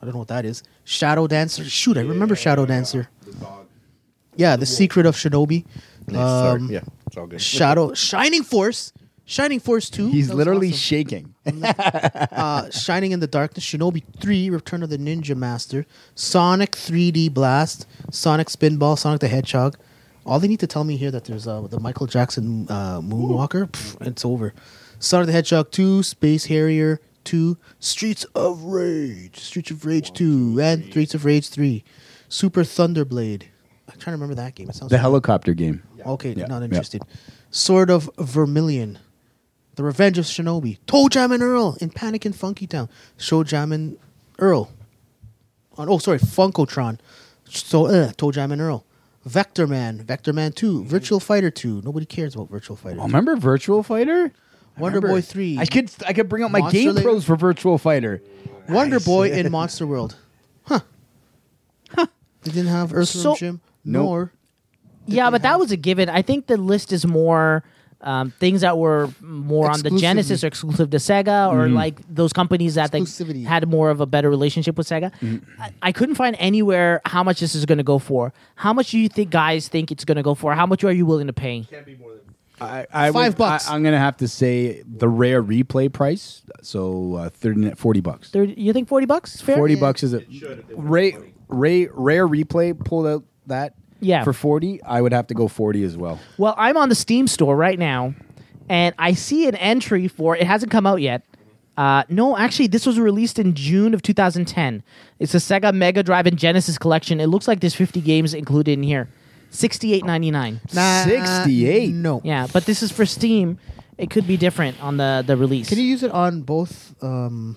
I don't know what that is. Shadow Dancer. Shoot, I remember Shadow Dancer. Yeah, The, Secret of Shinobi.
sorry.
Um,
Yeah, it's all good.
Shadow Shining Force. Shining Force 2.
He's
That was
literally
awesome.
shaking.
uh, Shining in the Darkness, Shinobi 3, Return of the Ninja Master, Sonic 3D Blast, Sonic Spinball, Sonic the Hedgehog. All they need to tell me here that there's uh, the Michael Jackson uh, Moonwalker, pff, it's over. Sonic the Hedgehog 2, Space Harrier 2, Streets of Rage, Streets of Rage 2, and Streets of Rage 3, Super Thunderblade. I'm trying to remember that game. It sounds
The helicopter game.
Okay,
Yeah,
not
yeah.
interested. Sword of Vermilion, The Revenge of Shinobi, Toe Jam and Earl in Panic in Funky Town, Show Jam and Earl. On, oh, sorry, Funkotron. So, uh, Toe Jam and Earl. Vector Man, Vector Man 2, Virtual Fighter 2. Nobody cares about Virtual Fighter
Oh,
2.
remember Virtual Fighter? I
Wonder
remember.
Boy 3.
I could I could bring out my
Monster
game
Lair.
pros for Virtual Fighter.
Wonder
Nice.
Boy in Monster World. Huh. Huh. They didn't have Earthworm
So-
Jim,
Nope.
nor
yeah, but that was a given. I think the list is more um, things that were more on the
Exclusively.
Genesis or exclusive to Sega or like those companies that they
Exclusivity.
had more of a better relationship with Sega. I, I couldn't find anywhere how much this is going to go for. How much do you think guys think it's going to go for? How much are you willing to pay?
I, I
Five
would-
bucks.
I, am gonna have to say the rare replay price. So uh, 30, 40 bucks.
30, you think 40 bucks is fair?
Forty bucks is a Ray, Ray, rare replay pulled out that.
Yeah.
For forty, I would have to go forty as well.
Well, I'm on the Steam store right now, and I see an entry for it hasn't come out yet. Uh, no, actually, this was released in June of 2010. It's a Sega Mega Drive and Genesis collection. It looks like there's 50 games included in here, 68.99.
Nah,
68.
uh, No.
Yeah, but this is for Steam. It could be different on the the release.
Can you use it on both um,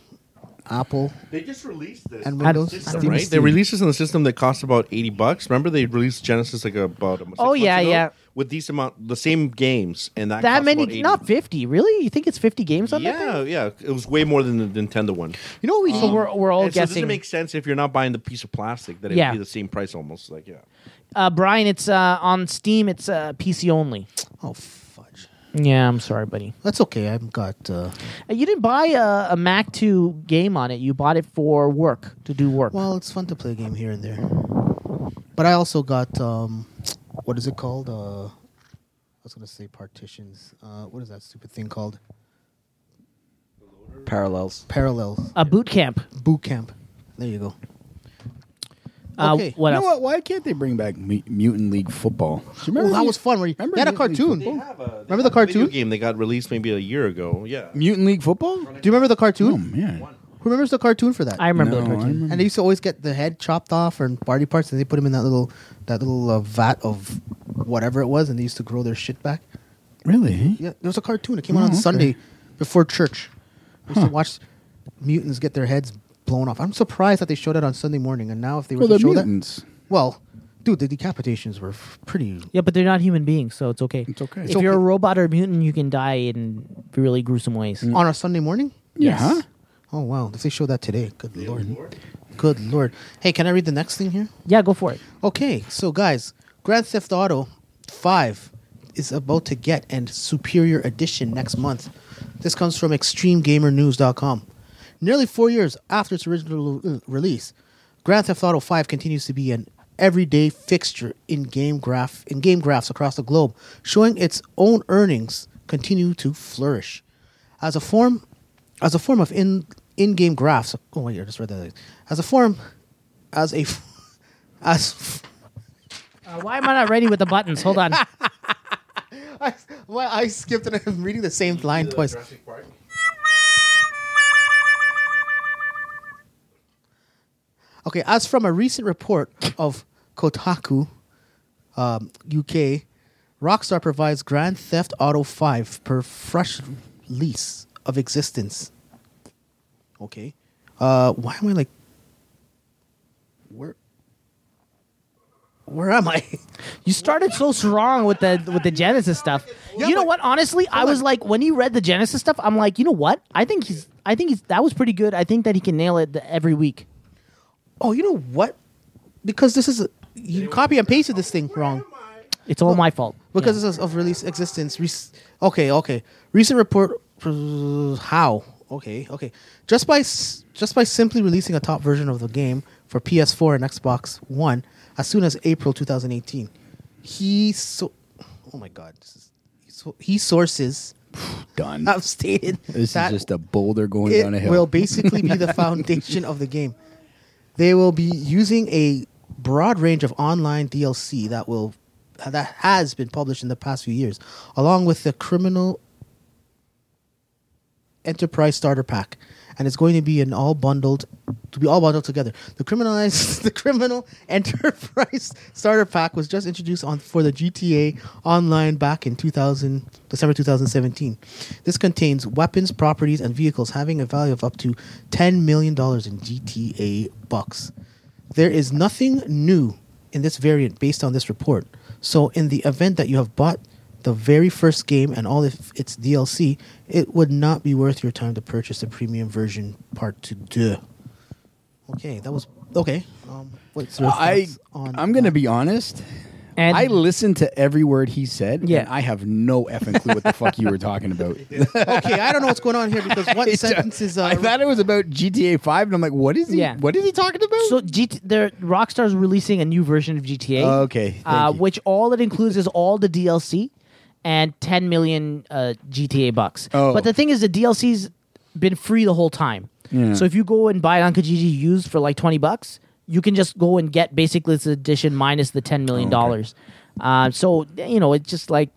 Apple
They just released this.
and
I don't-
Windows?
I don't
right? They released this in a system that costs about eighty bucks. Remember, they released Genesis like about a six
Oh,
months
yeah,
ago
yeah.
with these amount the same games and that
that
cost about
many?
80.
Not 50, really? You think it's 50 games on that?
yeah, yeah, it was way more than the Nintendo one.
You know what we
thing? So
need?
we're we're all
and so it
guessing.
doesn't make sense if you're not buying the piece of plastic that it
Yeah.
would be the same price almost. Like yeah,
uh, Brian, it's uh, on Steam. It's uh, PC only.
Oh fudge.
Yeah, I'm sorry, buddy.
That's okay. I've got. Uh,
Uh, You didn't buy a, a Mac 2 game on it. You bought it for work to do work.
well, it's fun to play a game here and there. But I also got um, what is it called? Uh, I was gonna say partitions. Uh, what is that stupid thing called?
Parallels.
Parallel
a boot camp.
boot camp. There you go.
Uh, what
you
else?
know what? Why can't they bring back mu- Mutant League football? Do you
Oh,
remember
that
these-
was fun. Where you,
remember
they had a
Mutant League
cartoon.
Football?
remember the
Video
cartoon?
game that got released maybe a year ago. Yeah.
Mutant League Football? Do
you remember the cartoon?
Oh, man.
Who remembers the cartoon for that?
I remember the No, I cartoon.
And they used to always get the head chopped off and body parts, and they put them in that little that little uh, vat of whatever it was, and they used to grow their shit back.
Really?
Yeah, there was a cartoon. It came
Oh,
out on
okay.
Sunday before church. We used to watch mutants get their heads blown off. I'm surprised that they showed it on Sunday morning, and now if they were
Well, they're
to show
mutants.
that, well, dude, the decapitations were f- pretty.
Yeah, but they're not human beings, so it's okay. It's
okay.
If
It's okay.
you're a robot or a mutant, you can die in really gruesome ways.
Mm.
On a Sunday morning?
Yeah. Yes.
Oh wow! If they show that today, good lord, good lord. Hey, can I read the next thing here?
Yeah, go for it.
Okay, so guys, Grand Theft Auto Five is about to get a superior edition next month. This comes from ExtremeGamerNews.com. Nearly four years after its original uh, release, Grand Theft Auto Five continues to be an everyday fixture in game graph in game graphs across the globe, showing its own earnings continue to flourish. As a form as a form of in in-game graphs. Oh wait, I just read that. As a form, as a f- as f-
Uh, why am I not ready with the buttons? Hold on.
I, well, I skipped and I'm reading the same line twice. Okay, as from a recent report of Kotaku, um, UK, Rockstar provides Grand Theft Auto 5 per fresh lease of existence. Okay. Uh, why am I like. Where. Where am I?
You started so strong with the with the Genesis stuff. you know what? Honestly, I was like, when you read the Genesis stuff, I'm like, you know what? I think he's. I think he's. That was pretty good. I think that he can nail it th- every week.
Oh, you know what? Because this is. A, you copy and pasted this thing wrong.
It's all my fault.
because it's of release existence. Rec- okay, okay. Recent report. uh, How? Okay, okay. Just by s- just by simply releasing a top version of the game for PS4 and Xbox One as soon as April 2018, he so. Oh my God! This is, so he sources.
Done.
I've stated
This is
that
just a boulder going
it
down a hill.
will basically be the foundation of the game. They will be using a broad range of online DLC that will that has been published in the past few years, along with the criminal enterprise starter pack, and it's going to be an all bundled to be all bundled together. The criminalized the criminal enterprise starter pack was just introduced on for the GTA Online back in 2000 December 2017. This contains weapons, properties, and vehicles having a value of up to 10 million dollars in GTA bucks. There is nothing new in this variant based on this report. So, in the event that you have bought the very first game and all of its DLC, it would not be worth your time to purchase the premium version part two. Duh. Okay, that was okay. Um, what's your
I
thoughts on
I'm gonna be honest.
And
I listened to every word he said.
Yeah.
and I have no effing clue what the fuck you were talking about.
okay, I don't know what's going on here because one
I
sentence is. Uh,
I thought it was about GTA Five, and I'm like, what is he?
Yeah.
What is he talking about?
So GT, they're, Rockstar's releasing a new version of GTA.
Oh, okay. Thank
uh,
you.
which all it includes is all the DLC and 10 million uh, GTA bucks.
Oh.
But the thing is, the DLC's been free the whole time.
Yeah.
So if you go and buy it on Kijiji used for like 20 bucks, you can just go and get basically this edition minus the $10
Oh,
million. dollars. Uh, so, you know, it's just like,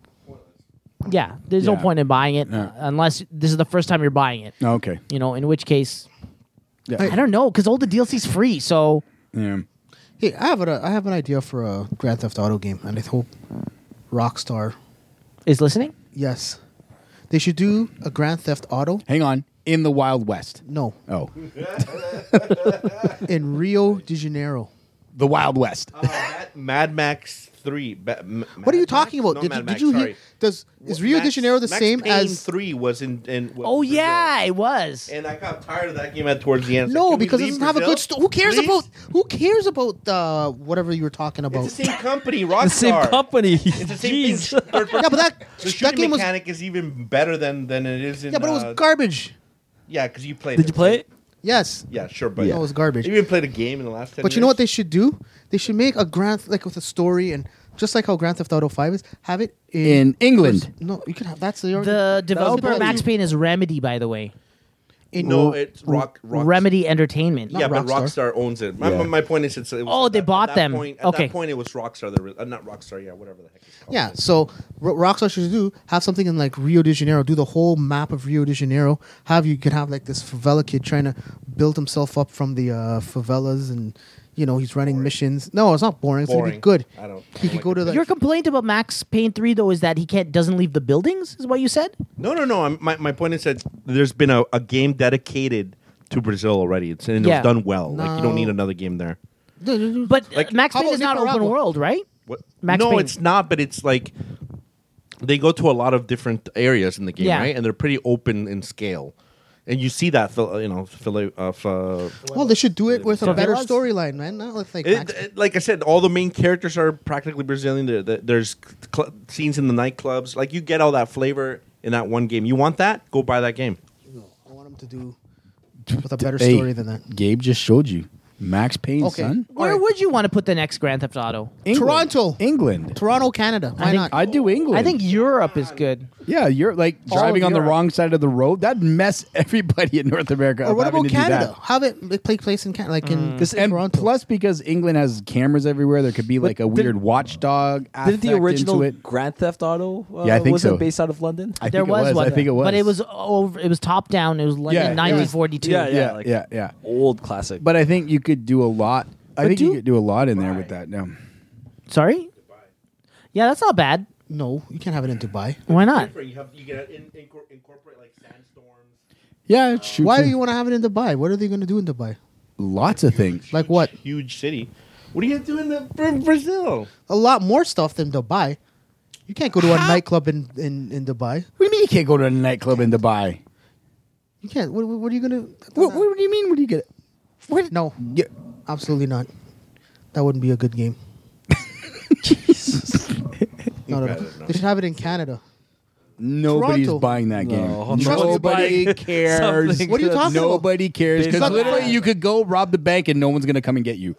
yeah, there's no
Yeah.
point in buying it
Yeah.
unless this is the first time you're buying it.
Okay.
You know, in which case,
Yeah.
I don't know, because all the DLC's free. So,
Yeah.
Hey, I have an I have an idea for a Grand Theft Auto game, and I hope Rockstar
is listening.
Yes, they should do a Grand Theft Auto.
Hang on, in the Wild West.
No,
Oh,
in Rio de Janeiro.
the Wild West.
Uh,
Uh,
Mad Max Three. Ba- M-
What are you
Mad
talking
Max?
about?
Not
Did,
Mad
did
Max,
you hear?
sorry.
Does is Rio de
Max-
Janeiro the
Max
same
Payne
as?
Three was in. in well,
oh
Brazil.
yeah, it was.
And I got tired of that game at towards the end. It's like,
No,
can we
because it
leave
doesn't have a
Brazil?
good story. Who cares
Please?
about who cares about uh, whatever you were talking about?
It's the same company, Rockstar.
The same company.
It's the same thing. Third person-
Yeah, but that-
the shooting
that game was-
mechanic is even better than than it is in.
yeah, but it was
uh,
garbage.
Yeah, because you played.
Did you play it?
Yes,
Yeah, sure, but
Oh,
Yeah. No, it was garbage.
You even played a game in the last ten.
but you know what they should do? They should make a Grand like with a story and just like how Grand Theft Auto Five is, have it in,
In England.
No, you could have that's the
The
that was
developer
the-
of Max Payne is Remedy, by the way.
No, it's Rock- Rock-
Remedy Entertainment.
yeah, but Rockstar owns it. My,
Yeah.
my point is, it's it was
Oh,
at
they
that- at
bought
that
them.
Point, at
Okay.
that point, it was Rockstar. That, re- uh, not Rockstar. Yeah, whatever the heck.
Yeah, so R- Rockstar should do have something in like Rio de Janeiro. Do the whole map of Rio de Janeiro. Have you could have like this favela kid trying to build himself up from the uh, favelas, and you know he's running missions. No, it's not boring. It's gonna be
Boring.
good.
I don't.
He could go to the.
Your complaint about Max Payne three though is that he can't doesn't leave the buildings. Is what you said?
No, no, no. I'm, my my point is that there's been a, a game dedicated to Brazil already. It's and
Yeah.
it's done well. Like you don't
No.
need another game there.
But uh, Max
how
Payne
about
is not open
Nicaragua?
world, right?
What?
Max
no,
Payne.
it's not. But it's like they go to a lot of different areas in the game,
Yeah.
right? And they're pretty open in scale. And you see that, fil- you know, fil- uh, f- uh,
Well, they should do it with a better
Favelas?
storyline, man. Not with like.
It-
Max-
it- like I said, all the main characters are practically Brazilian. There- there- There's cl- scenes in the nightclubs. Like you get all that flavor in that one game. You want that? Go buy that game.
I want him to do with a better
Hey,
story than that.
Gabe just showed you Max Payne's
Okay.
son.
Where would you want to put the next Grand Theft Auto?
Toronto,
England,
Toronto, Canada. Why not?
I do England.
I think Europe is good.
Yeah, you're like
All of
driving on the
Europe.
wrong side of the road. That'd mess everybody in North America.
Or
up
what
having
about
to do that.
Canada? Have it like, take place in Canada, like in
Because and plus, because England has cameras everywhere, there could be like a weird watchdog.
Didn't the
aspect
original
into it.
Grand Theft Auto? Uh,
Yeah, I think
wasn't
so.
based out of London?
I think it was. I think it was.
but it was over. It was top down. It was like
Yeah,
in
yeah.
1942.
Yeah, yeah, yeah, yeah.
Old classic.
But I think you could do a lot. I
But
think you
do-
could do a lot in there with that. No,
Sorry. Yeah, that's not bad.
No, you can't have it in Dubai.
Why not?
You have you get in, incor- incorporate like sandstorms.
Yeah, shoot.
Why do you want to have it in Dubai? What are they going to do in Dubai?
Lots of things.
Like what?
Huge city. What are you gonna do in the Bra- Brazil?
A lot more stuff than Dubai. You can't go to a nightclub in, in, in Dubai.
What do you mean you can't go to a nightclub in Dubai?
You can't. What, what are you going to?
What, what do you mean? What do you get? What?
No. Absolutely not. That wouldn't be a good game. No, no, no. They should have it in Canada.
Nobody's
Toronto.
buying that game.
No,
Nobody
nobody's buying
cares.
something What are you talking about?
Nobody cares
Based
because
on
literally
that.
you could go rob the bank and no one's gonna come and get you.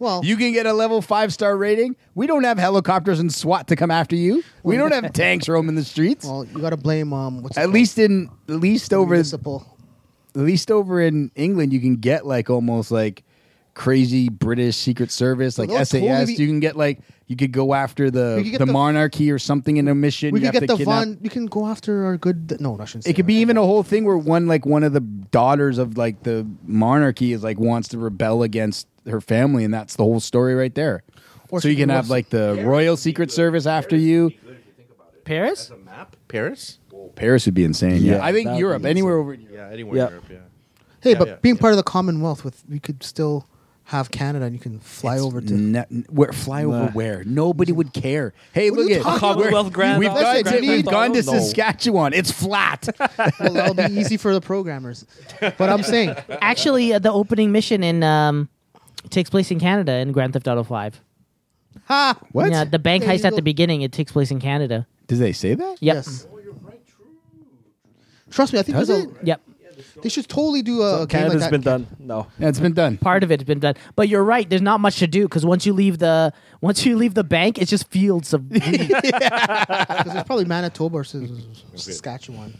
well,
you can get a level five star rating. We don't have helicopters and SWAT to come after you. We don't have tanks roaming the streets.
Well, you got to blame um. What's it
At
called?
least in at least over
municipal.
At least over in England, you can get like almost like crazy British Secret Service, like
Well,
SAS.
that's cool. Maybe-
You can get like you could go after the
We could get
the,
the-
monarchy or something in a mission.
we
You
could
have to
get the
kidnap-
Von. You can go after our good. No, I shouldn't say
It could be even a whole thing where one like one of the daughters of like the monarchy is like wants to rebel against her family, and that's the whole story right there.
Or
so you
she
can
can
have
roast-
like the royal secret service after you.
Paris?
Paris?
Paris would be insane. Yeah,
Yeah,
I
that
think
would
Europe,
be
anywhere
insane.
over. in Europe.
Yeah, anywhere
Yeah.
in Europe. Yeah.
Hey,
Yeah,
but
yeah,
being part of the Commonwealth, with we could still have Canada, and you can fly over to.
Ne- n- where fly over
Nah.
where nobody would care. Hey,
What are
look
you
at
talking about?
Commonwealth
Commonwealth
Grand.
Grand
We've
Theft
gone
Auto?
to, we've gone to
No.
Saskatchewan. It's flat.
well, that'll be easy for the programmers. But I'm saying,
Actually, uh, the opening mission in um, takes place in Canada in Grand Theft Auto Five.
ha!
What?
Yeah, the bank
There you
heist at
go.
the beginning. It takes place in Canada.
Did they say that?
Yep.
Yes. Trust me, I think
Does
there's a,
Yep.
they should totally do a. game
Canada's
like that.
been done. No.
Yeah, it's been done.
Part of it's been done, but you're right. There's not much to do because once you leave the once you leave the bank, it's just fields of weed.
'Cause it's probably Manitoba or Sus- Saskatchewan.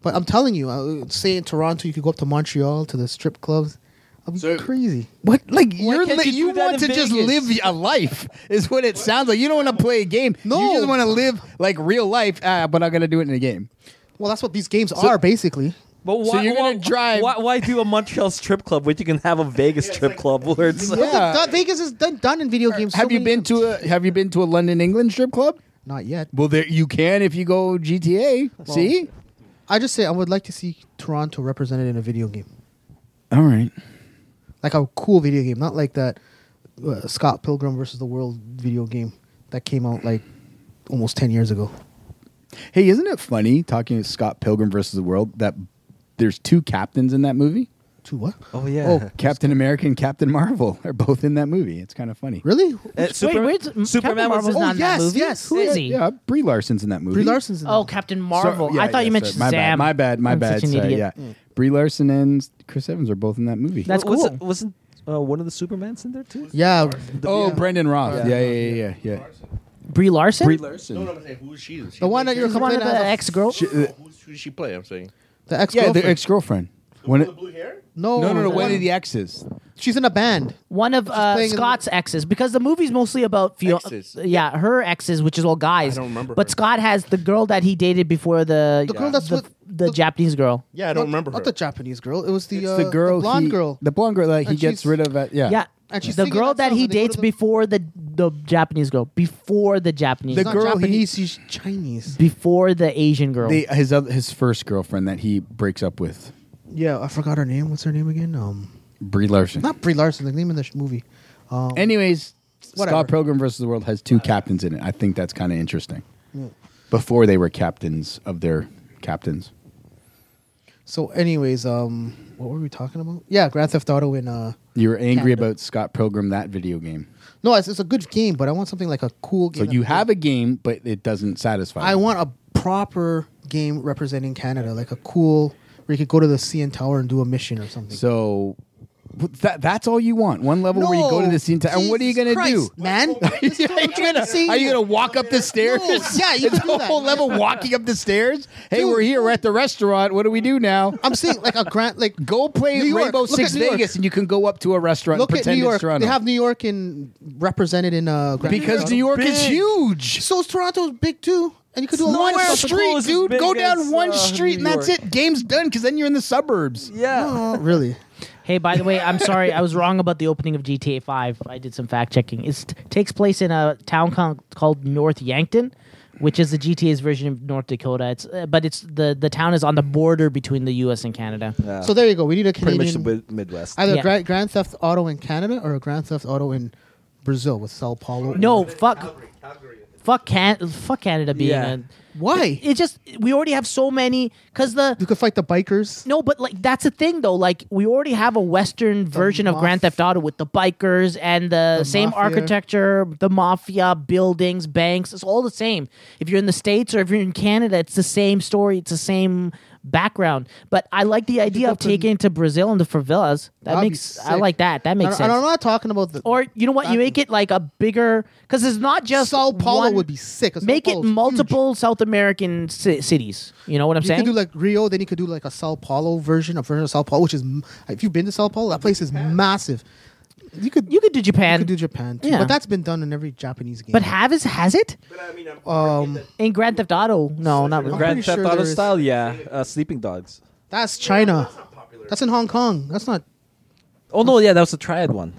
But I'm telling you, uh, say in Toronto, you could go up to Montreal to the strip clubs. That'd be crazy.
What? Like you're
can't you
li- you,
do that
want to
in
just
Vegas?
live a life is what it sounds like. You don't want to play a game. No, you just want to live like real life. Ah, but I'm gonna do it in a game.
Well, that's what these games are basically.
But why,
you're
why-
gonna drive-
Why, why do a Montreal strip club when you can have a Vegas strip club where it's like,
Yeah.
Done- Vegas is done, done in video games. so
have you
many-
been to a Have you been to a London England strip club?
Not yet.
Well, there you can if you go GTA. See,
I just say I would like to see Toronto represented in a video game,
all right.
like a cool video game, not like that uh, Scott Pilgrim versus the World video game that came out like almost ten years ago.
Hey, isn't it funny talking to Scott Pilgrim versus the World that there's two captains in that movie?
To what?
oh yeah,
Oh, Captain America and Captain Marvel are both in that movie. It's kind of funny.
Really?
Uh, Super-
where's- m- Captain
Superman was
Marvel's
in-
not
Oh,
in that
yes,
movie.
yes.
Who is he?
Yeah, Brie Larson's in that movie.
Brie Larson's in
Oh,
that.
Captain
So-
Marvel.
yeah,
I thought
yeah,
you meant
sorry.
Shazam.
My bad. My bad. My
I'm
bad.
Such an
sorry,
idiot.
yeah.
Mm.
Brie Larson and Chris Evans are both in that movie.
That's
was-
cool.
Wasn't uh, one of the Supermans in there too?
Yeah.
oh,
yeah.
Brendan Roth.
Yeah.
Yeah, yeah, yeah, yeah. yeah.
Brie Larson.
Brie
No,
Larson.
no, I'm saying who's she? Oh, Is she
The one that you're
She's one of
complaining
the
about.
ex girl.
Who's, who does she play? I'm saying. Oh,
The ex
Yeah, the ex girlfriend. When it,
No,
no, no, no.
the
When
one-
are the exes?
She's in a band.
One of uh,
playing in-
Scott's exes, because the movie's mostly about Fiona. Yeah, her exes, which is all guys. I don't remember. But Scott has the girl that he dated before the
The girl that's
the,
with-
the Japanese girl.
Yeah, I
don't remember. Not the Japanese girl. It was the uh,
the girl,
blonde
he-
girl.
The blonde girl that he
And
gets
she's-
rid of. At, yeah,
Yeah,
And she's
the
singing
girl
that
that
song
he
when they go to
dates before the the Japanese girl, before the Japanese,
The
girl.
girl he-
Japanese,
she's Chinese.
before the Asian girl.
The, his other, his first girlfriend that he breaks up with,
Yeah, I forgot her name. What's her name again? Um,
Brie Larson.
not Brie Larson. The name of the sh- movie. Um,
Anyways,
whatever.
Scott Pilgrim versus the World has two captains in it. I think that's kind of interesting.
Yeah.
Before they were captains of their captains.
So, anyways, um, what were we talking about? Yeah, Grand Theft Auto in uh,
You were angry
Canada.
about Scott Pilgrim that video game.
no, it's, it's a good game, but I want something like a cool
So
game.
you have a game, but it doesn't satisfy.
I
you.
want a proper game representing Canada, like a cool where you could go to the CN Tower and do a mission or something.
So that that's all you want. One level where you go to the scene, and what are you gonna
Christ,
do?
man?
are, you gonna, are you gonna walk up the stairs?
No, yeah, you
it's
can do
a
that.
whole level walking up the stairs. Hey, we're here. We're at the restaurant. What do we do now?
I'm saying like a grant, like
go play
New York.
Rainbow
Look
Six
at New York.
Vegas, and you can go up to a restaurant
Look
and
at New
pretend
York.
it's Toronto.
They have New York in represented in uh, Grand
because
Theft
New York
Auto.
is huge.
So is Toronto's big too, and you could do a lot
one
of stuff.
street, dude. Go down one street, and
uh, New
that's
York.
it. Game's done. Because then you're in the suburbs.
No, really.
Hey, by the way, I'm sorry. I was wrong about the opening of GTA 5. I did some fact checking. It takes place in a town con- called North Yankton, which is the GTA's version of North Dakota. It's uh, but it's the the town is on the border between the US and Canada.
So there you go. We need a
Pretty
Canadian.
much the mid- Midwest.
Either
Yeah.
Grand, Grand Theft Auto in Canada or a Grand Theft Auto in Brazil with Sao Paulo.
No, fuck Fuck can fuck Canada being
Yeah.
a
Why?
It, it just we already have so many cuz the
You could fight the bikers.
No, but like that's the thing though. Like we already have a Western version of
maf-
Grand Theft Auto with the bikers and the,
The
same
mafia.
architecture, the mafia, buildings, banks. It's all the same. If you're in the states or if you're in Canada, it's the same story. It's the same background. But I like the idea
go
of
to-
taking it to Brazil and the favelas. That
That'd be
makes I
sick.
like that. That
And,
makes
and
sense.
I'm not talking about the.
Or you know what? You make it like a bigger because it's not just
Sao Paulo
one-
would be sick. 'cause Sao
Make it
Paulo's huge.
multiple South American ci- cities. You know what I'm
You
saying?
could do like Rio, then you could do like a Sao Paulo version, a version of Sao Paulo, which is m- if you've been to Sao Paulo, that place is massive. You could
you could do Japan.
you could do Japan, too,
Yeah.
but that's been done in every Japanese game.
But have is has it?
um,
In Grand Theft Auto, no, not really.
Grand
pretty
Theft
sure
Auto
there is.
style, yeah. Uh, sleeping Dogs.
that's China. that's in Hong Kong. That's not.
Oh no, yeah, that was the Triad one.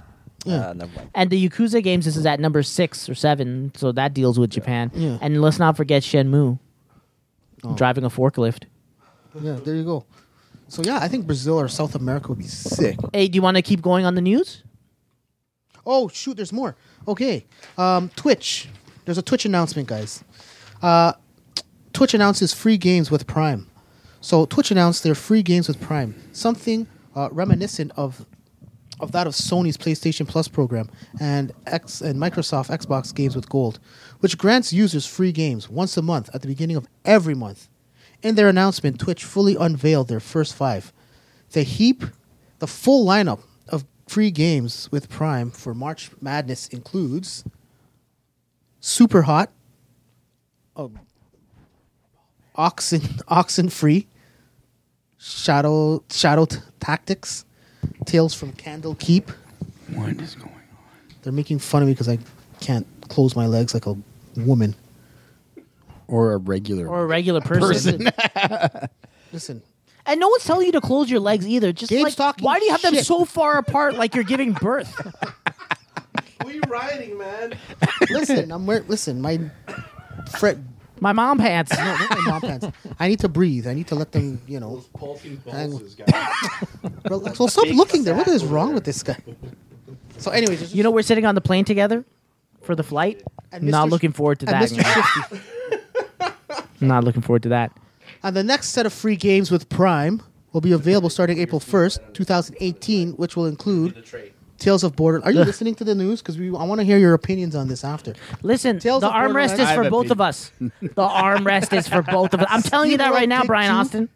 Yeah.
Uh, never mind.
and the Yakuza games, this is at number six or seven, so that deals with Japan.
Yeah.
And let's not forget Shenmue, driving a forklift.
Yeah, there you go. So yeah, I think Brazil or South America would be sick.
Hey, do you want to keep going on the news?
Oh shoot, there's more. Okay, um, Twitch. There's a Twitch announcement, guys. Uh, Twitch announces free games with Prime. So Twitch announced their free games with Prime, something uh, reminiscent of of that of Sony's PlayStation Plus program and X and Microsoft Xbox Games with Gold, which grants users free games once a month at the beginning of every month. In their announcement, Twitch fully unveiled their first five. They heap the full lineup of free games with Prime for March Madness includes Super Hot, um, Oxen Oxen Free, Shadow Shadow T- Tactics, Tales from Candle Keep.
What is going?
They're making fun of me because I can't close my legs like a woman.
Or a regular.
Or a regular person?
Listen,
and no one's telling you to close your legs either. Just
Gabe's
like,
talking
why do you have them
shit.
so far apart like you're giving birth?
We riding, man.
listen, I'm wearing. Listen, my fret.
My mom pants.
No, not my mom pants. I need to breathe. I need to let them, you know.
Pulsing
Hang-
pulses, guys.
Relax. Well, stop looking there. What is wrong with this guy? So, anyways, there's-
You know, we're sitting on the plane together for the flight.
And
Not
Mr.
looking forward to
and
that.
Mr.
man. Not looking forward to that.
And the next set of free games with Prime will be available starting April 1st, 2018, which will include Tales of Border. Are you
Ugh.
listening to the news? Because we, I want to hear your opinions on this after.
Listen,
Tales
the
of Borderlands-
armrest is
I
for
have
both of us. The armrest is for both of us. I'm telling you that
Steamboat
right now,
Dick
Brian
two.
Austin.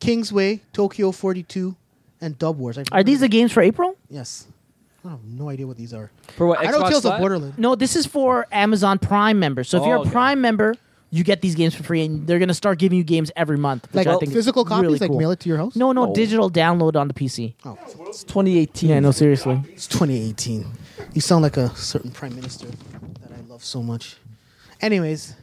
Kingsway, Tokyo 42, and Dub Wars. I-
Are these the games for April?
Yes. I have no idea what these are.
For what?
I know
Xbox
Tales of
Live?
Borderlands.
No, this is for Amazon Prime members. So if
Oh,
you're a
okay.
Prime member, you get these games for free, and they're gonna start giving you games every month. which
Like
I think is
physical copies,
really
like
cool.
mail it to your house.
No, no,
Oh.
digital download on the PC.
Oh,
it's
2018.
Yeah, no, seriously.
It's 2018. You sound like a certain prime minister that I love so much. Anyways,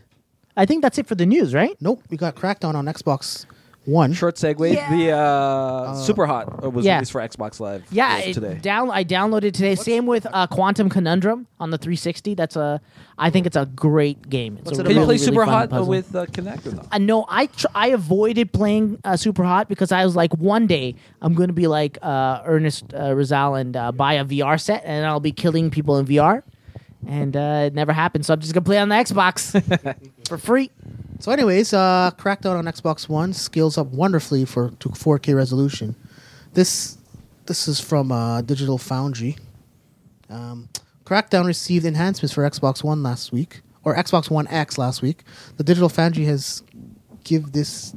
I think that's it for the news, right?
Nope, we got Crackdown on Xbox One.
Short segue. The uh, Super Hot was
yeah.
released for Xbox Live.
Yeah,
uh,
it
today.
down. I downloaded today. Same with uh, Quantum Conundrum on the 360. That's a. I think it's a great game. It's
What's
a
it about? Can you play Super
fun
Hot
puzzle.
with uh, Kinect or not?
Uh, no, I tr- I avoided playing uh, Super Hot because I was like, one day I'm going to be like uh, Ernest uh, Rizal and uh, buy a VR set and I'll be killing people in VR, and uh, it never happened. So I'm just gonna play on the Xbox for free.
So, anyways, uh, Crackdown on Xbox One scales up wonderfully for to 4K resolution. This this is from uh, Digital Foundry. Um, Crackdown received enhancements for Xbox One last week, or Xbox One X last week. The Digital Foundry has give this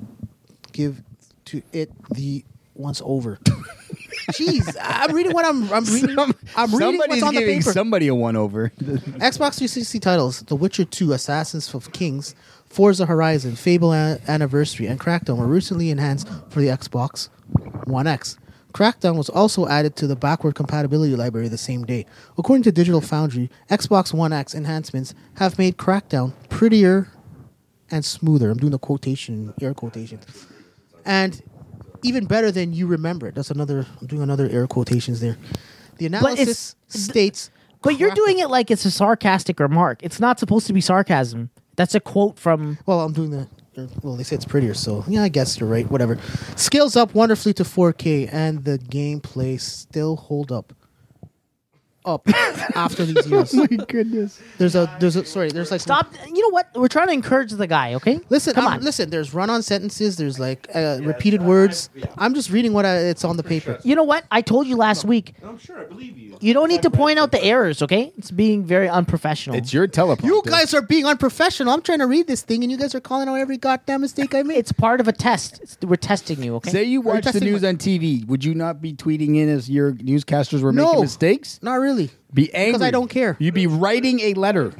give to it the once over. Jeez, I'm reading what I'm I'm reading. I'm reading what's
Somebody's
on the
giving
paper.
somebody a one over.
Xbox 360 titles: The Witcher 2, Assassins of Kings, Forza Horizon, Fable An- Anniversary, and Crackdown were recently enhanced for the Xbox One X. Crackdown was also added to the backward compatibility library the same day. According to Digital Foundry, Xbox One X enhancements have made Crackdown prettier and smoother. I'm doing the quotation, air quotation, and even better than you remember. That's another. I'm doing another air quotations there. The
But
analysis
it's-
states.
But you're doing it like it's a sarcastic remark. It's not supposed to be sarcasm. That's a quote from.
Well, I'm doing the. Well, they say it's prettier, so yeah, I guess you're right. Whatever. Scales up wonderfully to 4K, and the gameplay still hold up. Up after these years.
Oh my goodness.
There's a there's a sorry. There's like
stop. You know what? We're trying to encourage the guy. Okay.
Listen,
Come
I'm-
on.
listen. There's run-on sentences. There's like uh, repeated words. I'm just reading what I, it's on the paper.
You know what? I told you last week.
I'm sure I believe you.
You don't need to point out the errors, okay? It's being very unprofessional.
It's your teleprompter.
You guys are being unprofessional. I'm trying to read this thing, and you guys are calling out every goddamn mistake I made.
It's part of a test. It's, we're testing you, okay?
Say you watch the
testing
news
my-
on TV. Would you not be tweeting in as your newscasters were
No.
making mistakes?
Not really.
Be angry.
I don't care.
You'd be writing a letter.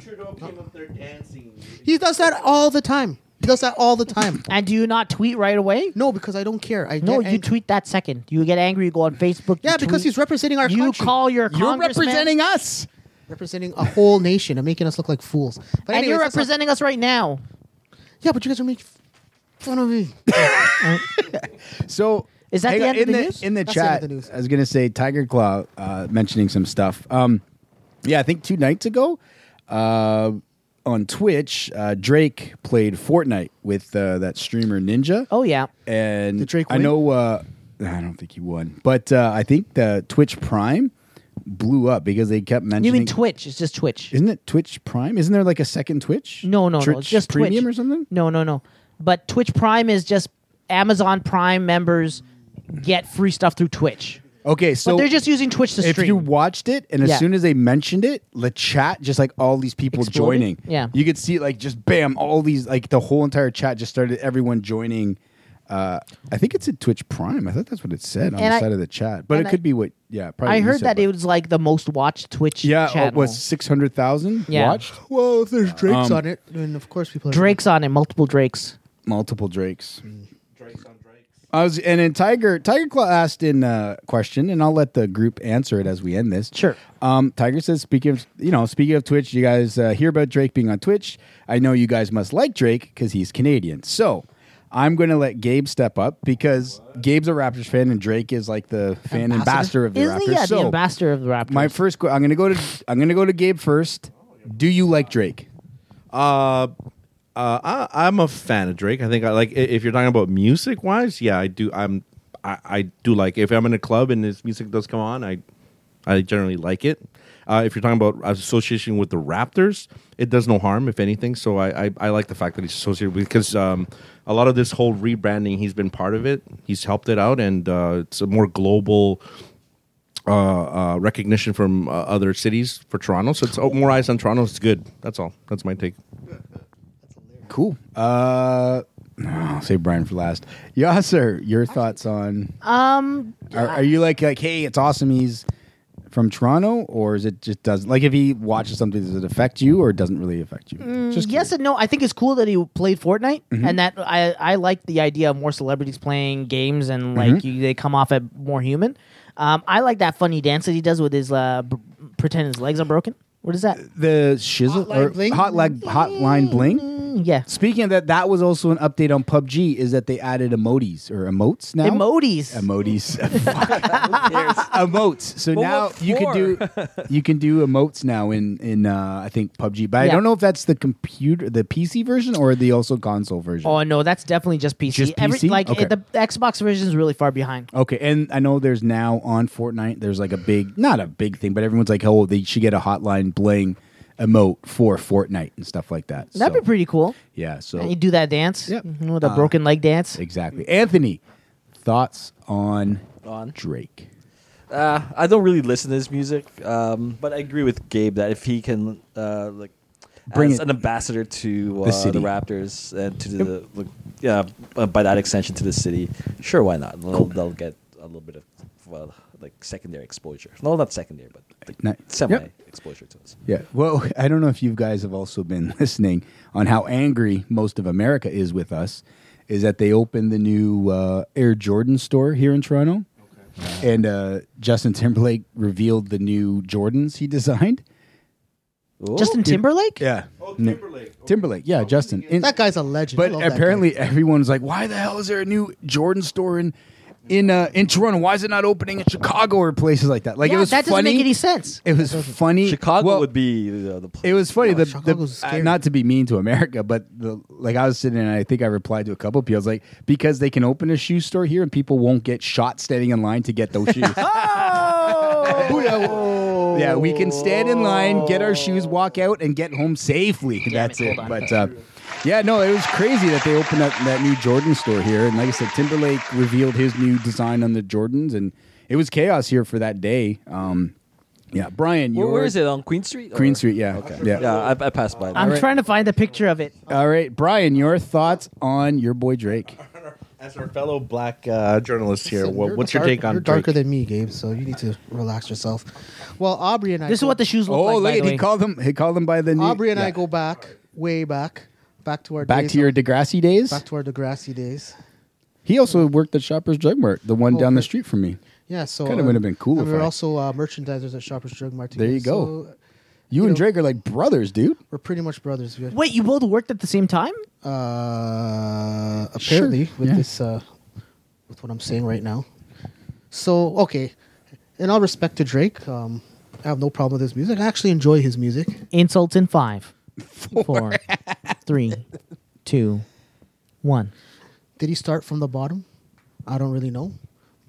He does that all the time. He does that all the time.
And do you not tweet right away?
No, because I don't care. I
No,
get
you
angry.
tweet that second. You get angry. You go on Facebook.
Yeah, because he's representing our
You
country.
call your You're congressman- representing
us.
Representing a whole nation and making us look like fools. But
and you're
anyways, that's not-
representing us right now.
Yeah, but you guys are making fun of me.
So
Is that
hang
the
on,
end of
in
the
the
news?
in the
That's the end
chat?
of the news.
I was gonna say Tiger Claw uh, mentioning some stuff. Um, yeah, I think two nights ago uh, on Twitch, uh, Drake played Fortnite with uh, that streamer Ninja.
Oh yeah,
and
Did Drake
I
win?
know. Uh, I don't think he won, but uh, I think the Twitch Prime blew up because they kept mentioning.
You mean Twitch? It's just Twitch.
Isn't it Twitch Prime? Isn't there like a second Twitch?
No, no, no.
Twitch
It's just
Premium
Twitch.
or something.
No, no, no. But Twitch Prime is just Amazon Prime members get free stuff through Twitch.
Okay, so
they're just using Twitch to
if
stream.
you watched it, and as
Yeah.
soon as they mentioned it, the chat just like all these people
Exploded?
joining.
Yeah.
you could see like just bam, all these like the whole entire chat just started everyone joining. Uh, I think it's a Twitch Prime. I thought that's what it said on
And
the
I-
side of the chat, but
and
it could
I-
be what. Yeah,
I
probably. what you
heard
said,
that
but-
it was like the most watched Twitch.
Yeah, oh,
channel.
it was six hundred thousand
Yeah.
watched.
well, if there's Drake's
Um,
on it, then of course people are.
Drake's on it. Multiple Drakes.
Multiple Drakes. I was, and then Tiger Tiger Claw asked in a question, and I'll let the group answer it as we end this. Sure. Um, Tiger says, speaking of you know, speaking of Twitch, you guys uh, hear about Drake being on Twitch. I know you guys must like Drake because he's Canadian. So I'm going to let Gabe step up because Gabe's a Raptors fan, and Drake is like the fan ambassador, of the
Isn't
Raptors.
he yeah,
so
the ambassador of the Raptors?
my first, que- I'm going to go to I'm going to go to Gabe first. Do you like Drake?
Uh, uh, I, I'm a fan of Drake. I think I like i- if you're talking about music wise, yeah, I do. I'm I, I do like if I'm in a club and his music does come on, I I generally like it. Uh, if you're talking about association with the Raptors, it does no harm if anything. So I I, I like the fact that he's associated with because um, a lot of this whole rebranding, he's been part of it. He's helped it out, and uh, it's a more global uh, uh, recognition from uh, other cities for Toronto. So it's oh, more eyes on Toronto. It's good. That's all. That's my take.
Cool. Uh, I'll save Brian for last. Yeah, sir. Your thoughts on?
um,
Are, are you like like, hey, it's awesome. He's from Toronto, or is it just doesn't? Like, if he watches something, does it affect you, or it doesn't really affect you?
Mm, yes and no. I think it's cool that he played Fortnite,
Mhm.
and that I I like the idea of more celebrities playing games and like
Mhm.
you, they come off as more human. Um, I like that funny dance that he does with his uh, b- pretend his legs are broken. What is
Uh,
that?
The shizzle or
bling?
hotline hotline bling.
Yeah.
Speaking of that, that was also an update on PUBG. Is that they added emotes or emotes now?
Emotes.
Emotes. emotes. So
Well,
now
what
you can do
for?
you can do emotes now in in uh, I think PUBG, but I
Yeah.
don't know if that's the computer, the PC version, or the also console version.
Oh no, that's definitely just PC.
Just PC?
like
Okay. Oh,
it- the Xbox version is really far behind.
Okay, and I know there's now on Fortnite. There's like a big, not a big thing, but everyone's like, oh, they should get a hotline bling emote for Fortnite and stuff like that.
That'd
So,
be pretty cool.
yeah. So
And you do that dance. Yeah. the
Uh,
broken leg dance.
Exactly. Anthony, thoughts on
On.
Drake?
Uh, I don't really listen to his music, um, but I agree with Gabe that if he can uh, like
Bring
as
it-
an ambassador to
The
uh, the,
city.
Raptors and to the like, yeah, uh, by that extension to the city, sure, why not? They'll, they'll get a little bit of well, like secondary exposure. No, not secondary, but like,
Ni- Yep.
semi exposure to us.
Yeah. Well, I don't know if you guys have also been listening on how angry most of America is with us. Is that they opened the new uh, Air Jordan store here in Toronto, and uh, Justin Timberlake revealed the new Jordans he designed.
Justin Timberlake?
Yeah. Oh, Timberlake. Timberlake.
Oh,
Yeah, Justin. In-
That guy's a legend. I
But
love that
apparently everyone's like, why the hell is there a new Jordan store in in uh, in Toronto? Why is it not opening in Chicago or places like that? Like
yeah,
it was
that
funny.
doesn't make any sense.
It was funny.
Chicago
Well,
would be uh, the, the
It was funny. the, the, uh, not to be mean to America, but the like I was sitting and I think I replied to a couple people. I was like, because they can open a shoe store here and people won't get shot standing in line to get those shoes.
oh,
Yeah, we can stand in line, get our shoes, walk out, and get home safely. That's it. But uh, yeah, no, it was crazy that they opened up that new Jordan store here. And like I said, Timberlake revealed his new design on the Jordans, and it was chaos here for that day. Um, yeah, Brian,
Where- where
your-
is it on Queen Street?
Queen
or-
Street, yeah.
Okay.
Yeah.
I, I passed by.
I'm trying to find the picture of it.
All right, Brian, your thoughts on your boy
Oh,
Drake?
As our fellow black uh, journalist here, what, what's your
dark-
take on
You're
Drake?
darker than me, Gabe. So you need to relax yourself. Well, Aubrey and I.
This is
go-
what the shoes look
Oh,
like.
look
by
at
the
he
way.
called him. He called him by the new,
Aubrey and I
yeah.
go back, way back, back to our
back
days
to your
of-
Degrassi days.
back to our Degrassi days.
He also worked at Shoppers Drug Mart, the one
Oh,
down the
okay.
street from me.
Yeah, so
kind of
uh,
would have been cool.
and
if
we were
I-
also uh, merchandisers at Shoppers Drug Mart.
There you
together,
go.
so
You, and Drake are like brothers, dude.
we're pretty much brothers. We-
Wait, you both worked at the same time?
Uh, apparently,
Sure,
with
yeah.
this, uh, with what I'm saying right now. So okay, in all respect to Drake, um, I have no problem with his music. I actually enjoy his music.
Insults in five, four, three, two, one.
Did he start from the bottom? I don't really know,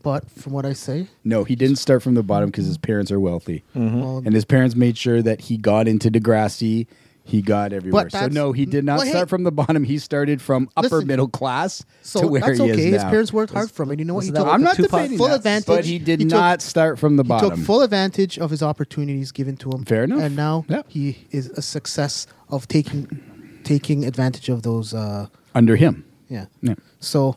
but from what I say,
No, he didn't start from the bottom because his parents are wealthy,
Well-
and his parents made sure that he got into Degrassi. He got everywhere. So
that's-
no, he did not
Well, hey.
start from the bottom. He started from upper
Listen.
middle class
so
to where
that's
he
okay.
is
His
now.
parents worked hard for him, and you know what? He
Wasn't
took
that I'm not debating
full
that,
advantage,
but he did
took-
not start from the
he
bottom.
took full advantage of his opportunities given to him.
Fair enough.
And now
Yeah.
he is a success of taking taking advantage of those. Uh,
under him.
yeah.
Yeah.
So,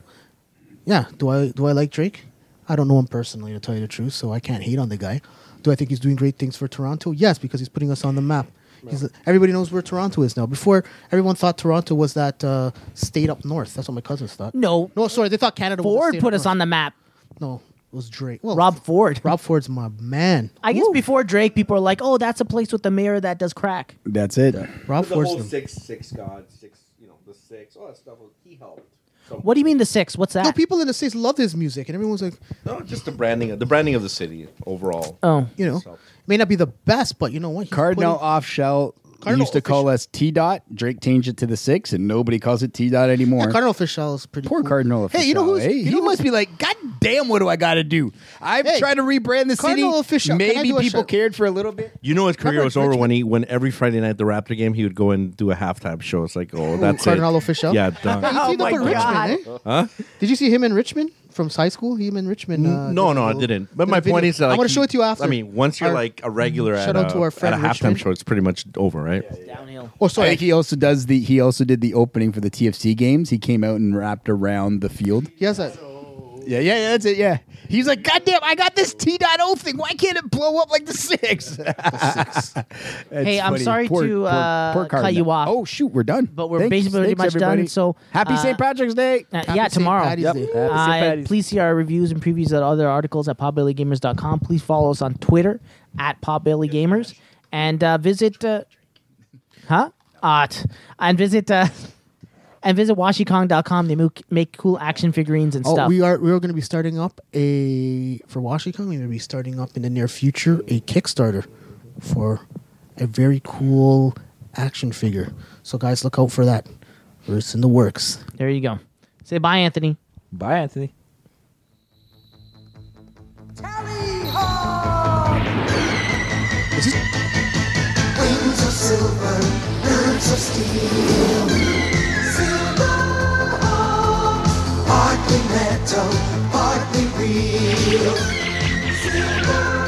yeah. Do I do I like Drake? I don't know him personally, to tell you the truth. So I can't hate on the guy. Do I think he's doing great things for Toronto? Yes, because he's putting us on the map. He's, everybody knows where Toronto is now. Before, everyone thought Toronto was that uh, state up north. That's what my cousins thought.
No,
no, sorry, they thought Canada. was the
Ford
state
put
up
us on the map.
No, it was Drake. Well,
Rob Ford.
Rob Ford's my man.
I guess before Drake, people are like, "Oh, that's a place with the mayor that does crack."
That's it.
Rob
the whole
Ford's the
six, six God, six, you know, the six, all that stuff. He helped.
What do you mean the six? What's that?
No, people in the states loved his music, and everyone was like,
No, just the branding, of, the branding of the city overall.
oh,
you know, it may not be the best, but you know what? He's
Cardinal
putting-
Offshell
Cardinal
used to call us T dot. Drake changed it to the six, and nobody calls it T dot anymore.
yeah, Cardinal Fischel is pretty.
Poor
cool.
Cardinal.
Hey, you know
Official,
who's?
eh?
you
he
know
must
who's-
be like, God damn, what do I got to do? I'm
Hey,
trying to rebrand the
Cardinal
city.
Official, can I
Maybe
do a
people
shout-
cared for a little bit.
You know his career
Remember
was over
Richmond?
when he when every Friday night at the Raptor game he would go and do a halftime show. It's like, oh, that's
Cardinal
it.
Official?
Yeah, done.
You
Oh
see them
my
in Richmond, eh?
huh?
Did you see him in Richmond from high school? Him in Richmond. Uh, did
No,
a
no, I
little-
didn't. But
did a
my point
video.
is, that, like,
I want to show it to you after.
I mean, once you're
Our-
like a regular
Shout
at,
out
a,
to our
at a
friend
halftime
Richmond.
show, it's pretty much over, right?
downhill.
Oh,
I
sorry.
think he also does the. He also did the opening for the TFC games. He came out and wrapped around the field.
He has that.
Yeah, yeah, yeah, that's it. Yeah, he's like, God damn, I got this T dot O thing. Why can't it blow up like the six?
hey, I'm sorry to uh, cut you off.
Oh shoot, we're done.
But we're
Thanks-
basically pretty
thanks,
much
everybody.
done. So
happy
uh,
St. Patrick's Day.
uh, yeah, tomorrow. Uh,
Happy St.
please see our reviews and previews of other articles at popbellygamers.com. Please follow us on Twitter at popbellygamers and uh, visit. Uh, huh? Uh, t- and visit. Uh, and visit washikong.com. They make, make cool action figurines and
Oh,
stuff.
we are we are going to be starting up a for Washington. We're going to be starting up in the near future a Kickstarter for a very cool action figure. So guys, look out for that. It's in the works.
there you go. Say bye, Anthony.
Bye, Anthony.
Wings of silver, birds of steel. Silver arm, partly metal, partly real. Silver